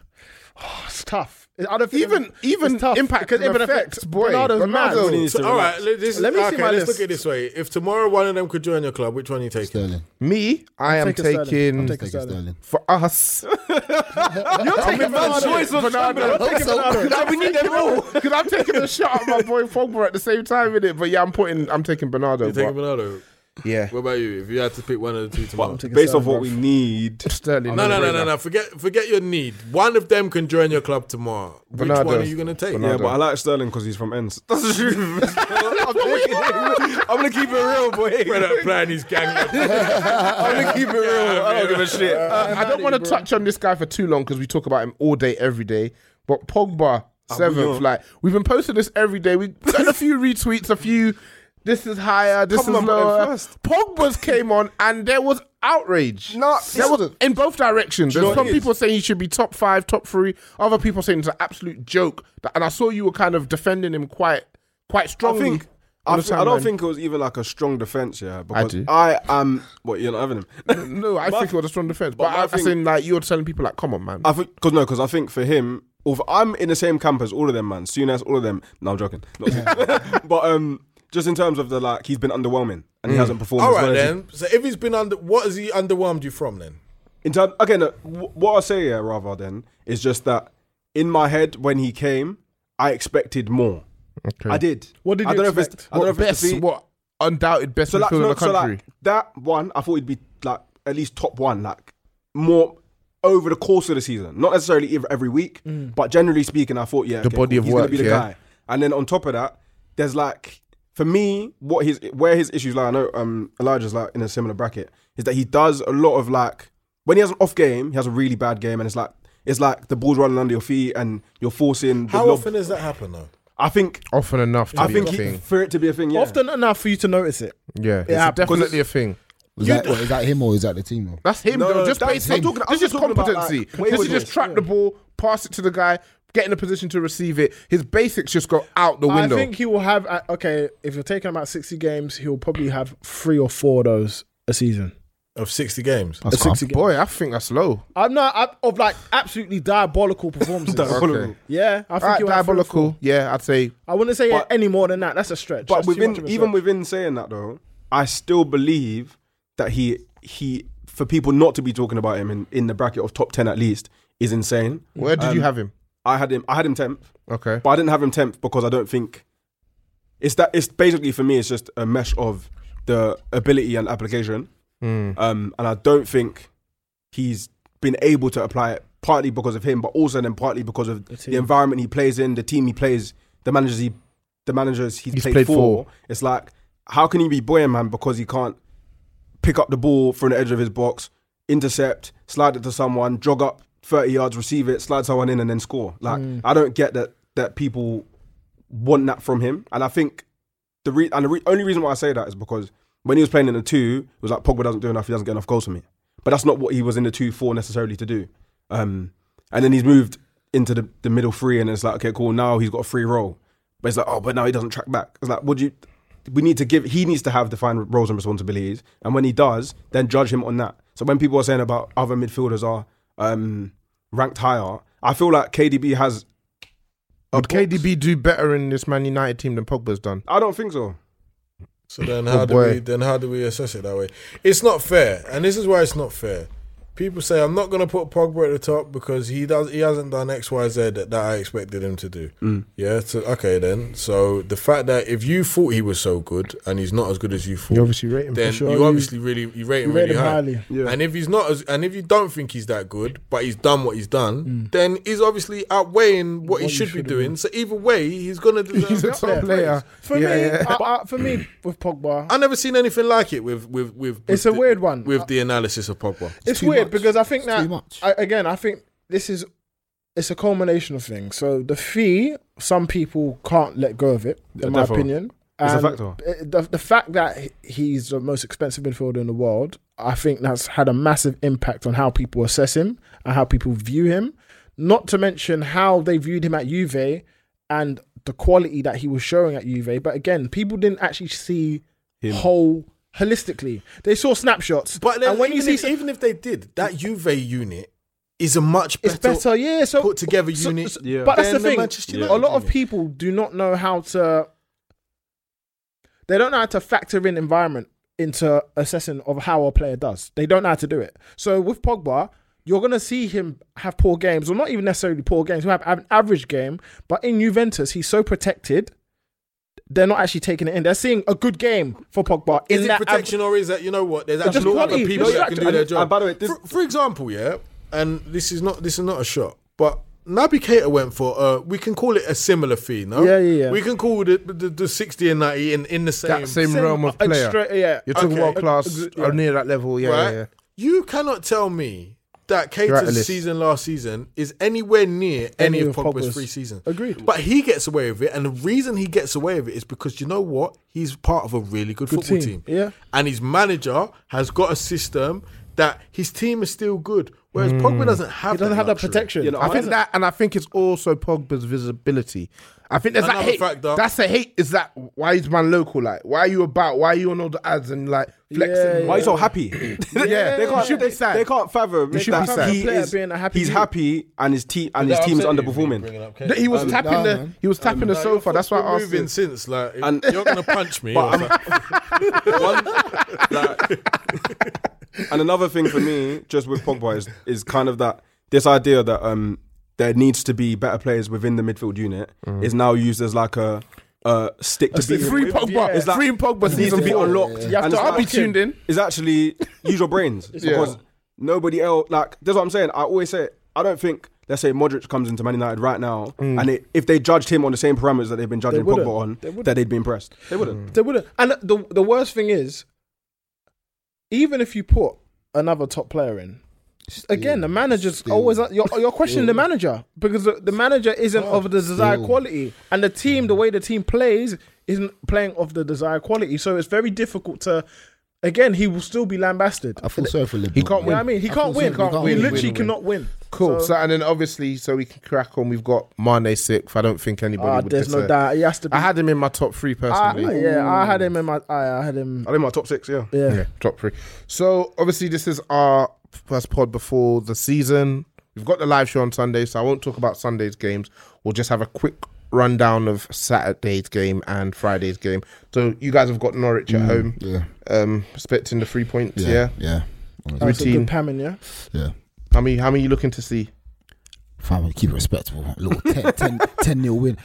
Speaker 5: oh, it's tough. I don't think
Speaker 2: Even- even
Speaker 5: it's tough
Speaker 2: impact
Speaker 5: because
Speaker 2: and
Speaker 5: even
Speaker 2: effects,
Speaker 5: effects,
Speaker 2: boy.
Speaker 5: Bernardo's mad.
Speaker 2: Ronaldo-
Speaker 7: Needs to
Speaker 4: all
Speaker 7: relax.
Speaker 4: right, let, this,
Speaker 5: Let me see
Speaker 4: okay,
Speaker 5: my
Speaker 4: let's
Speaker 5: list.
Speaker 4: look at it this way. If tomorrow one of them could join your club, which one are you taking?
Speaker 3: Sterling.
Speaker 2: Me, I am
Speaker 5: taking Sterling.
Speaker 2: taking
Speaker 5: I'm taking
Speaker 3: Take it, Sterling.
Speaker 2: for us. You're taking
Speaker 5: Bernardo.
Speaker 2: Bernardo.
Speaker 5: Bernardo.
Speaker 2: Taking Bernardo. No, we need them all because I'm taking a shot at my boy Pogba at the same time in it. But yeah, I'm putting. I'm taking Bernardo.
Speaker 4: You're taking
Speaker 2: but-
Speaker 4: Bernardo.
Speaker 2: yeah,
Speaker 4: What about you? If you had to pick one of the two tomorrow.
Speaker 7: But based off what we need,
Speaker 2: Sterling.
Speaker 4: No, no, no, no, no. Forget, forget your need. One of them can join your club tomorrow.
Speaker 2: Bernardo.
Speaker 4: Which one are you going to take?
Speaker 7: yeah,
Speaker 2: Bernardo.
Speaker 7: but I like Sterling because he's from Ends. That's the truth. I'm gonna keep it real, boy.
Speaker 4: Brother playing his gang.
Speaker 7: I'm gonna keep it real. Uh, I don't give a shit. Ah,
Speaker 2: I don't want to touch on this guy for too long because we talk about him all day, every day. But Pogba, seventh. Like we've been posting this every day. We got a few retweets, a few. This is higher. This
Speaker 7: Pogba
Speaker 2: is
Speaker 7: put
Speaker 2: lower.
Speaker 7: him first.
Speaker 2: Pogba's came on, and there was outrage.
Speaker 7: No,
Speaker 2: there
Speaker 7: it's-
Speaker 2: was in both directions.
Speaker 7: you know
Speaker 2: There's
Speaker 7: what
Speaker 2: some
Speaker 7: it is?
Speaker 2: people saying he should be top five, top three. Other people saying it's an absolute joke. That- And I saw you were kind of defending him quite, quite
Speaker 7: I
Speaker 2: strongly.
Speaker 7: think.
Speaker 2: on
Speaker 7: I,
Speaker 2: the
Speaker 7: thi- I don't
Speaker 2: timeline.
Speaker 7: think it was even like a strong defense, yeah. Because
Speaker 2: do.
Speaker 7: I, am. What you're not having him.
Speaker 2: No, I
Speaker 7: My-
Speaker 2: think it was a strong defense. But,
Speaker 7: but my
Speaker 2: I,
Speaker 7: thing-
Speaker 2: I think like you're telling people like, come on, man.
Speaker 7: I think because no, because I think for him, or for- I'm in the same camp as all of them, man. Soon as all of them. No, I'm joking. Not- but um, just in terms of the like, he's been underwhelming and he hasn't performed.
Speaker 4: All
Speaker 7: as
Speaker 4: right
Speaker 7: well as he-
Speaker 4: then. So if he's been under, what has he underwhelmed you from then?
Speaker 7: In terms, okay, no, wh- what I say here rather then is just that in my head when he came, I expected more. I did.
Speaker 5: What did
Speaker 7: I
Speaker 5: you
Speaker 7: don't Know if it's,
Speaker 5: expect?
Speaker 7: I don't
Speaker 2: what
Speaker 7: know if it's
Speaker 2: best,
Speaker 7: defeat.
Speaker 2: what undoubted best
Speaker 7: so like,
Speaker 2: midfielder in
Speaker 7: no,
Speaker 2: the
Speaker 7: so
Speaker 2: country.
Speaker 7: like that one, I thought he'd be like at least top one, like more over the course of the season, not necessarily ev- every week, but generally speaking, I thought yeah,
Speaker 2: Mm. The
Speaker 7: okay,
Speaker 2: body
Speaker 7: cool,
Speaker 2: of
Speaker 7: he's
Speaker 2: work,
Speaker 7: gonna be the
Speaker 2: yeah.
Speaker 7: guy. And then on top of that, there's like for me, what his where his issues lie. I know um, Elijah's like in a similar bracket is that he does a lot of like when he has an off game, he has a really bad game, and it's like it's like the ball's running under your feet and you're forcing. The
Speaker 4: How
Speaker 7: lob-
Speaker 4: often does that happen though?
Speaker 7: I think
Speaker 2: Often enough, to
Speaker 7: I
Speaker 2: be
Speaker 7: think
Speaker 2: a
Speaker 7: he,
Speaker 2: thing.
Speaker 7: for it to be a thing, yeah.
Speaker 5: Often enough for you to notice it.
Speaker 2: Yeah,
Speaker 5: Yeah,
Speaker 2: it's
Speaker 5: because
Speaker 2: definitely a thing.
Speaker 3: Was that, what, is that him or is that the team? Though?
Speaker 2: That's him,
Speaker 7: No,
Speaker 2: though.
Speaker 7: no,
Speaker 2: Just
Speaker 7: that's-
Speaker 2: based
Speaker 7: I'm
Speaker 2: on
Speaker 7: talking- I'm
Speaker 2: this is
Speaker 7: just talking about,
Speaker 2: competency.
Speaker 7: like,
Speaker 2: this is just
Speaker 7: waywardness,
Speaker 2: trap the ball, pass it to the guy, get in a position to receive it. His basics just go out the window.
Speaker 5: I think he will have uh, okay. If you're taking about sixty games, he'll probably have three or four of those a season.
Speaker 4: Of sixty games.
Speaker 5: A sixty games.
Speaker 2: Boy, I think that's low.
Speaker 5: I'm not I'm, of like absolutely diabolical performances.
Speaker 2: Diabolical.
Speaker 5: Yeah, I think
Speaker 2: All right,
Speaker 5: he'll have three or four.
Speaker 2: diabolical. Yeah, I'd say
Speaker 5: I wouldn't say
Speaker 7: But-
Speaker 5: any more than that. That's a stretch.
Speaker 7: But
Speaker 5: That's too much of
Speaker 7: within
Speaker 5: a
Speaker 7: even
Speaker 5: stretch.
Speaker 7: within saying that though, I still believe that he he for people not to be talking about him in, in the bracket of top ten at least is insane.
Speaker 2: where did you
Speaker 7: Um,
Speaker 2: have him?
Speaker 7: I had him I had him tenth,
Speaker 2: Okay.
Speaker 7: but I didn't have him tenth because I don't think it's that it's basically for me it's just a mesh of the ability and application.
Speaker 5: Hmm.
Speaker 7: Um and I don't think he's been able to apply it partly because of him, but also then partly because of the,
Speaker 5: team.
Speaker 7: environment he plays in, the team he plays, the managers he the managers he's,
Speaker 2: He's
Speaker 7: played,
Speaker 2: played
Speaker 7: for.
Speaker 2: for.
Speaker 7: It's like how can he be boy man because he can't pick up the ball from the edge of his box, intercept, slide it to someone, jog up thirty yards, receive it, slide someone in, and then score. Like I don't get that that people want that from him, and I think the re- and the re- only reason why I say that is because when he was playing in the two, it was like Pogba doesn't do enough, he doesn't get enough goals for me. But that's not what he was in the two for necessarily to do. Um, and then he's moved into the, the middle three, and it's like, okay, cool. Now he's got a free role, but it's like, oh, but now he doesn't track back. It's like, would you? We need to give. He needs to have defined roles and responsibilities, and when he does, then judge him on that. So when people are saying about other midfielders are um, ranked higher, I feel like KDB has. a
Speaker 2: Would
Speaker 7: box.
Speaker 2: KDB do better in this Man United team than Pogba's done?
Speaker 7: I don't think so.
Speaker 4: So then how do
Speaker 2: boy.
Speaker 4: we then how do we assess it that way? It's not fair, and this is why it's not fair. People say I'm not going to put Pogba at the top because he does he hasn't done X Y Z that, that I expected him to do. Yeah, so okay then. So the fact that if you thought he was so good and he's not as good as you thought,
Speaker 5: You obviously rate him for
Speaker 4: Then
Speaker 5: sure.
Speaker 4: you
Speaker 5: You-
Speaker 4: obviously really you rate him
Speaker 5: you rate
Speaker 4: really
Speaker 5: him
Speaker 4: high.
Speaker 5: highly.
Speaker 7: Yeah.
Speaker 4: And if he's not as and if you don't think he's that good, but he's done what he's done, then he's obviously outweighing what, he
Speaker 5: you
Speaker 4: should be
Speaker 5: should have
Speaker 4: doing. So either way, he's going to deserve
Speaker 2: He's a
Speaker 4: the
Speaker 2: top
Speaker 4: upgrade.
Speaker 2: player.
Speaker 5: for
Speaker 2: Yeah,
Speaker 5: me,
Speaker 2: yeah.
Speaker 5: I, I, for me with Pogba,
Speaker 4: I never seen anything like it with with with. with
Speaker 5: It's a
Speaker 4: the-
Speaker 5: weird one.
Speaker 4: with the analysis of Pogba.
Speaker 5: it's
Speaker 3: too
Speaker 5: weird
Speaker 3: much.
Speaker 5: because I think
Speaker 3: It's
Speaker 5: that
Speaker 3: too much.
Speaker 5: I, again, I think this is it's a culmination of things. So the fee, some people can't let go of it, in my
Speaker 7: defo.
Speaker 5: opinion.
Speaker 7: It's a
Speaker 5: And
Speaker 7: factor.
Speaker 5: it- The, the fact that he- he's the most expensive midfielder in the world, I think that's had a massive impact on how people assess him and how people view him. Not to mention how they viewed him at Juve and the quality that he was showing at Juve. But again, people didn't actually see whole holistically. They saw snapshots.
Speaker 4: But then
Speaker 5: and when
Speaker 4: even,
Speaker 5: you see
Speaker 4: if, even if they did, that Juve unit is a much better,
Speaker 5: it's better, yeah. So
Speaker 4: put together
Speaker 5: so-
Speaker 4: unit.
Speaker 5: so-
Speaker 7: Yeah.
Speaker 5: But that's the
Speaker 4: than
Speaker 5: thing.
Speaker 4: Manchester
Speaker 7: Yeah.
Speaker 5: A lot of
Speaker 4: unit.
Speaker 5: people do not know how to. They don't know how to factor in environment into assessing of how a player does. They don't know how to do it. So with Pogba, you're gonna see him have poor games, or not even necessarily poor games. He'll have an average game, but in Juventus, he's so protected. They're not actually taking it in. They're seeing a good game for Pogba in
Speaker 4: Is it
Speaker 5: that average-
Speaker 4: protection or is that you know what? There's
Speaker 5: just
Speaker 4: actually other
Speaker 5: quality.
Speaker 4: people
Speaker 5: There's
Speaker 4: that can
Speaker 5: actually-
Speaker 4: do their
Speaker 7: and-
Speaker 4: job.
Speaker 7: and by the way, this-
Speaker 4: for, for example, yeah, and this is not this is not a shot, but Naby Keita went for uh, we can call it a similar fee, no?
Speaker 5: Yeah, yeah, yeah.
Speaker 4: We can call the the, the sixty and ninety in, in the same
Speaker 2: That same, realm of
Speaker 5: uh,
Speaker 2: player.
Speaker 5: extra- yeah.
Speaker 2: You're talking
Speaker 4: Okay.
Speaker 2: world class,
Speaker 5: Yeah.
Speaker 2: near that level. Yeah,
Speaker 4: right?
Speaker 2: yeah, yeah.
Speaker 4: You cannot tell me that
Speaker 2: You're out of
Speaker 4: Cater's
Speaker 2: list.
Speaker 4: season last season is anywhere near any, of Pogba's, three seasons.
Speaker 5: Agreed.
Speaker 4: But he gets away with it, and the reason he gets away with it is because you know what? He's part of a really good, football
Speaker 5: team,
Speaker 4: team.
Speaker 5: yeah.
Speaker 4: and his manager has got a system that his team is still good, whereas Pogba doesn't have.
Speaker 5: He doesn't have that
Speaker 4: luxury.
Speaker 5: protection.
Speaker 7: You know,
Speaker 2: I think
Speaker 7: Isn't-
Speaker 2: that, and I think it's also Pogba's visibility. I think there's that
Speaker 4: Another
Speaker 2: hate.
Speaker 4: factor.
Speaker 2: That's the hate. Is that why is man local? Like, why are you about? Why are you on all the ads and like flexing?
Speaker 7: Why are you so happy? yeah, they
Speaker 2: you
Speaker 7: can't.
Speaker 2: should
Speaker 7: they,
Speaker 2: be sad.
Speaker 7: they can't fathom
Speaker 2: You should
Speaker 7: that
Speaker 2: be sad.
Speaker 7: he
Speaker 5: Player
Speaker 7: is.
Speaker 5: being a happy
Speaker 7: he's
Speaker 5: dude.
Speaker 7: happy, and his team and his team is underperforming.
Speaker 2: He was tapping
Speaker 3: nah,
Speaker 2: the.
Speaker 3: man.
Speaker 2: He was
Speaker 4: Um,
Speaker 2: tapping the sofa. That's why I asked
Speaker 4: moving
Speaker 2: him.
Speaker 4: since like
Speaker 7: And-
Speaker 4: you're gonna punch me. I was like,
Speaker 7: One- like- and another thing for me, just with Pogba, is, is kind of that this idea that um there needs to be better players within the midfield unit is now used as like a, a stick to beat.
Speaker 2: Mm. Free
Speaker 7: with.
Speaker 2: Pogba.
Speaker 5: yeah.
Speaker 7: It's like-
Speaker 2: free Pogba
Speaker 7: It needs
Speaker 2: season
Speaker 7: to be
Speaker 2: four.
Speaker 7: unlocked.
Speaker 5: You have
Speaker 7: And
Speaker 5: to
Speaker 7: it's
Speaker 2: I'll be
Speaker 7: like-
Speaker 2: tuned in.
Speaker 7: is actually use your brains because nobody else like that's what I'm saying. I always say I don't think let's say Modric comes into Man United right now and it, if they judged him on the same parameters that they've been judging
Speaker 5: wouldn't.
Speaker 7: Pogba on,
Speaker 5: Mm. They wouldn't.
Speaker 7: that they'd be impressed. Mm. They wouldn't.
Speaker 5: They wouldn't. And the the worst thing is, even if you put another top player in, again the manager's
Speaker 3: Still.
Speaker 5: always you're, you're questioning the manager because the, the manager isn't of the desired
Speaker 3: Still.
Speaker 5: quality, and the team, the way the team plays, isn't playing of the desired quality. So it's very difficult to. Again, he will still be lambasted.
Speaker 3: I feel sorry for Liverpool.
Speaker 2: He can't
Speaker 5: You know what I
Speaker 2: win.
Speaker 5: mean? He
Speaker 3: I
Speaker 5: can't
Speaker 3: feel sorry
Speaker 5: win.
Speaker 3: for him. He can't
Speaker 5: He
Speaker 3: win,
Speaker 5: literally
Speaker 3: win, win.
Speaker 5: cannot win.
Speaker 2: Cool. So,
Speaker 5: So,
Speaker 2: and then obviously, so we can crack on. We've got Mane sixth. I don't think anybody.
Speaker 5: ah,
Speaker 2: would
Speaker 5: there's no
Speaker 2: disagree.
Speaker 5: doubt. He has to be.
Speaker 2: I had him in my top three
Speaker 5: I-
Speaker 2: personally.
Speaker 5: Ah, yeah, I had him in my. I, I had him.
Speaker 7: I think my top six, yeah.
Speaker 5: Yeah.
Speaker 2: Yeah, top three. So obviously, this is our first pod before the season. We've got the live show on Sunday, so I won't talk about Sunday's games. We'll just have a quick rundown of Saturday's game and Friday's game. So you guys have got Norwich at home,
Speaker 3: Yeah,
Speaker 2: um, expecting the three points.
Speaker 3: yeah,
Speaker 2: Mm. Yeah.
Speaker 3: yeah. yeah.
Speaker 5: That's a
Speaker 2: Routine.
Speaker 5: good pamming, yeah.
Speaker 2: How many? How many you looking to see?
Speaker 3: Fam, keep it respectable. Little 10, 10, 10 nil win.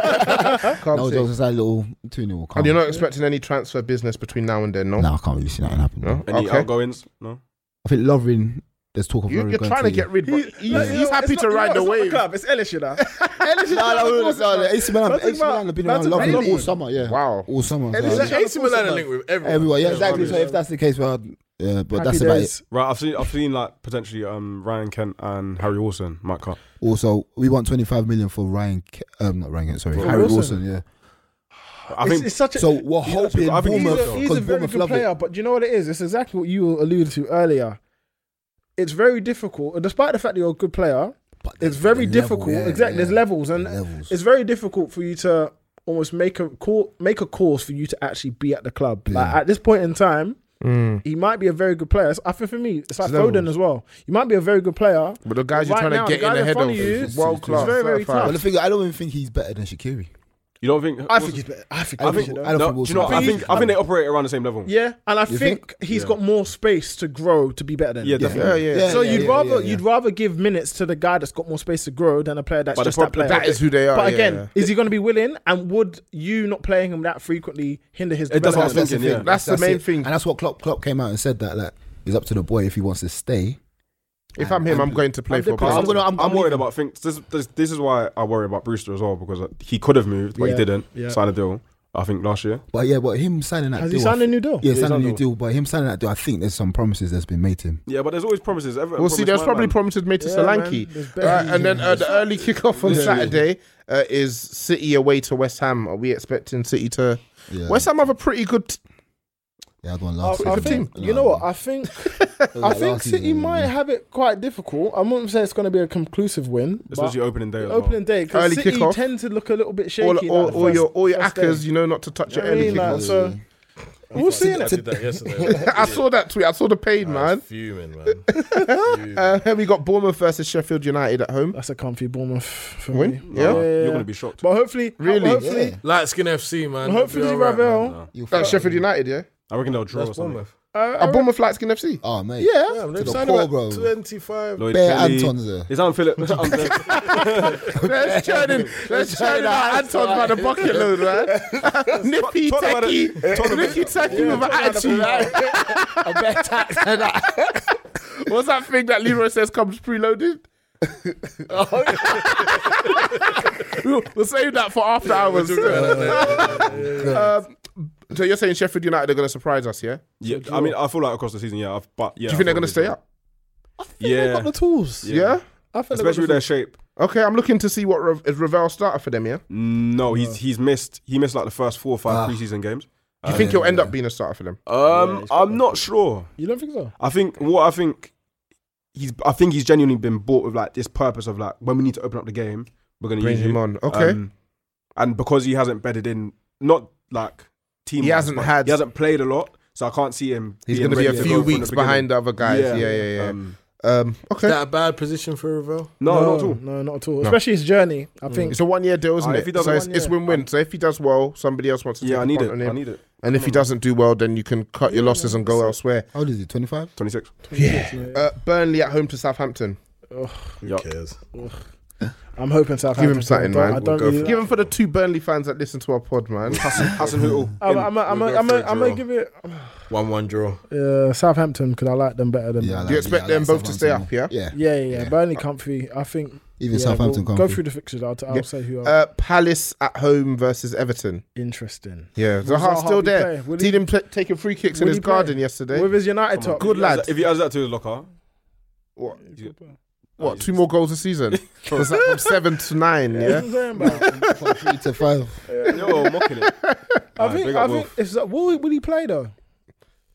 Speaker 2: Can't
Speaker 3: no,
Speaker 2: say.
Speaker 3: just that little two nil.
Speaker 2: And you're not expecting any transfer business between now and then, no?
Speaker 3: No, I can't really see that happen.
Speaker 2: No?
Speaker 7: Any
Speaker 2: okay.
Speaker 7: outgoings? No.
Speaker 3: I think Lovren. There's talk of
Speaker 2: You,
Speaker 3: Lovren
Speaker 2: you're
Speaker 3: going
Speaker 2: trying to get rid. But he's, he's happy to ride the wave.
Speaker 5: It's LSU now.
Speaker 3: Nah, nah, nah, nah, nah, AC Milan,
Speaker 5: Don't think
Speaker 3: AC Milan
Speaker 5: about-
Speaker 3: have been
Speaker 5: that's
Speaker 3: around Lovren
Speaker 5: really-
Speaker 3: all summer. Yeah,
Speaker 2: Wow.
Speaker 3: all summer.
Speaker 5: And
Speaker 3: so-
Speaker 5: it's like-
Speaker 4: AC Milan are linked with everyone.
Speaker 3: Everywhere, yeah,
Speaker 4: Yeah,
Speaker 3: exactly. So
Speaker 4: obviously.
Speaker 3: if that's the case, well, yeah, but
Speaker 5: Happy
Speaker 3: that's about
Speaker 5: days.
Speaker 3: it.
Speaker 7: Right, I've seen I've seen like potentially um Ryan Kent and Harry Wilson might cut.
Speaker 3: Also, we want 25 million for Ryan, Ke- um, not Ryan, Ke- sorry,
Speaker 5: For
Speaker 3: Harry
Speaker 5: Wilson.
Speaker 3: Wilson. yeah.
Speaker 7: I
Speaker 5: It's,
Speaker 7: think
Speaker 5: it's such a.
Speaker 3: So we're hoping
Speaker 7: I think he's a-
Speaker 3: Bournemouth, because
Speaker 5: he's a, he's a very
Speaker 3: Bournemouth
Speaker 5: good
Speaker 3: love it.
Speaker 5: player, but do you know what it is? It's exactly what you alluded to earlier. It's very difficult, despite the fact that you're a good player.
Speaker 3: But
Speaker 5: It's
Speaker 3: there's
Speaker 5: very
Speaker 3: level,
Speaker 5: difficult.
Speaker 3: yeah,
Speaker 5: exactly,
Speaker 3: yeah.
Speaker 5: there's levels, and
Speaker 3: Levels.
Speaker 5: it's very difficult for you to almost make a call, make a course for you to actually be at the club. Like at this point in time, he might be a very good player. It's- I think for me, it's like Foden as well. You might be a very good player,
Speaker 2: But the guys you're
Speaker 5: Right
Speaker 2: trying to
Speaker 5: now,
Speaker 2: get
Speaker 5: the
Speaker 2: in
Speaker 5: guy in
Speaker 2: ahead
Speaker 5: front
Speaker 2: of
Speaker 5: of you
Speaker 2: is
Speaker 5: is-
Speaker 2: world
Speaker 5: is
Speaker 2: class.
Speaker 5: very, very
Speaker 2: certified.
Speaker 3: But
Speaker 5: tough.
Speaker 3: the thing, I don't even think he's better than Shaqiri.
Speaker 7: you don't think
Speaker 5: I think he's better. I think.
Speaker 3: I
Speaker 5: I
Speaker 3: think-
Speaker 5: think
Speaker 3: I don't
Speaker 7: No,
Speaker 3: think
Speaker 7: do you know
Speaker 3: Wilson-
Speaker 7: what? I think I think they operate around the same level.
Speaker 5: yeah, and I
Speaker 3: You
Speaker 5: think, he's got more space to grow to be better than.
Speaker 7: Yeah,
Speaker 5: him.
Speaker 7: definitely.
Speaker 2: Yeah, yeah.
Speaker 5: So
Speaker 3: yeah,
Speaker 5: you'd
Speaker 3: yeah,
Speaker 5: rather
Speaker 3: yeah, yeah.
Speaker 5: you'd rather give minutes to the guy that's got more space to grow than a player that's
Speaker 7: But the
Speaker 5: just that
Speaker 7: problem-
Speaker 5: player.
Speaker 2: That is who they are.
Speaker 5: But
Speaker 2: yeah,
Speaker 5: again,
Speaker 2: yeah.
Speaker 5: is he going to be willing? And would you not playing him that frequently hinder his
Speaker 7: It doesn't
Speaker 5: development?
Speaker 7: I was thinking, yeah.
Speaker 2: That's the main
Speaker 3: it.
Speaker 2: thing.
Speaker 3: and that's what Klopp Klopp came out and said that like it's up to the boy if he wants to stay.
Speaker 2: If I'm him, I'm going to play
Speaker 5: I'm
Speaker 2: for.
Speaker 5: depressed.
Speaker 2: Barcelona.
Speaker 3: I'm gonna-
Speaker 7: I'm, worried about things. This, this, this is why I worry about Brewster as well because uh, he could have moved, but
Speaker 5: Yeah,
Speaker 7: he didn't
Speaker 5: yeah.
Speaker 7: sign a deal. I think last year.
Speaker 3: But yeah, but him signing that
Speaker 5: Has
Speaker 3: deal,
Speaker 5: he signed a new deal?
Speaker 3: yeah,
Speaker 7: he's
Speaker 3: signing a new
Speaker 7: under-
Speaker 3: deal. But him signing that deal, I think there's some promises that's been made to him.
Speaker 7: Yeah, but there's always promises. Everyone
Speaker 2: Well, see,
Speaker 7: promised
Speaker 2: there's
Speaker 7: my
Speaker 2: probably
Speaker 7: man.
Speaker 2: promises made to
Speaker 5: Yeah,
Speaker 2: Solanke.
Speaker 5: man, there's
Speaker 2: All
Speaker 5: better-
Speaker 2: right, and then uh, the early kickoff on Saturday uh, is City away to West Ham. Are we expecting City to?
Speaker 3: Yeah,
Speaker 2: West Ham have a pretty good. t-
Speaker 3: yeah, had one
Speaker 5: I,
Speaker 3: last
Speaker 5: I
Speaker 3: season.
Speaker 5: think
Speaker 3: No,
Speaker 5: you know what I think.
Speaker 3: it was
Speaker 5: I
Speaker 3: like
Speaker 5: think
Speaker 3: last
Speaker 5: City
Speaker 3: season,
Speaker 5: might
Speaker 3: yeah.
Speaker 5: have it quite difficult. I wouldn't say it's going to be a conclusive win. but
Speaker 7: especially opening day. As well.
Speaker 5: opening day because
Speaker 2: Early
Speaker 5: City
Speaker 2: kickoff.
Speaker 5: tend to look a little bit shaky.
Speaker 2: All,
Speaker 5: like
Speaker 2: all,
Speaker 5: the
Speaker 2: all
Speaker 5: first-
Speaker 2: your all your
Speaker 5: first day.
Speaker 2: ackers, you know, not to touch
Speaker 5: You
Speaker 2: your
Speaker 5: know what I
Speaker 2: early
Speaker 5: mean? Like,
Speaker 2: kickoff.
Speaker 5: so we'll see
Speaker 4: I
Speaker 5: it.
Speaker 4: did that yesterday.
Speaker 2: I saw that tweet. I saw the pain,
Speaker 4: I
Speaker 2: man.
Speaker 4: was fuming, man.
Speaker 2: Uh, here we got Bournemouth versus Sheffield United at home.
Speaker 5: That's a comfy Bournemouth for
Speaker 2: Win?
Speaker 5: me.
Speaker 2: Yeah.
Speaker 7: You're gonna be shocked.
Speaker 5: But hopefully,
Speaker 2: Really?
Speaker 5: hopefully,
Speaker 3: Yeah.
Speaker 4: Light skin FC, man.
Speaker 5: hopefully,
Speaker 4: They'll be all right, man.
Speaker 5: Ravel.
Speaker 7: No.
Speaker 3: You'll
Speaker 2: That's
Speaker 5: Uh,
Speaker 3: find-
Speaker 2: Sheffield United, yeah.
Speaker 7: I reckon they'll draw or
Speaker 4: That's
Speaker 7: something.
Speaker 4: Bournemouth.
Speaker 2: Are Bournemouth light skin FC?
Speaker 3: Oh mate,
Speaker 5: Yeah.
Speaker 4: Damn,
Speaker 3: To
Speaker 4: they've
Speaker 3: the
Speaker 4: signed
Speaker 3: core,
Speaker 4: about
Speaker 3: bro.
Speaker 4: 25.
Speaker 7: Lloyd
Speaker 3: Bear
Speaker 7: Kelly.
Speaker 3: Anton's there.
Speaker 7: Is Anton Phillips? Anton-
Speaker 2: Let's churn in. Let's churn in our Anton by the bucket load, right? Nippy,
Speaker 7: Talk about
Speaker 2: techie.
Speaker 7: it. Talk about
Speaker 2: Nippy, techie with an attitude, right?
Speaker 3: I bet that.
Speaker 2: What's that thing that Leroy says comes preloaded? we'll, we'll save that for after hours. um, so you're saying Sheffield United are going to surprise us, yeah?
Speaker 7: yeah, I mean, I feel like across the season, yeah. I've, but yeah,
Speaker 2: Do you think they're going to stay up?
Speaker 5: I think yeah. they've got the tools.
Speaker 2: Yeah.
Speaker 5: I think
Speaker 7: especially with
Speaker 5: they've got
Speaker 7: their shape.
Speaker 2: Okay, I'm looking to see what Ra- is Ravel starter for them. Yeah. Do
Speaker 7: No, he's he's missed he missed like the first four or five preseason games.
Speaker 2: you think he'll end up being a starter for them?
Speaker 7: Um, I'm not sure.
Speaker 5: You don't think so?
Speaker 7: I think what I think he's I think he's genuinely been bought with like this purpose of like when we need to open up the game, we're gonna
Speaker 2: Bring
Speaker 7: use
Speaker 2: him
Speaker 7: you.
Speaker 2: on. Okay.
Speaker 7: Um, and because he hasn't bedded in, not like team.
Speaker 2: He hasn't had-
Speaker 7: He hasn't played a lot, so I can't see him.
Speaker 2: He's
Speaker 7: being
Speaker 2: going to be a
Speaker 7: ready go
Speaker 2: few
Speaker 7: from the
Speaker 2: weeks
Speaker 7: beginning.
Speaker 2: behind the other guys. Yeah, yeah, yeah. yeah. Um,
Speaker 7: Um,
Speaker 2: okay.
Speaker 4: that a bad position for Ravel?
Speaker 7: no, not at all.
Speaker 5: No, Mm. not at all. Especially his journey. I think
Speaker 2: it's a one year deal, isn't
Speaker 7: Uh,
Speaker 2: it?
Speaker 7: if he does
Speaker 2: so
Speaker 7: one
Speaker 2: it's, it's
Speaker 5: year.
Speaker 2: win win. So if he does well, somebody else wants to
Speaker 7: Yeah,
Speaker 2: take
Speaker 7: I
Speaker 2: a
Speaker 7: need
Speaker 2: punt
Speaker 7: it.
Speaker 2: on him.
Speaker 7: I need it.
Speaker 2: And if he doesn't do well, then you can cut your losses and go elsewhere.
Speaker 3: How old is he? 25?
Speaker 7: Twenty six.
Speaker 2: Uh, Burnley at home to Southampton.
Speaker 4: Who cares?
Speaker 5: I'm hoping Southampton.
Speaker 2: Give him something,
Speaker 5: don't-
Speaker 2: man.
Speaker 5: I don't
Speaker 4: We'll go
Speaker 5: really.
Speaker 4: for
Speaker 2: Give him for the two Burnley fans that listen to our pod, man.
Speaker 7: Hassan Hootle.
Speaker 5: I'm, I'm, I'm,
Speaker 4: We'll go
Speaker 5: I'm,
Speaker 4: for
Speaker 5: I'm,
Speaker 4: a
Speaker 5: I'm gonna
Speaker 4: draw.
Speaker 5: give it
Speaker 4: One-one draw.
Speaker 5: uh, Southampton because I like them better than.
Speaker 3: I
Speaker 5: Yeah,
Speaker 3: like-
Speaker 2: you expect
Speaker 3: I
Speaker 2: them both to stay
Speaker 3: Southampton.
Speaker 2: up, yeah?
Speaker 3: Yeah.
Speaker 5: yeah, yeah. Burnley comfy. I think
Speaker 3: Even
Speaker 5: yeah,
Speaker 3: Southampton
Speaker 5: we'll
Speaker 3: can't.
Speaker 5: Go through the fixtures. I'll, t- I'll
Speaker 2: Yeah.
Speaker 5: say who. Are
Speaker 2: Uh, Palace at home versus Everton.
Speaker 5: interesting.
Speaker 2: Yeah,
Speaker 5: Will
Speaker 2: Zaha's
Speaker 5: Zaha
Speaker 2: still
Speaker 5: be
Speaker 2: there.
Speaker 5: playing? Will
Speaker 2: Seen
Speaker 5: he-
Speaker 2: him pl- taking free kicks in
Speaker 5: will he
Speaker 2: his
Speaker 5: play?
Speaker 2: garden yesterday.
Speaker 5: With his United top,
Speaker 2: Good lad.
Speaker 7: If he adds that to his locker,
Speaker 2: What,
Speaker 7: he's good. Oh,
Speaker 2: what two more goals a season? It's like from seven to nine,
Speaker 5: Yeah.
Speaker 2: yeah?
Speaker 5: That's what I'm saying, man.
Speaker 3: From three to five.
Speaker 7: Yo, mocking it.
Speaker 5: I
Speaker 7: Nah,
Speaker 5: think.
Speaker 7: big up
Speaker 5: I think.
Speaker 7: Wolf.
Speaker 5: It's, uh, will, he- will he play though?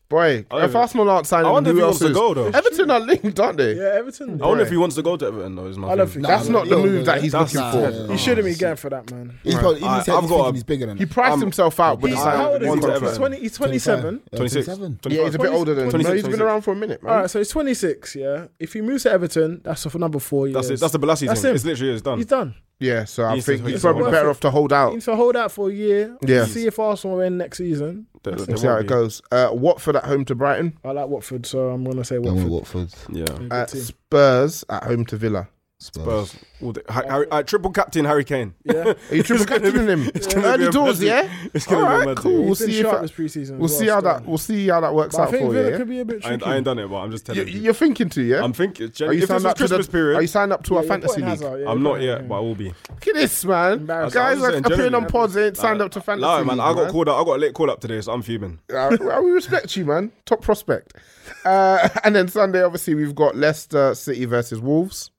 Speaker 2: Boy,
Speaker 7: I
Speaker 2: if Arsenal aren't signing,
Speaker 7: I wonder
Speaker 2: who
Speaker 7: if he
Speaker 2: else is?
Speaker 7: wants to go, though.
Speaker 2: Everton are linked, aren't they?
Speaker 5: Yeah, Everton.
Speaker 7: I wonder
Speaker 2: Right.
Speaker 7: if he wants to go to Everton though. Is my
Speaker 5: I don't
Speaker 7: thing.
Speaker 5: think-
Speaker 2: That's
Speaker 5: Nah,
Speaker 2: not the
Speaker 3: no,
Speaker 2: move
Speaker 3: no,
Speaker 2: that he's
Speaker 7: that's-
Speaker 2: looking for.
Speaker 3: nah.
Speaker 5: He shouldn't be going for that, man.
Speaker 3: He's probably, even
Speaker 7: I-
Speaker 3: he said
Speaker 7: I've
Speaker 3: he's
Speaker 7: got
Speaker 3: thinking
Speaker 7: a-
Speaker 3: he's bigger than
Speaker 2: He
Speaker 3: that.
Speaker 2: priced himself out with
Speaker 7: He's-
Speaker 2: the
Speaker 7: Nah,
Speaker 5: How
Speaker 2: signing
Speaker 5: old
Speaker 2: of
Speaker 5: is
Speaker 2: one
Speaker 7: one
Speaker 5: he?
Speaker 7: to
Speaker 5: He's
Speaker 7: Everton.
Speaker 5: twenty. He's twenty-seven.
Speaker 7: 26.
Speaker 3: 27.
Speaker 7: 25.
Speaker 2: Yeah, he's a bit older than. No,
Speaker 7: 26,
Speaker 2: he's been
Speaker 7: 26.
Speaker 2: around for a minute,
Speaker 5: All
Speaker 2: man.
Speaker 5: right, so he's 26, yeah. If he moves to Everton, that's for number four years.
Speaker 7: That's it. That's the Balassi
Speaker 5: That's
Speaker 7: thing.
Speaker 5: him.
Speaker 7: It's literally it's done.
Speaker 5: He's done.
Speaker 2: Yeah, so I
Speaker 7: He's-
Speaker 2: think
Speaker 7: he's
Speaker 2: he's probably
Speaker 5: worth
Speaker 2: better
Speaker 5: it.
Speaker 2: off to hold
Speaker 5: He
Speaker 2: out.
Speaker 5: needs to hold out for a year.
Speaker 2: Yeah.
Speaker 5: See if Arsenal win next season.
Speaker 7: They- they
Speaker 2: and See how
Speaker 7: won't
Speaker 2: it
Speaker 7: be.
Speaker 2: goes. Uh, Watford at home to Brighton.
Speaker 5: I like Watford, so I'm gonna say
Speaker 3: Then
Speaker 5: Watford.
Speaker 3: with Watford.
Speaker 7: Yeah.
Speaker 5: Good
Speaker 2: Uh,
Speaker 5: team.
Speaker 2: Spurs at home to Villa.
Speaker 3: Spurs.
Speaker 7: Spurs. All day. Har- Harry- uh, triple captain Harry Kane.
Speaker 5: yeah.
Speaker 2: Are you triple captaining him?
Speaker 7: It's gonna be
Speaker 2: Early
Speaker 7: a
Speaker 2: doors,
Speaker 7: messy-
Speaker 2: yeah.
Speaker 7: It's gonna
Speaker 2: All
Speaker 7: be a
Speaker 2: right,
Speaker 7: messy.
Speaker 2: cool. We'll
Speaker 5: He's been
Speaker 2: see if
Speaker 5: sharp
Speaker 2: that-
Speaker 5: this preseason.
Speaker 2: We'll see how that.
Speaker 5: works.
Speaker 2: We'll see how that works
Speaker 5: But I
Speaker 2: out
Speaker 5: think
Speaker 2: for you.
Speaker 5: Villa
Speaker 2: yeah?
Speaker 5: could be a bit
Speaker 7: I ain't,
Speaker 5: tricky.
Speaker 7: I ain't done it, but I'm just telling you.
Speaker 2: You- You're thinking to, yeah.
Speaker 7: I'm
Speaker 2: Are
Speaker 7: thinking. Gen-
Speaker 2: you
Speaker 7: if this
Speaker 2: signed
Speaker 7: was
Speaker 2: up to
Speaker 7: Christmas
Speaker 2: the?
Speaker 7: period,
Speaker 2: Are you signed up to our
Speaker 5: Yeah,
Speaker 2: fantasy
Speaker 5: you're
Speaker 2: league?
Speaker 5: putting Hazard, yeah,
Speaker 7: I'm not
Speaker 5: you're
Speaker 7: yet,
Speaker 5: putting-
Speaker 7: but I will be.
Speaker 2: Look at this, man. Guys
Speaker 5: Embarrassing.
Speaker 7: That's what uh, I'm
Speaker 2: are
Speaker 7: saying,
Speaker 2: appearing on
Speaker 7: generally.
Speaker 2: pods. They ain't signed
Speaker 7: Like,
Speaker 2: up to fantasy.
Speaker 7: Nah, man.
Speaker 2: league,
Speaker 7: I got called up. I got a late call up today, so I'm fuming.
Speaker 2: Uh, well, we respect you, man. Top prospect. Uh, and then Sunday, obviously, we've got Leicester City versus Wolves.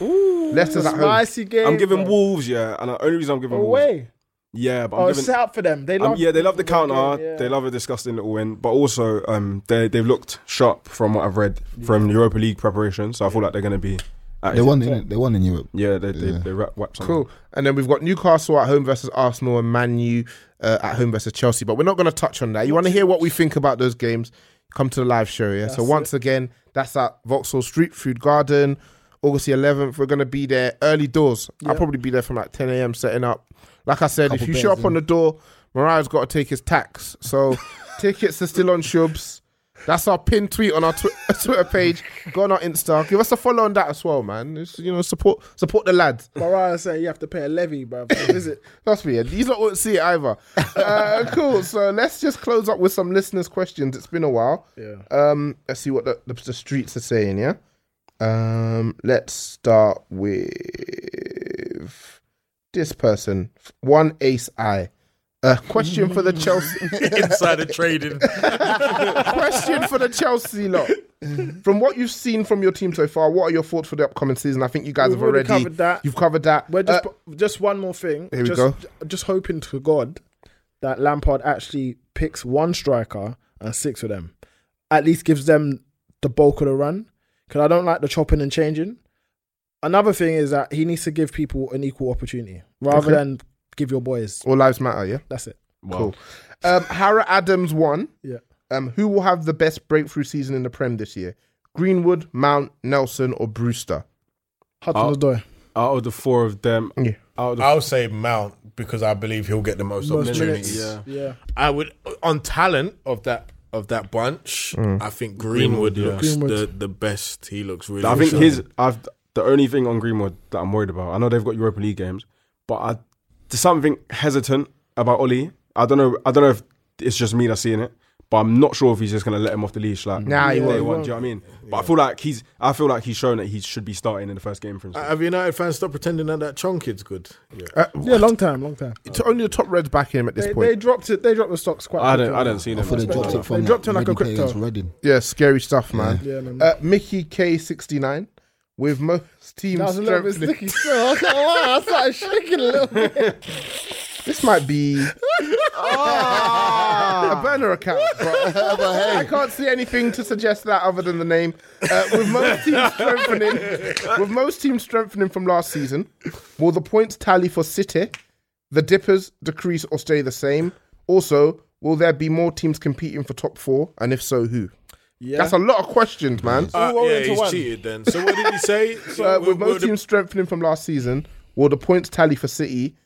Speaker 5: Ooh,
Speaker 2: Leicester's at home.
Speaker 5: spicy game.
Speaker 7: I'm giving
Speaker 5: bro.
Speaker 7: Wolves, yeah, and the only reason I'm giving Wolves,
Speaker 5: away.
Speaker 7: yeah, but I'm
Speaker 5: Oh,
Speaker 7: giving.
Speaker 5: it's set up for them. They
Speaker 7: Um,
Speaker 5: love.
Speaker 7: yeah, they love the counter.
Speaker 5: yeah.
Speaker 7: They love a disgusting little win, but also um, they they've looked sharp from what I've read from Europa League preparation. So I feel like they're going to be. At
Speaker 3: They
Speaker 7: it.
Speaker 3: won, in, they won in Europe.
Speaker 7: Yeah, they they,
Speaker 3: Yeah.
Speaker 7: they wrap, whap something.
Speaker 2: Cool. And then we've got Newcastle at home versus Arsenal and Man U uh, at home versus Chelsea. But we're not going to touch on that. You want to hear what we think about those games? Come to the live show, yeah? so once again, that's at Vauxhall Street Food Garden, August the 11th. We're going to be there early doors. I'll probably be there from like 10 a.m. setting up. Like I said, if you show up on the door, Mariah's got to take his tax. So tickets are still on Shubs. That's our pinned tweet on our tw- Twitter page. Go on our Insta. Give us a follow on that as well, man. It's, you know, support support the lads.
Speaker 5: Mariah say you have to pay a levy, bro. to Visit.
Speaker 2: Trust me, these lot won't see it either. uh, cool. So let's just close up with some listeners' questions. It's been a while.
Speaker 5: Yeah.
Speaker 2: Um, let's see what the, the, the streets are saying. Yeah. Um, let's start with this person. One ace eye. Uh, question for the Chelsea.
Speaker 4: Insider trading.
Speaker 2: question for the Chelsea lot. From what you've seen from your team so far, what are your thoughts for the upcoming season? I think you guys
Speaker 5: We've
Speaker 2: have
Speaker 5: already
Speaker 2: already,
Speaker 5: covered that.
Speaker 2: You've covered that.
Speaker 5: We're just
Speaker 2: Uh,
Speaker 5: just one more thing.
Speaker 2: Here we
Speaker 5: just,
Speaker 2: go.
Speaker 5: Just hoping to God that Lampard actually picks one striker and six of them. At least gives them the bulk of the run. Because I don't like the chopping and changing. Another thing is that he needs to give people an equal opportunity rather
Speaker 2: Okay.
Speaker 5: than give your boys.
Speaker 2: all lives matter. Yeah.
Speaker 5: That's it.
Speaker 2: Cool. Um, Hara Adams won.
Speaker 5: Yeah.
Speaker 2: Um, who will have the best breakthrough season in the Prem this year? Greenwood, Mount, Nelson, or Brewster?
Speaker 5: Hudson
Speaker 7: Oh.
Speaker 5: Odoi.
Speaker 7: Out of the four of them,
Speaker 2: Yeah.
Speaker 7: out of the
Speaker 4: I'll say Mount because I believe he'll get the most,
Speaker 5: Most
Speaker 4: opportunities.
Speaker 5: minutes. Yeah. yeah.
Speaker 4: I would on talent of that of that bunch. I think Greenwood, looks
Speaker 5: Greenwood.
Speaker 4: the the best. He looks really.
Speaker 7: I think
Speaker 4: good.
Speaker 7: his. I've the only thing on Greenwood that I'm worried about. I know they've got Europa League games, but I there's something hesitant about Oli. I don't know. I don't know if it's just me that's seeing it, But I'm not sure if he's just gonna let him off the leash like
Speaker 2: Nah, he
Speaker 7: day
Speaker 2: won't.
Speaker 7: one, Do you know what I mean? But I feel like he's I feel like he's shown that he should be starting in the first game for instance.
Speaker 4: uh, Have United fans stopped pretending that that Chong kid's good? Yeah.
Speaker 5: Yeah, long time, long time.
Speaker 2: To Uh, only the top reds back him at this
Speaker 5: They,
Speaker 2: point.
Speaker 5: they dropped it. They dropped the stocks quite.
Speaker 7: I don't
Speaker 5: quickly.
Speaker 7: I don't see
Speaker 3: I
Speaker 7: them.
Speaker 3: thought they dropped it from
Speaker 5: They dropped him like a
Speaker 3: Reading play
Speaker 5: crypto.
Speaker 3: against Reading.
Speaker 2: yeah, scary stuff, man.
Speaker 5: Yeah, man.
Speaker 2: Uh, Mickey K69 with most team
Speaker 5: That was a little bit
Speaker 2: strength-
Speaker 5: sticky. still. I was like, wow, I started shaking a little bit.
Speaker 2: This might be a burner account. But I can't see anything to suggest that other than the name. Uh, with most teams strengthening, with most teams strengthening from last season, will the points tally for City, the Dippers, decrease or stay the same? Also, will there be more teams competing for top four, and if so, who?
Speaker 5: Yeah.
Speaker 2: That's a lot of questions, man.
Speaker 4: Uh,
Speaker 5: roll
Speaker 4: yeah,
Speaker 5: into
Speaker 4: he's
Speaker 5: one.
Speaker 4: cheated then. So what did he say? So
Speaker 2: Uh,
Speaker 4: we'll-
Speaker 2: with
Speaker 4: we'll-
Speaker 2: most teams strengthening from last season, will the points tally for City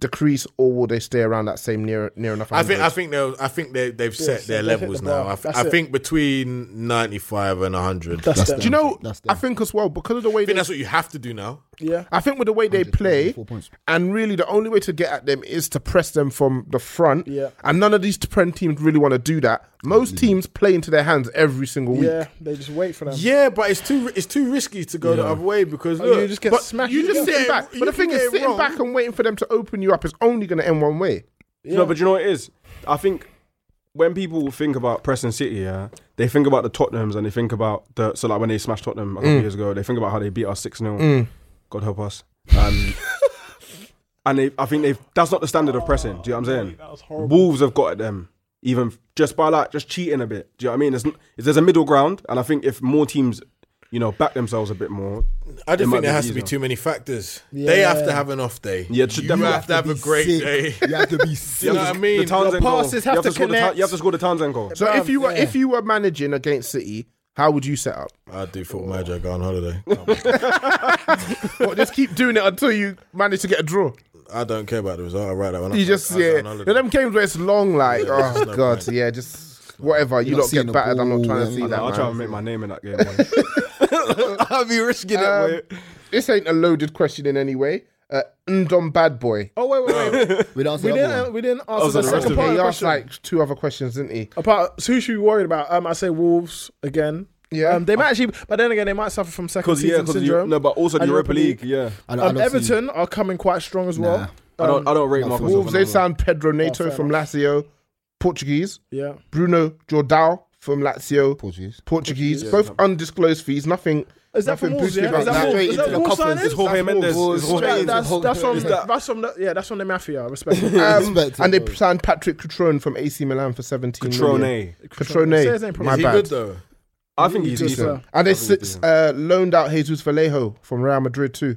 Speaker 2: decrease or will they stay around that same near near enough?
Speaker 4: I think
Speaker 2: 100?
Speaker 4: I think they I think they they've set
Speaker 5: set-
Speaker 4: their
Speaker 5: they've hit
Speaker 4: levels
Speaker 5: the
Speaker 4: now.
Speaker 5: bar.
Speaker 4: I, th-
Speaker 5: That's
Speaker 4: I
Speaker 5: it.
Speaker 4: think between ninety five and hundred. I
Speaker 5: That's
Speaker 3: That's
Speaker 5: them.
Speaker 2: Do you know?
Speaker 3: That's them.
Speaker 2: I think as well because of the way
Speaker 4: think
Speaker 2: they,
Speaker 4: that's what you have to do now.
Speaker 5: Yeah.
Speaker 2: I think with the way they play,
Speaker 3: Four points.
Speaker 2: and really the only way to get at them is to press them from the front.
Speaker 5: Yeah.
Speaker 2: And none of these prem teams really want to do that. Most teams play into their hands every single week.
Speaker 5: Yeah. They just wait for them.
Speaker 4: Yeah, but it's too it's too risky to go the other way because
Speaker 5: Oh, you
Speaker 4: look,
Speaker 5: just get
Speaker 4: but
Speaker 5: smashed.
Speaker 4: You
Speaker 2: You just
Speaker 4: can
Speaker 2: sitting
Speaker 4: get-
Speaker 2: back.
Speaker 4: you
Speaker 2: But the
Speaker 4: can
Speaker 2: thing
Speaker 4: get
Speaker 2: is,
Speaker 4: it
Speaker 2: sitting
Speaker 4: wrong.
Speaker 2: back and waiting for them to open you up is only going to end one way.
Speaker 7: No, but you know what it is? I think when people think about Preston City, yeah, they think about the Tottenhams and they think about the so like when they smashed Tottenham a couple years ago, they think about how they beat us six 0 God help us. Um, and they, I think they've that's not the standard of pressing. Do you know what I'm saying? That was horrible. Wolves have got at them. Even f- just by like just cheating a bit, do you know what I mean? There's, n- there's a middle ground, and I think if more teams, you know, back themselves a bit more,
Speaker 4: I
Speaker 7: It
Speaker 4: don't
Speaker 7: might
Speaker 4: think there
Speaker 7: be
Speaker 4: has to be
Speaker 7: easier.
Speaker 4: too many factors. They have to have an off day.
Speaker 7: Yeah, it should
Speaker 4: you
Speaker 7: definitely
Speaker 4: have to
Speaker 7: have
Speaker 4: have
Speaker 7: to
Speaker 4: a great
Speaker 3: Sick.
Speaker 4: day.
Speaker 3: You have to be sick.
Speaker 4: You know what I mean?
Speaker 7: the Townsend goal,
Speaker 5: passes have
Speaker 7: you have
Speaker 5: to
Speaker 7: to, score the
Speaker 5: connect.
Speaker 7: Town- you have to score the Townsend goal.
Speaker 2: So
Speaker 5: Bruv,
Speaker 2: if you were
Speaker 5: yeah.
Speaker 2: if you were managing against City, how would you set up?
Speaker 4: I do thought Magic go on holiday.
Speaker 2: Well, just keep doing it until you manage to get a draw.
Speaker 4: I don't care about the result. I write that one. up.
Speaker 2: You just
Speaker 4: I, I go
Speaker 2: yeah.
Speaker 4: on holiday.
Speaker 2: You know them games where it's long, like
Speaker 4: Yeah,
Speaker 2: oh
Speaker 4: there's no
Speaker 2: god,
Speaker 4: point.
Speaker 2: yeah, just whatever. You
Speaker 3: You're not
Speaker 2: lot
Speaker 3: seeing
Speaker 2: get
Speaker 3: the
Speaker 2: battered. I'm not
Speaker 3: ball,
Speaker 2: trying to
Speaker 3: man.
Speaker 2: see
Speaker 3: No,
Speaker 2: that.
Speaker 7: I'll
Speaker 2: man.
Speaker 7: try and make my name in that game. man.
Speaker 4: I'll be risking it.
Speaker 2: Um,
Speaker 4: mate.
Speaker 2: this ain't a loaded question in any way. Uh, Ndom bad boy.
Speaker 5: Oh wait, wait, wait.
Speaker 3: We don't
Speaker 5: we
Speaker 3: say
Speaker 5: didn't.
Speaker 3: that one.
Speaker 5: We didn't answer the,
Speaker 7: the rest
Speaker 5: second
Speaker 7: of
Speaker 5: part.
Speaker 2: Yeah,
Speaker 5: Of
Speaker 2: he
Speaker 5: the
Speaker 2: asked
Speaker 5: question.
Speaker 2: like two other questions, didn't he?
Speaker 5: About so who should we be worried about? Um, I say Wolves again.
Speaker 2: Yeah.
Speaker 5: Um, they might actually, but then again, they might suffer from second
Speaker 7: Because yeah,
Speaker 5: season
Speaker 7: because
Speaker 5: syndrome.
Speaker 7: no, but also the
Speaker 5: And
Speaker 7: Europa
Speaker 5: Europa
Speaker 7: League.
Speaker 5: League.
Speaker 7: Yeah,
Speaker 3: I don't- I
Speaker 5: um,
Speaker 3: don't see-
Speaker 5: Everton are coming quite strong as well.
Speaker 3: Nah.
Speaker 7: I don't. I don't rate
Speaker 3: no,
Speaker 7: Marcos.
Speaker 3: Wolves,
Speaker 2: Wolves. They
Speaker 7: Fernandes.
Speaker 2: sound Pedro
Speaker 5: Oh,
Speaker 2: Neto
Speaker 5: fair
Speaker 2: from
Speaker 5: enough.
Speaker 2: Lazio, Portuguese.
Speaker 5: Yeah.
Speaker 2: Bruno Jordao from Lazio,
Speaker 3: Portuguese.
Speaker 2: Portuguese. Both undisclosed fees. Nothing.
Speaker 5: Is that
Speaker 2: nothing
Speaker 5: from Wolves?
Speaker 2: boosted
Speaker 5: Yeah. Is
Speaker 2: about
Speaker 5: that
Speaker 2: that.
Speaker 5: Wolves?
Speaker 3: Straight
Speaker 5: Is
Speaker 3: into
Speaker 5: that
Speaker 3: the
Speaker 5: Wolves
Speaker 3: conference.
Speaker 5: signing?
Speaker 7: It's Jorge
Speaker 3: That's
Speaker 7: Mendes.
Speaker 3: Wolves.
Speaker 7: It's Jorge
Speaker 3: Straight-
Speaker 5: That-
Speaker 7: Mendes.
Speaker 5: That's that's from
Speaker 3: Is
Speaker 5: the-
Speaker 3: that-
Speaker 5: that's from the yeah that's from the mafia. Respect.
Speaker 2: Um,
Speaker 3: Respect to
Speaker 2: and they
Speaker 3: Wolves.
Speaker 2: signed Patrick Catrone from AC Milan for 17 million.
Speaker 7: Trone.
Speaker 2: Catrone.
Speaker 5: Say his name properly.
Speaker 2: My
Speaker 4: Is he
Speaker 2: bad.
Speaker 4: good though?
Speaker 7: I think he's
Speaker 5: He's
Speaker 7: decent.
Speaker 5: decent.
Speaker 2: And they s- uh, loaned out Jesus Vallejo from Real Madrid too.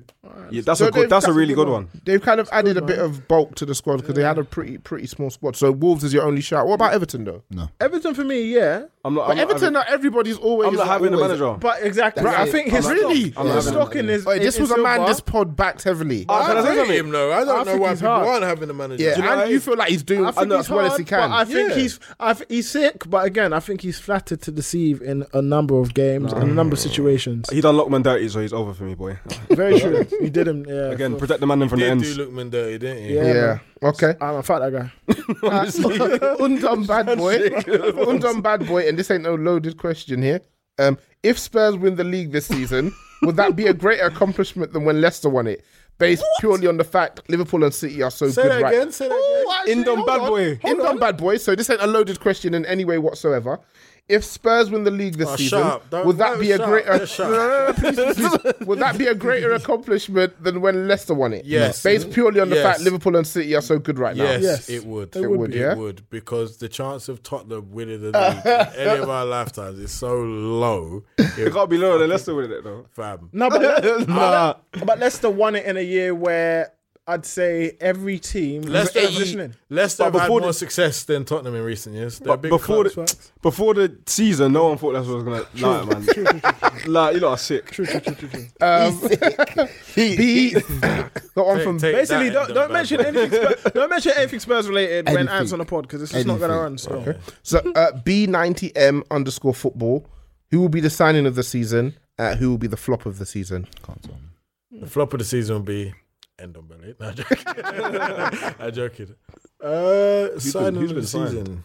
Speaker 7: Yeah, that's
Speaker 2: So
Speaker 7: a good.
Speaker 2: they've
Speaker 7: That's a
Speaker 2: got-
Speaker 7: really good one.
Speaker 2: They've kind of added a bit of bulk to the squad because they had a pretty pretty small squad. So Wolves is your only shout. What about Everton though?
Speaker 5: Everton for me, yeah.
Speaker 7: I'm not.
Speaker 2: But
Speaker 7: I'm not
Speaker 2: Everton,
Speaker 7: having-
Speaker 2: are everybody's always.
Speaker 7: I'm not having the
Speaker 3: always-
Speaker 7: manager.
Speaker 5: But exactly,
Speaker 3: That's
Speaker 5: I
Speaker 3: it.
Speaker 5: think his
Speaker 3: I'm
Speaker 2: Really?
Speaker 5: stock,
Speaker 7: I'm
Speaker 5: his
Speaker 7: having
Speaker 5: stock
Speaker 3: him.
Speaker 5: in his.
Speaker 2: Oi, this
Speaker 5: in
Speaker 2: was a man
Speaker 5: Silva.
Speaker 2: this pod backed heavily.
Speaker 7: Oh, can I say
Speaker 4: I
Speaker 7: something?
Speaker 4: hate him though. I
Speaker 5: I
Speaker 4: don't know
Speaker 5: think
Speaker 4: why
Speaker 5: he's
Speaker 4: people
Speaker 5: hard.
Speaker 4: aren't having the manager.
Speaker 2: yeah,
Speaker 4: Do you know-
Speaker 2: and you feel like he's doing
Speaker 5: I think
Speaker 2: as
Speaker 5: he's
Speaker 2: well
Speaker 5: hard,
Speaker 2: as he can.
Speaker 5: But I think
Speaker 4: Yeah.
Speaker 5: he's I th- he's sick, but again, I think he's flattered to deceive in a number of games and a number of situations.
Speaker 7: He done Lockman dirty, so he's over for me, boy.
Speaker 5: Very true. He did him. Yeah.
Speaker 7: Again, protect the man in from the
Speaker 4: Did
Speaker 7: ends.
Speaker 4: do Lookman dirty, didn't he?
Speaker 5: Yeah.
Speaker 2: yeah. Okay.
Speaker 5: I'm a fat that guy.
Speaker 2: Undone bad boy. Undone bad boy. And this ain't no loaded question here. Um, if Spurs win the league this season, would that be a greater accomplishment than when Leicester won it? Based purely on the fact Liverpool and City are so
Speaker 4: Say
Speaker 2: good
Speaker 4: that
Speaker 2: right
Speaker 4: again. Say that
Speaker 2: Oh,
Speaker 4: again.
Speaker 7: In done bad boy.
Speaker 2: in done bad boy. So this ain't a loaded question in any way whatsoever. If Spurs win the league this
Speaker 4: Oh, shut
Speaker 2: season,
Speaker 4: up. Don't-
Speaker 2: would that
Speaker 4: don't
Speaker 2: be a
Speaker 4: shut up.
Speaker 2: greater?
Speaker 4: Just shut
Speaker 2: No, no, no, no, please, please. would that be a greater accomplishment than when Leicester won it?
Speaker 4: Yes.
Speaker 2: Based purely on the
Speaker 4: Yes.
Speaker 2: fact Liverpool and City are so good right
Speaker 4: Yes,
Speaker 2: now.
Speaker 5: Yes.
Speaker 4: it would.
Speaker 5: It would
Speaker 2: would, be. yeah?
Speaker 4: It would because the chance of Tottenham winning the league in any of our lifetimes is so low.
Speaker 7: It
Speaker 4: It
Speaker 7: can't be lower than Leicester with it though.
Speaker 4: fam.
Speaker 5: No, but nah. but Leicester won it in a year where I'd say every team
Speaker 4: Leicester,
Speaker 5: was transitioning.
Speaker 4: Leicester have
Speaker 7: But
Speaker 4: had
Speaker 7: before
Speaker 4: more
Speaker 7: the-
Speaker 4: success than Tottenham in recent years. They're
Speaker 7: But
Speaker 4: big
Speaker 7: before
Speaker 4: clubs.
Speaker 7: the before the season, no one thought Leicester was gonna lie, man. Like you lot are sick.
Speaker 2: B got one from
Speaker 4: Take
Speaker 5: Basically,
Speaker 4: that
Speaker 5: don't,
Speaker 4: and
Speaker 5: don't
Speaker 4: the
Speaker 5: mention
Speaker 4: bad
Speaker 5: anything. Spurs, don't mention anything Spurs related when
Speaker 3: Anything.
Speaker 5: Ant's on the pod because it's just not going to
Speaker 3: Anything.
Speaker 5: run. So
Speaker 2: so uh, B90M underscore football. Who will be the signing of the season? Uh, who will be the flop of the season?
Speaker 3: Can't tell.
Speaker 4: boy. The flop of the season will be end on belly. No, I'm joking. I'm joking. Uh, signing
Speaker 7: who's
Speaker 4: of
Speaker 7: been
Speaker 4: the
Speaker 7: signed?
Speaker 4: season.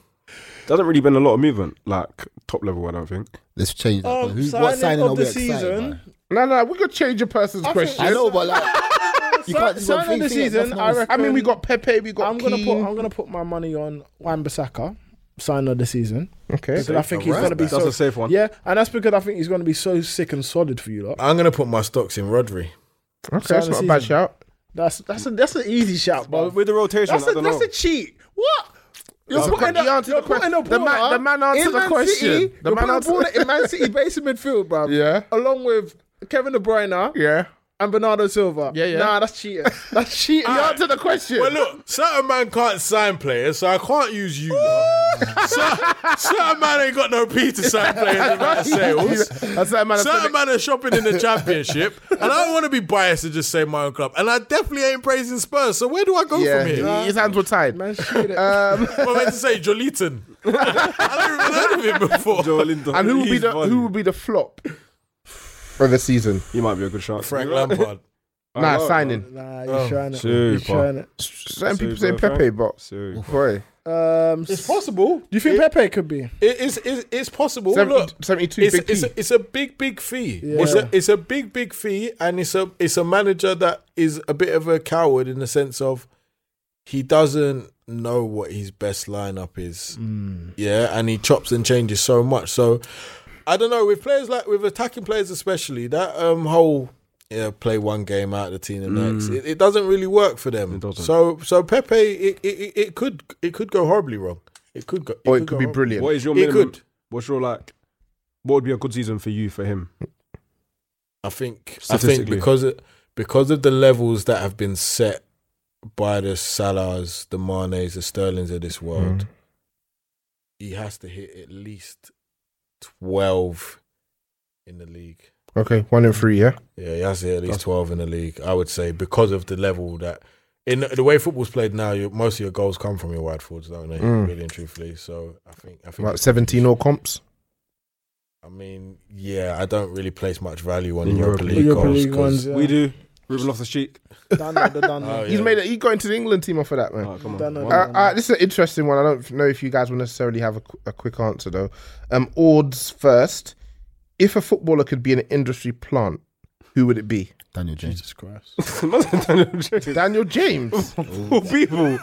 Speaker 7: There hasn't really been a lot of movement, like top level. I don't think.
Speaker 3: Let's change that.
Speaker 5: Um,
Speaker 3: Who- what
Speaker 5: signing
Speaker 3: signing
Speaker 5: of
Speaker 3: are we
Speaker 5: the
Speaker 3: excited
Speaker 5: season.
Speaker 3: by?
Speaker 2: No, no, we could change a person's
Speaker 5: I think-
Speaker 2: question.
Speaker 3: I know, but like, you can't just go
Speaker 5: Signing of the
Speaker 3: three things,
Speaker 5: season,
Speaker 3: that's
Speaker 5: I
Speaker 3: not-
Speaker 5: reckon.
Speaker 2: I mean, we got Pepe, we got.
Speaker 5: I'm gonna put.
Speaker 2: Keane.
Speaker 5: I'm gonna put my money on Wan Bissaka, sign of the season.
Speaker 2: okay.
Speaker 5: Because I think he's
Speaker 4: Right
Speaker 5: gonna be
Speaker 4: back.
Speaker 5: so,
Speaker 7: That's a safe one.
Speaker 5: Yeah, and that's because I think he's gonna be so sick and solid for you lot.
Speaker 4: I'm gonna put my stocks in Rodri.
Speaker 2: Okay, that's not a bad shout.
Speaker 5: That's that's a, that's an easy shout, bro.
Speaker 7: With the rotation,
Speaker 5: That's
Speaker 7: I
Speaker 5: a,
Speaker 7: don't
Speaker 5: that's
Speaker 7: know.
Speaker 5: a cheat. What? You're
Speaker 2: He
Speaker 5: putting a-
Speaker 2: answered
Speaker 5: you're
Speaker 2: the que-
Speaker 5: putting a
Speaker 2: the man-
Speaker 5: baller
Speaker 2: the man answered
Speaker 5: in
Speaker 2: the
Speaker 5: Man
Speaker 2: question.
Speaker 5: City,
Speaker 2: The man
Speaker 5: you're putting a
Speaker 2: answered-
Speaker 5: baller in Man City base midfield, bro.
Speaker 2: Yeah.
Speaker 5: Along with Kevin De Bruyne
Speaker 2: Yeah.
Speaker 5: and Bernardo Silva.
Speaker 2: Yeah, yeah.
Speaker 5: Nah, that's cheating. That's cheating.
Speaker 2: He answered the question.
Speaker 4: But look, certain man can't sign players, so I can't use you. lot. Cer- certain man ain't got no P to sign players in my sales.
Speaker 2: That's that man.
Speaker 4: Certain man are shopping in the championship, and I don't want to be biased and just say my own club. And I definitely ain't praising Spurs, so where do I go
Speaker 2: Yeah,
Speaker 4: from here?
Speaker 2: he- his hands were tied. Um,
Speaker 5: Man, cheating.
Speaker 4: What am I meant to say Jolinton. I never even heard of him before.
Speaker 7: Joelinton.
Speaker 2: And who will be
Speaker 7: He's
Speaker 2: the
Speaker 7: funny.
Speaker 2: who will be the flop for the season?
Speaker 7: He might be a good shot.
Speaker 4: Frank Lampard.
Speaker 2: Nah,
Speaker 7: love it,
Speaker 2: signing.
Speaker 5: nah,
Speaker 4: Oh,
Speaker 5: you're trying it. You're
Speaker 7: Super.
Speaker 5: trying it.
Speaker 2: Certain people say
Speaker 7: Super,
Speaker 2: Pepe, but
Speaker 7: Super.
Speaker 2: boy,
Speaker 5: Um,
Speaker 4: It's possible.
Speaker 5: do you think Pepe could be?
Speaker 4: It- it's, it's, it's possible.
Speaker 2: 70
Speaker 4: Look,
Speaker 2: 72
Speaker 4: it's,
Speaker 2: big
Speaker 4: it's,
Speaker 2: fee.
Speaker 4: a, it's a big, big fee. It's, a, it's a big, big fee, and it's a it's a manager that is a bit of a coward in the sense of he doesn't know what his best lineup is.
Speaker 2: Mm.
Speaker 4: Yeah, and he chops and changes so much. So I don't know with players like with attacking players especially that um whole yeah play one game out of the team the next
Speaker 2: Mm.
Speaker 4: it, it doesn't really work for them.
Speaker 7: doesn't.
Speaker 4: So so Pepe it, it it- it could it could go horribly wrong. It could go
Speaker 2: or it could
Speaker 4: go
Speaker 2: be
Speaker 4: horribly-
Speaker 2: brilliant.
Speaker 7: What is your
Speaker 4: He
Speaker 7: minimum?
Speaker 4: could.
Speaker 7: What's your like? What would be a good season for you for him?
Speaker 4: I think I think
Speaker 7: Statistically.
Speaker 4: because of, because of the levels that have been set by the Salahs, the Manes, the Sterlings of this world, he has to hit at least twelve in the league.
Speaker 2: Okay, one in three, yeah.
Speaker 4: Yeah, he has to hit at least twelve in the league. I would say because of the level that in the, the way football's played now, you, most of your goals come from your wide forwards, don't they? Really and truthfully, so I think I think
Speaker 2: About 17 all comps.
Speaker 4: I mean, yeah, I don't really place much value on
Speaker 7: In
Speaker 4: Europa
Speaker 7: Europa
Speaker 4: League
Speaker 5: Europa
Speaker 4: goals.
Speaker 5: League
Speaker 4: 'cause-
Speaker 5: ones, yeah.
Speaker 7: We do. Ruben off the cheek.
Speaker 5: Dunno, the dunno.
Speaker 4: Oh,
Speaker 2: He's
Speaker 4: yeah.
Speaker 2: made it. He got into the England team off of that, man.
Speaker 7: Oh, come on.
Speaker 5: Dunno,
Speaker 7: Wow.
Speaker 2: Uh,
Speaker 5: dunno.
Speaker 2: uh, this is an interesting one. I don't know if you guys will necessarily have a, qu- a quick answer though. Um, Ords first. If a footballer could be an industry plant, who would it be?
Speaker 3: Daniel James.
Speaker 5: Jesus Christ.
Speaker 2: Daniel James.
Speaker 7: people.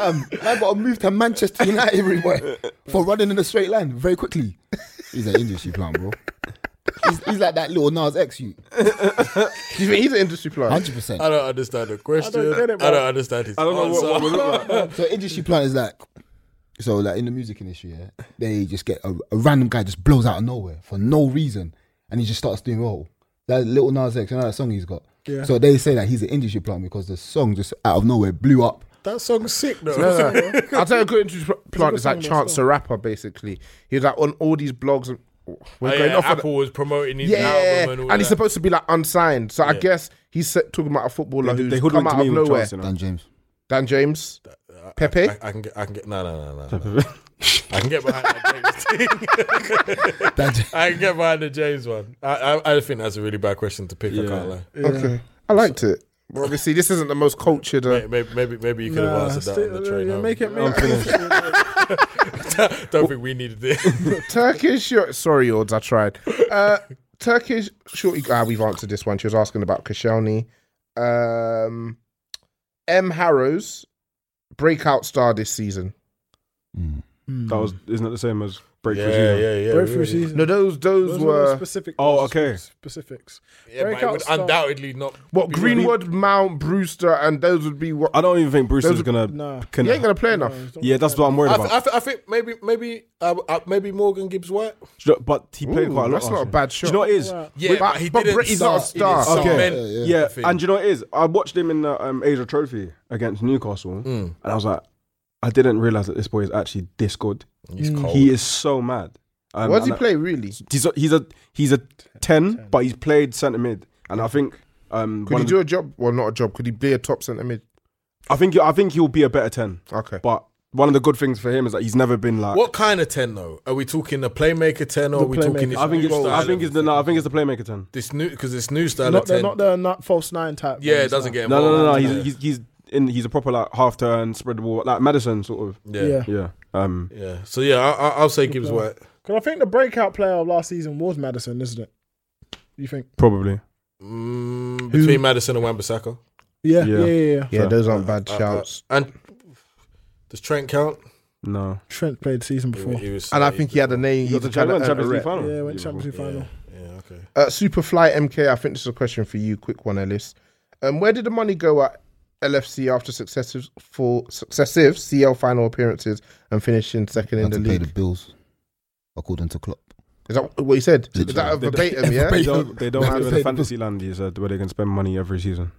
Speaker 3: um, I got moved to Manchester United everywhere for running in a straight line very quickly. He's an industry plant, bro. He's, he's like that little Nas X you.
Speaker 2: Do you think he's an industry plant?
Speaker 3: Hundred percent.
Speaker 4: I don't understand the question. I don't,
Speaker 5: get it, bro.
Speaker 4: understand his
Speaker 7: I don't know
Speaker 4: answer.
Speaker 7: what, what we look like.
Speaker 3: So industry plant is like, so like in the music industry, yeah, they just get a, a random guy just blows out of nowhere for no reason, and he just starts doing well. That little Nas X, you know that song he's got.
Speaker 5: Yeah.
Speaker 3: So they say that he's an industry plant because the song just out of nowhere blew up.
Speaker 4: That song's sick though.
Speaker 2: No, no. I'll tell you a good industry pl- plant is like
Speaker 5: song,
Speaker 2: Chance the Rapper, basically. He's like on all these blogs and we're
Speaker 4: Oh,
Speaker 2: going
Speaker 4: yeah,
Speaker 2: off on
Speaker 4: Apple was promoting his
Speaker 2: Yeah,
Speaker 4: album and
Speaker 2: and,
Speaker 4: all
Speaker 2: he's
Speaker 4: that.
Speaker 2: supposed to be like unsigned. So I guess he's set- talking about a footballer
Speaker 7: They
Speaker 2: who's come
Speaker 7: hoodwinked
Speaker 2: out
Speaker 7: me
Speaker 2: of
Speaker 7: with
Speaker 2: nowhere.
Speaker 7: Chance, you know.
Speaker 3: Dan James.
Speaker 2: Dan James, Pepe.
Speaker 4: I, I can get, I can get, no, no, no, no, no. I can get behind that James thing.
Speaker 3: Dan James.
Speaker 4: I can get behind the James one. I, I, I think that's a really bad question to pick. I can't lie.
Speaker 2: Okay, I liked it. But obviously, this isn't the most cultured. Uh,
Speaker 4: May- Maybe, maybe, maybe you could
Speaker 5: Nah,
Speaker 4: have answered that
Speaker 5: still-
Speaker 4: on the train.
Speaker 5: yeah,
Speaker 4: home.
Speaker 5: Make it,
Speaker 7: I'm
Speaker 5: make it.
Speaker 7: finished.
Speaker 4: don't think we needed it.
Speaker 2: Turkish short. Sorry, odds. I tried. Uh, Turkish shorty. Ah, we've answered this one. She was asking about Kashani. Um, M Harrows, breakout star this season.
Speaker 7: That was isn't that the same as break for
Speaker 4: yeah,
Speaker 7: season?
Speaker 4: yeah, yeah.
Speaker 5: Breakthrough
Speaker 4: really.
Speaker 5: season.
Speaker 2: No, those those,
Speaker 5: Those were the
Speaker 2: were
Speaker 5: specific.
Speaker 7: Oh,
Speaker 5: those
Speaker 7: okay.
Speaker 5: sp- Specifics.
Speaker 4: Yeah, but it
Speaker 5: Breakout
Speaker 4: would
Speaker 5: star.
Speaker 4: undoubtedly not.
Speaker 2: what
Speaker 4: be-
Speaker 2: Greenwood, Mount, Brewster, and those would be what.
Speaker 7: I don't even think Bruce
Speaker 2: Those
Speaker 7: is
Speaker 2: are-
Speaker 7: gonna.
Speaker 5: Nah.
Speaker 7: can-
Speaker 2: He ain't gonna play enough.
Speaker 7: yeah, that's what I'm worried
Speaker 4: I,
Speaker 7: about.
Speaker 4: th- I, th- I think maybe, maybe, uh, uh, maybe Morgan Gibbs White.
Speaker 7: Do you know- but he played
Speaker 2: Ooh,
Speaker 7: quite a lot.
Speaker 2: that's not
Speaker 7: last
Speaker 2: a
Speaker 7: year.
Speaker 2: bad
Speaker 7: Do
Speaker 2: shot.
Speaker 7: you know what it is?
Speaker 4: Yeah,
Speaker 2: but-
Speaker 4: but, he
Speaker 2: but
Speaker 4: didn't.
Speaker 2: Brit- he's not a
Speaker 4: start. He
Speaker 2: star.
Speaker 4: didn't
Speaker 7: Okay.
Speaker 4: cement
Speaker 7: Yeah,
Speaker 4: the thing.
Speaker 7: and do you know what it is? I watched him in the um, Asia Trophy against
Speaker 2: Mm.
Speaker 7: Newcastle,
Speaker 4: Mm,
Speaker 7: and I was like, I didn't realize that this boy is actually this good.
Speaker 4: He's Mm. cold.
Speaker 7: Mm, He is so mad. Um,
Speaker 2: What does he
Speaker 7: and I-
Speaker 2: play really?
Speaker 7: He's a, he's a he's a ten, but he's played centre mid, and I think um,
Speaker 2: Could
Speaker 7: one
Speaker 2: he
Speaker 7: of
Speaker 2: do a job? Well, not a job. Could he be a top centre mid?
Speaker 7: the- I think I think he'll be a better ten.
Speaker 2: Okay.
Speaker 7: But one of the good things for him is that he's never been like.
Speaker 4: What kind of ten though? Are we talking the playmaker ten or are we talking
Speaker 5: playmaker.
Speaker 4: this
Speaker 7: I think
Speaker 4: new
Speaker 7: it's
Speaker 4: style
Speaker 7: I think
Speaker 4: of-
Speaker 7: it's the no, I think it's the playmaker ten.
Speaker 4: this new because this new style
Speaker 5: Not
Speaker 4: of
Speaker 5: the,
Speaker 4: ten?
Speaker 5: not the not false nine type.
Speaker 4: yeah, it
Speaker 5: ones,
Speaker 4: doesn't get
Speaker 7: No,
Speaker 4: involved.
Speaker 7: no, no, no.
Speaker 4: Yeah.
Speaker 7: He's he's he's in. He's a proper like half turn, spread the ball, like Madison sort of.
Speaker 4: yeah.
Speaker 5: Yeah.
Speaker 7: Yeah. Um,
Speaker 4: Yeah. So yeah, I, I- I'll say Gibbs White.
Speaker 5: Because I think the breakout player of last season was Madison, isn't it? You think?
Speaker 7: probably.
Speaker 4: Mm, between Madison and Wan-Bissaka.
Speaker 5: Yeah,
Speaker 7: Yeah.
Speaker 5: yeah, yeah. yeah.
Speaker 7: Yeah,
Speaker 2: those aren't bad
Speaker 4: Uh, uh, and does Trent count?
Speaker 7: No.
Speaker 5: Trent played the season
Speaker 4: He-
Speaker 5: before.
Speaker 4: he was-
Speaker 2: and I think he had a uh, name.
Speaker 7: He
Speaker 2: He
Speaker 7: got the
Speaker 2: just had to
Speaker 7: Champions,
Speaker 2: earn a
Speaker 7: Champions League
Speaker 2: rep.
Speaker 7: final.
Speaker 5: Yeah, went Champions League final.
Speaker 4: Yeah, yeah, okay.
Speaker 2: Uh, Superfly MK, I think this is a question for you. Quick one, Ellis. Um, where did the money go at LFC after successive for successive CL final appearances and finishing second in
Speaker 3: had
Speaker 2: the
Speaker 3: to pay the
Speaker 2: league?
Speaker 3: bills, according to Klopp.
Speaker 2: Is that what you said? Is
Speaker 3: Literally.
Speaker 2: that a verbatim?
Speaker 3: They-
Speaker 2: Yeah.
Speaker 7: They
Speaker 3: They
Speaker 7: don't. They don't
Speaker 3: don't
Speaker 7: live in a
Speaker 3: pay the
Speaker 7: fantasy land. You said where they can spend money every season.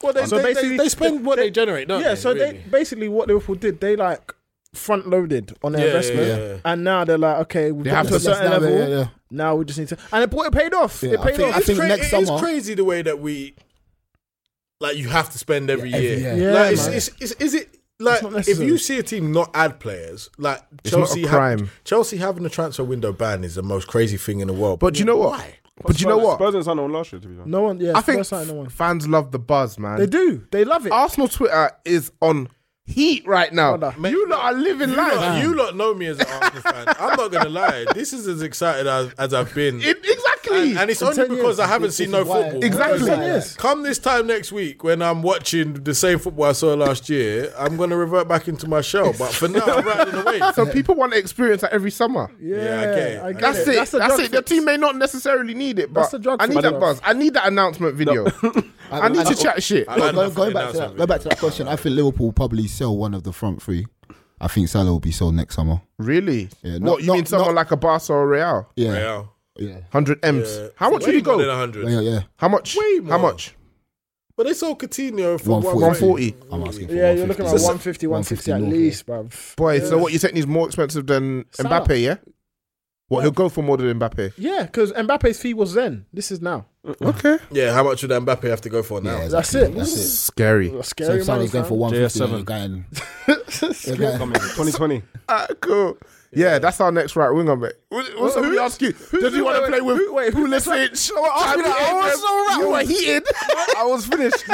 Speaker 5: Well, they,
Speaker 4: So
Speaker 5: they,
Speaker 4: basically,
Speaker 5: they,
Speaker 4: they spend what they generate, don't
Speaker 5: yeah,
Speaker 4: they,
Speaker 5: so
Speaker 4: really?
Speaker 5: they basically what Liverpool did, they like front loaded on their
Speaker 4: Yeah,
Speaker 5: investment,
Speaker 4: yeah, yeah.
Speaker 5: and now they're like, okay, we've
Speaker 2: They
Speaker 5: got
Speaker 2: have
Speaker 5: to a
Speaker 2: to-
Speaker 5: certain
Speaker 3: Yes, now,
Speaker 5: level.
Speaker 3: yeah, yeah.
Speaker 5: Now we just need to, and it, it paid off.
Speaker 3: Yeah,
Speaker 5: it
Speaker 3: I
Speaker 5: paid
Speaker 3: think-
Speaker 5: off.
Speaker 3: I think
Speaker 4: cra-
Speaker 3: next
Speaker 4: it is
Speaker 3: summer-
Speaker 4: crazy the way that we like you have to spend every
Speaker 3: every
Speaker 4: year.
Speaker 3: year.
Speaker 5: Yeah,
Speaker 4: like, it's,
Speaker 5: man.
Speaker 4: it's, it's, is it like
Speaker 5: not
Speaker 4: if
Speaker 5: necessary.
Speaker 4: you see a team not add players, like
Speaker 2: not a
Speaker 4: Chelsea,
Speaker 2: crime.
Speaker 4: Chelsea having a transfer window ban is the most crazy thing in the world.
Speaker 2: But do you know what? But do you know what?
Speaker 7: Spurs and Sunderland last year. To be honest.
Speaker 5: no one, yeah,
Speaker 2: I think
Speaker 5: Spurs signed no one.
Speaker 2: fans love the buzz, man.
Speaker 5: They do. They love it.
Speaker 2: Arsenal Twitter is on heat right now.
Speaker 5: Brother.
Speaker 2: you lot are living
Speaker 4: You
Speaker 2: life.
Speaker 4: lot, you lot know me as an Arsenal fan. I'm not gonna lie. This is as excited as, as I've been.
Speaker 2: It- exactly.
Speaker 4: And, and it's
Speaker 5: In
Speaker 4: only
Speaker 5: 10
Speaker 4: because
Speaker 5: years,
Speaker 4: I haven't
Speaker 3: this
Speaker 4: seen
Speaker 3: is
Speaker 4: no
Speaker 3: why-
Speaker 4: football.
Speaker 2: Exactly.
Speaker 4: Because
Speaker 5: 10 years.
Speaker 4: Come this time next week when I'm watching the same football I saw last year, I'm gonna revert back into my shell. But for now, I'm riding the wave.
Speaker 2: so people want to experience that every summer.
Speaker 4: Yeah, I get it.
Speaker 5: I get
Speaker 2: That's it. That's,
Speaker 5: the drug
Speaker 2: it. Your
Speaker 5: fix.
Speaker 2: team may not necessarily need it, but
Speaker 5: That's the drug
Speaker 2: I need
Speaker 5: fix.
Speaker 2: that buzz. I need that announcement video. I need to chat shit.
Speaker 4: I-
Speaker 3: Look,
Speaker 4: had
Speaker 3: going,
Speaker 4: enough
Speaker 3: going
Speaker 4: of
Speaker 3: back to that,
Speaker 4: announcement
Speaker 3: go back to that question. I think Liverpool will probably sell one of the front three. I think Salah will be sold next summer.
Speaker 2: Really?
Speaker 3: Yeah,
Speaker 2: what
Speaker 3: not-
Speaker 2: you
Speaker 3: not-
Speaker 2: mean? Someone
Speaker 3: not-
Speaker 2: like a Barca or Real?
Speaker 3: Yeah, yeah,
Speaker 4: Yeah.
Speaker 3: yeah,
Speaker 2: Hundred m's.
Speaker 4: Yeah.
Speaker 2: How much
Speaker 4: Way
Speaker 2: did he
Speaker 4: more than
Speaker 2: go?
Speaker 4: 100.
Speaker 3: yeah. yeah.
Speaker 2: How much?
Speaker 4: Way more.
Speaker 2: How much?
Speaker 4: But they sold Coutinho for
Speaker 3: 140.
Speaker 4: 140.
Speaker 3: I'm asking for
Speaker 5: Yeah, you're looking at
Speaker 3: 150.
Speaker 5: 150, 160 at
Speaker 3: 150
Speaker 5: least, bruv.
Speaker 2: Boy, so what you're saying is more expensive than
Speaker 5: Salah.
Speaker 2: Mbappe? Yeah. What he'll go for more than Mbappe?
Speaker 5: Yeah, because Mbappe's fee was then. This is now.
Speaker 2: Okay.
Speaker 4: Yeah, how much would Mbappe have to go for now?
Speaker 3: Yeah, exactly.
Speaker 5: That's it.
Speaker 3: That's it.
Speaker 2: Scary.
Speaker 5: That's
Speaker 3: So
Speaker 5: Scary
Speaker 3: if Salah's going
Speaker 5: money,
Speaker 3: for
Speaker 5: fam.
Speaker 3: one fifty,
Speaker 7: JS7.
Speaker 3: you're going. you're
Speaker 7: Coming
Speaker 3: going-
Speaker 7: 2020.
Speaker 2: Ah, cool. Yeah, that's our next right winger, mate. What, what's
Speaker 5: Who-
Speaker 2: who, we ask you? Does he
Speaker 5: who-
Speaker 2: want to
Speaker 5: wait,
Speaker 2: play
Speaker 5: wait,
Speaker 2: with
Speaker 5: who- wait, who-
Speaker 2: Pulisic?
Speaker 5: ask me that. I was so
Speaker 2: You were
Speaker 5: rattled.
Speaker 2: heated. I was finished.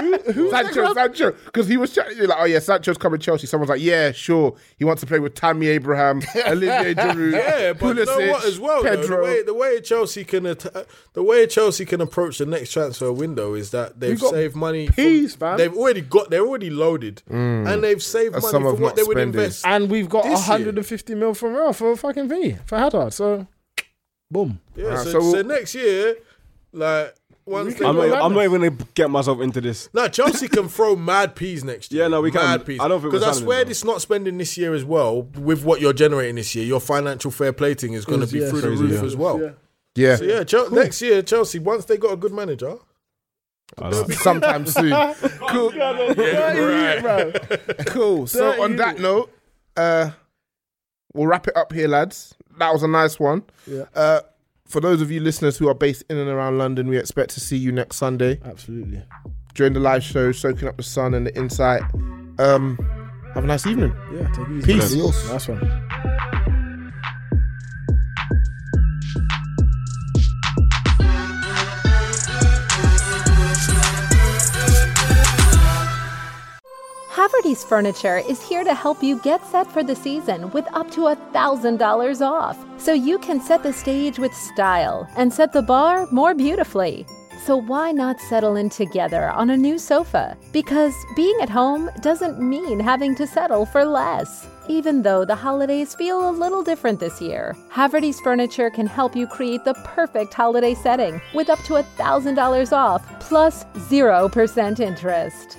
Speaker 2: Sancho, Sancho, because he was chatting you're like, oh yeah, Sancho's coming to Chelsea. Someone's like, yeah, sure. He wants to play with Tammy Abraham, Olivier Giroud,
Speaker 4: Yeah, but you
Speaker 2: Pulisic,
Speaker 4: know what? As well, though,
Speaker 2: Pedro.
Speaker 4: the way the way Chelsea can atta- the way Chelsea can approach the next transfer window is that they've
Speaker 5: got
Speaker 4: saved money.
Speaker 5: peas,
Speaker 4: from,
Speaker 5: man.
Speaker 4: They've already got. They're already loaded, and they've saved
Speaker 2: That's
Speaker 4: money
Speaker 2: some
Speaker 4: for
Speaker 2: of
Speaker 4: what
Speaker 2: not
Speaker 4: they would
Speaker 2: spending.
Speaker 4: invest.
Speaker 5: And we've got
Speaker 4: This year.
Speaker 5: 150 mil from Real for fucking fee for Haddad. So, boom.
Speaker 4: yeah,
Speaker 2: Alright,
Speaker 4: so,
Speaker 2: so
Speaker 4: so,
Speaker 2: we'll-
Speaker 4: next year, like once they
Speaker 7: I'm not,
Speaker 4: go-
Speaker 7: I'm not even gonna get myself into this.
Speaker 4: No, Chelsea can throw mad peas next year.
Speaker 7: Yeah, no, we can.
Speaker 4: Mad peas.
Speaker 7: I don't think we're
Speaker 4: because I
Speaker 7: signing
Speaker 4: swear
Speaker 7: them.
Speaker 4: this not spending this year as well with what you're generating this year. Your financial fair plating is going to
Speaker 5: Is,
Speaker 4: be
Speaker 5: yeah.
Speaker 4: through the
Speaker 7: Crazy,
Speaker 4: roof
Speaker 7: yeah.
Speaker 4: as well.
Speaker 5: Yeah.
Speaker 2: yeah,
Speaker 4: So yeah, Chel- next year Chelsea once they got a good manager.
Speaker 7: I don't know.
Speaker 2: sometime soon. cool.
Speaker 5: Yeah, bro.
Speaker 2: Cool. So
Speaker 5: Dirty
Speaker 2: on that
Speaker 5: unit.
Speaker 2: note, uh, we'll wrap it up here, lads. That was a nice one.
Speaker 5: Yeah.
Speaker 2: Uh, for those of you listeners who are based in and around London, we expect to see you next Sunday
Speaker 5: Absolutely.
Speaker 2: during the live show, soaking up the sun and the insight. Um, have a nice evening.
Speaker 5: Yeah, take it easy.
Speaker 2: Peace.
Speaker 3: Adios.
Speaker 5: Nice one.
Speaker 8: Haverty's Furniture is here to help you get set for the season with up to $1,000 off. So you can set the stage with style and set the bar more beautifully. So why not settle in together on a new sofa? Because being at home doesn't mean having to settle for less. Even though the holidays feel a little different this year, Haverty's Furniture can help you create the perfect holiday setting with up to $1,000 off plus 0% interest.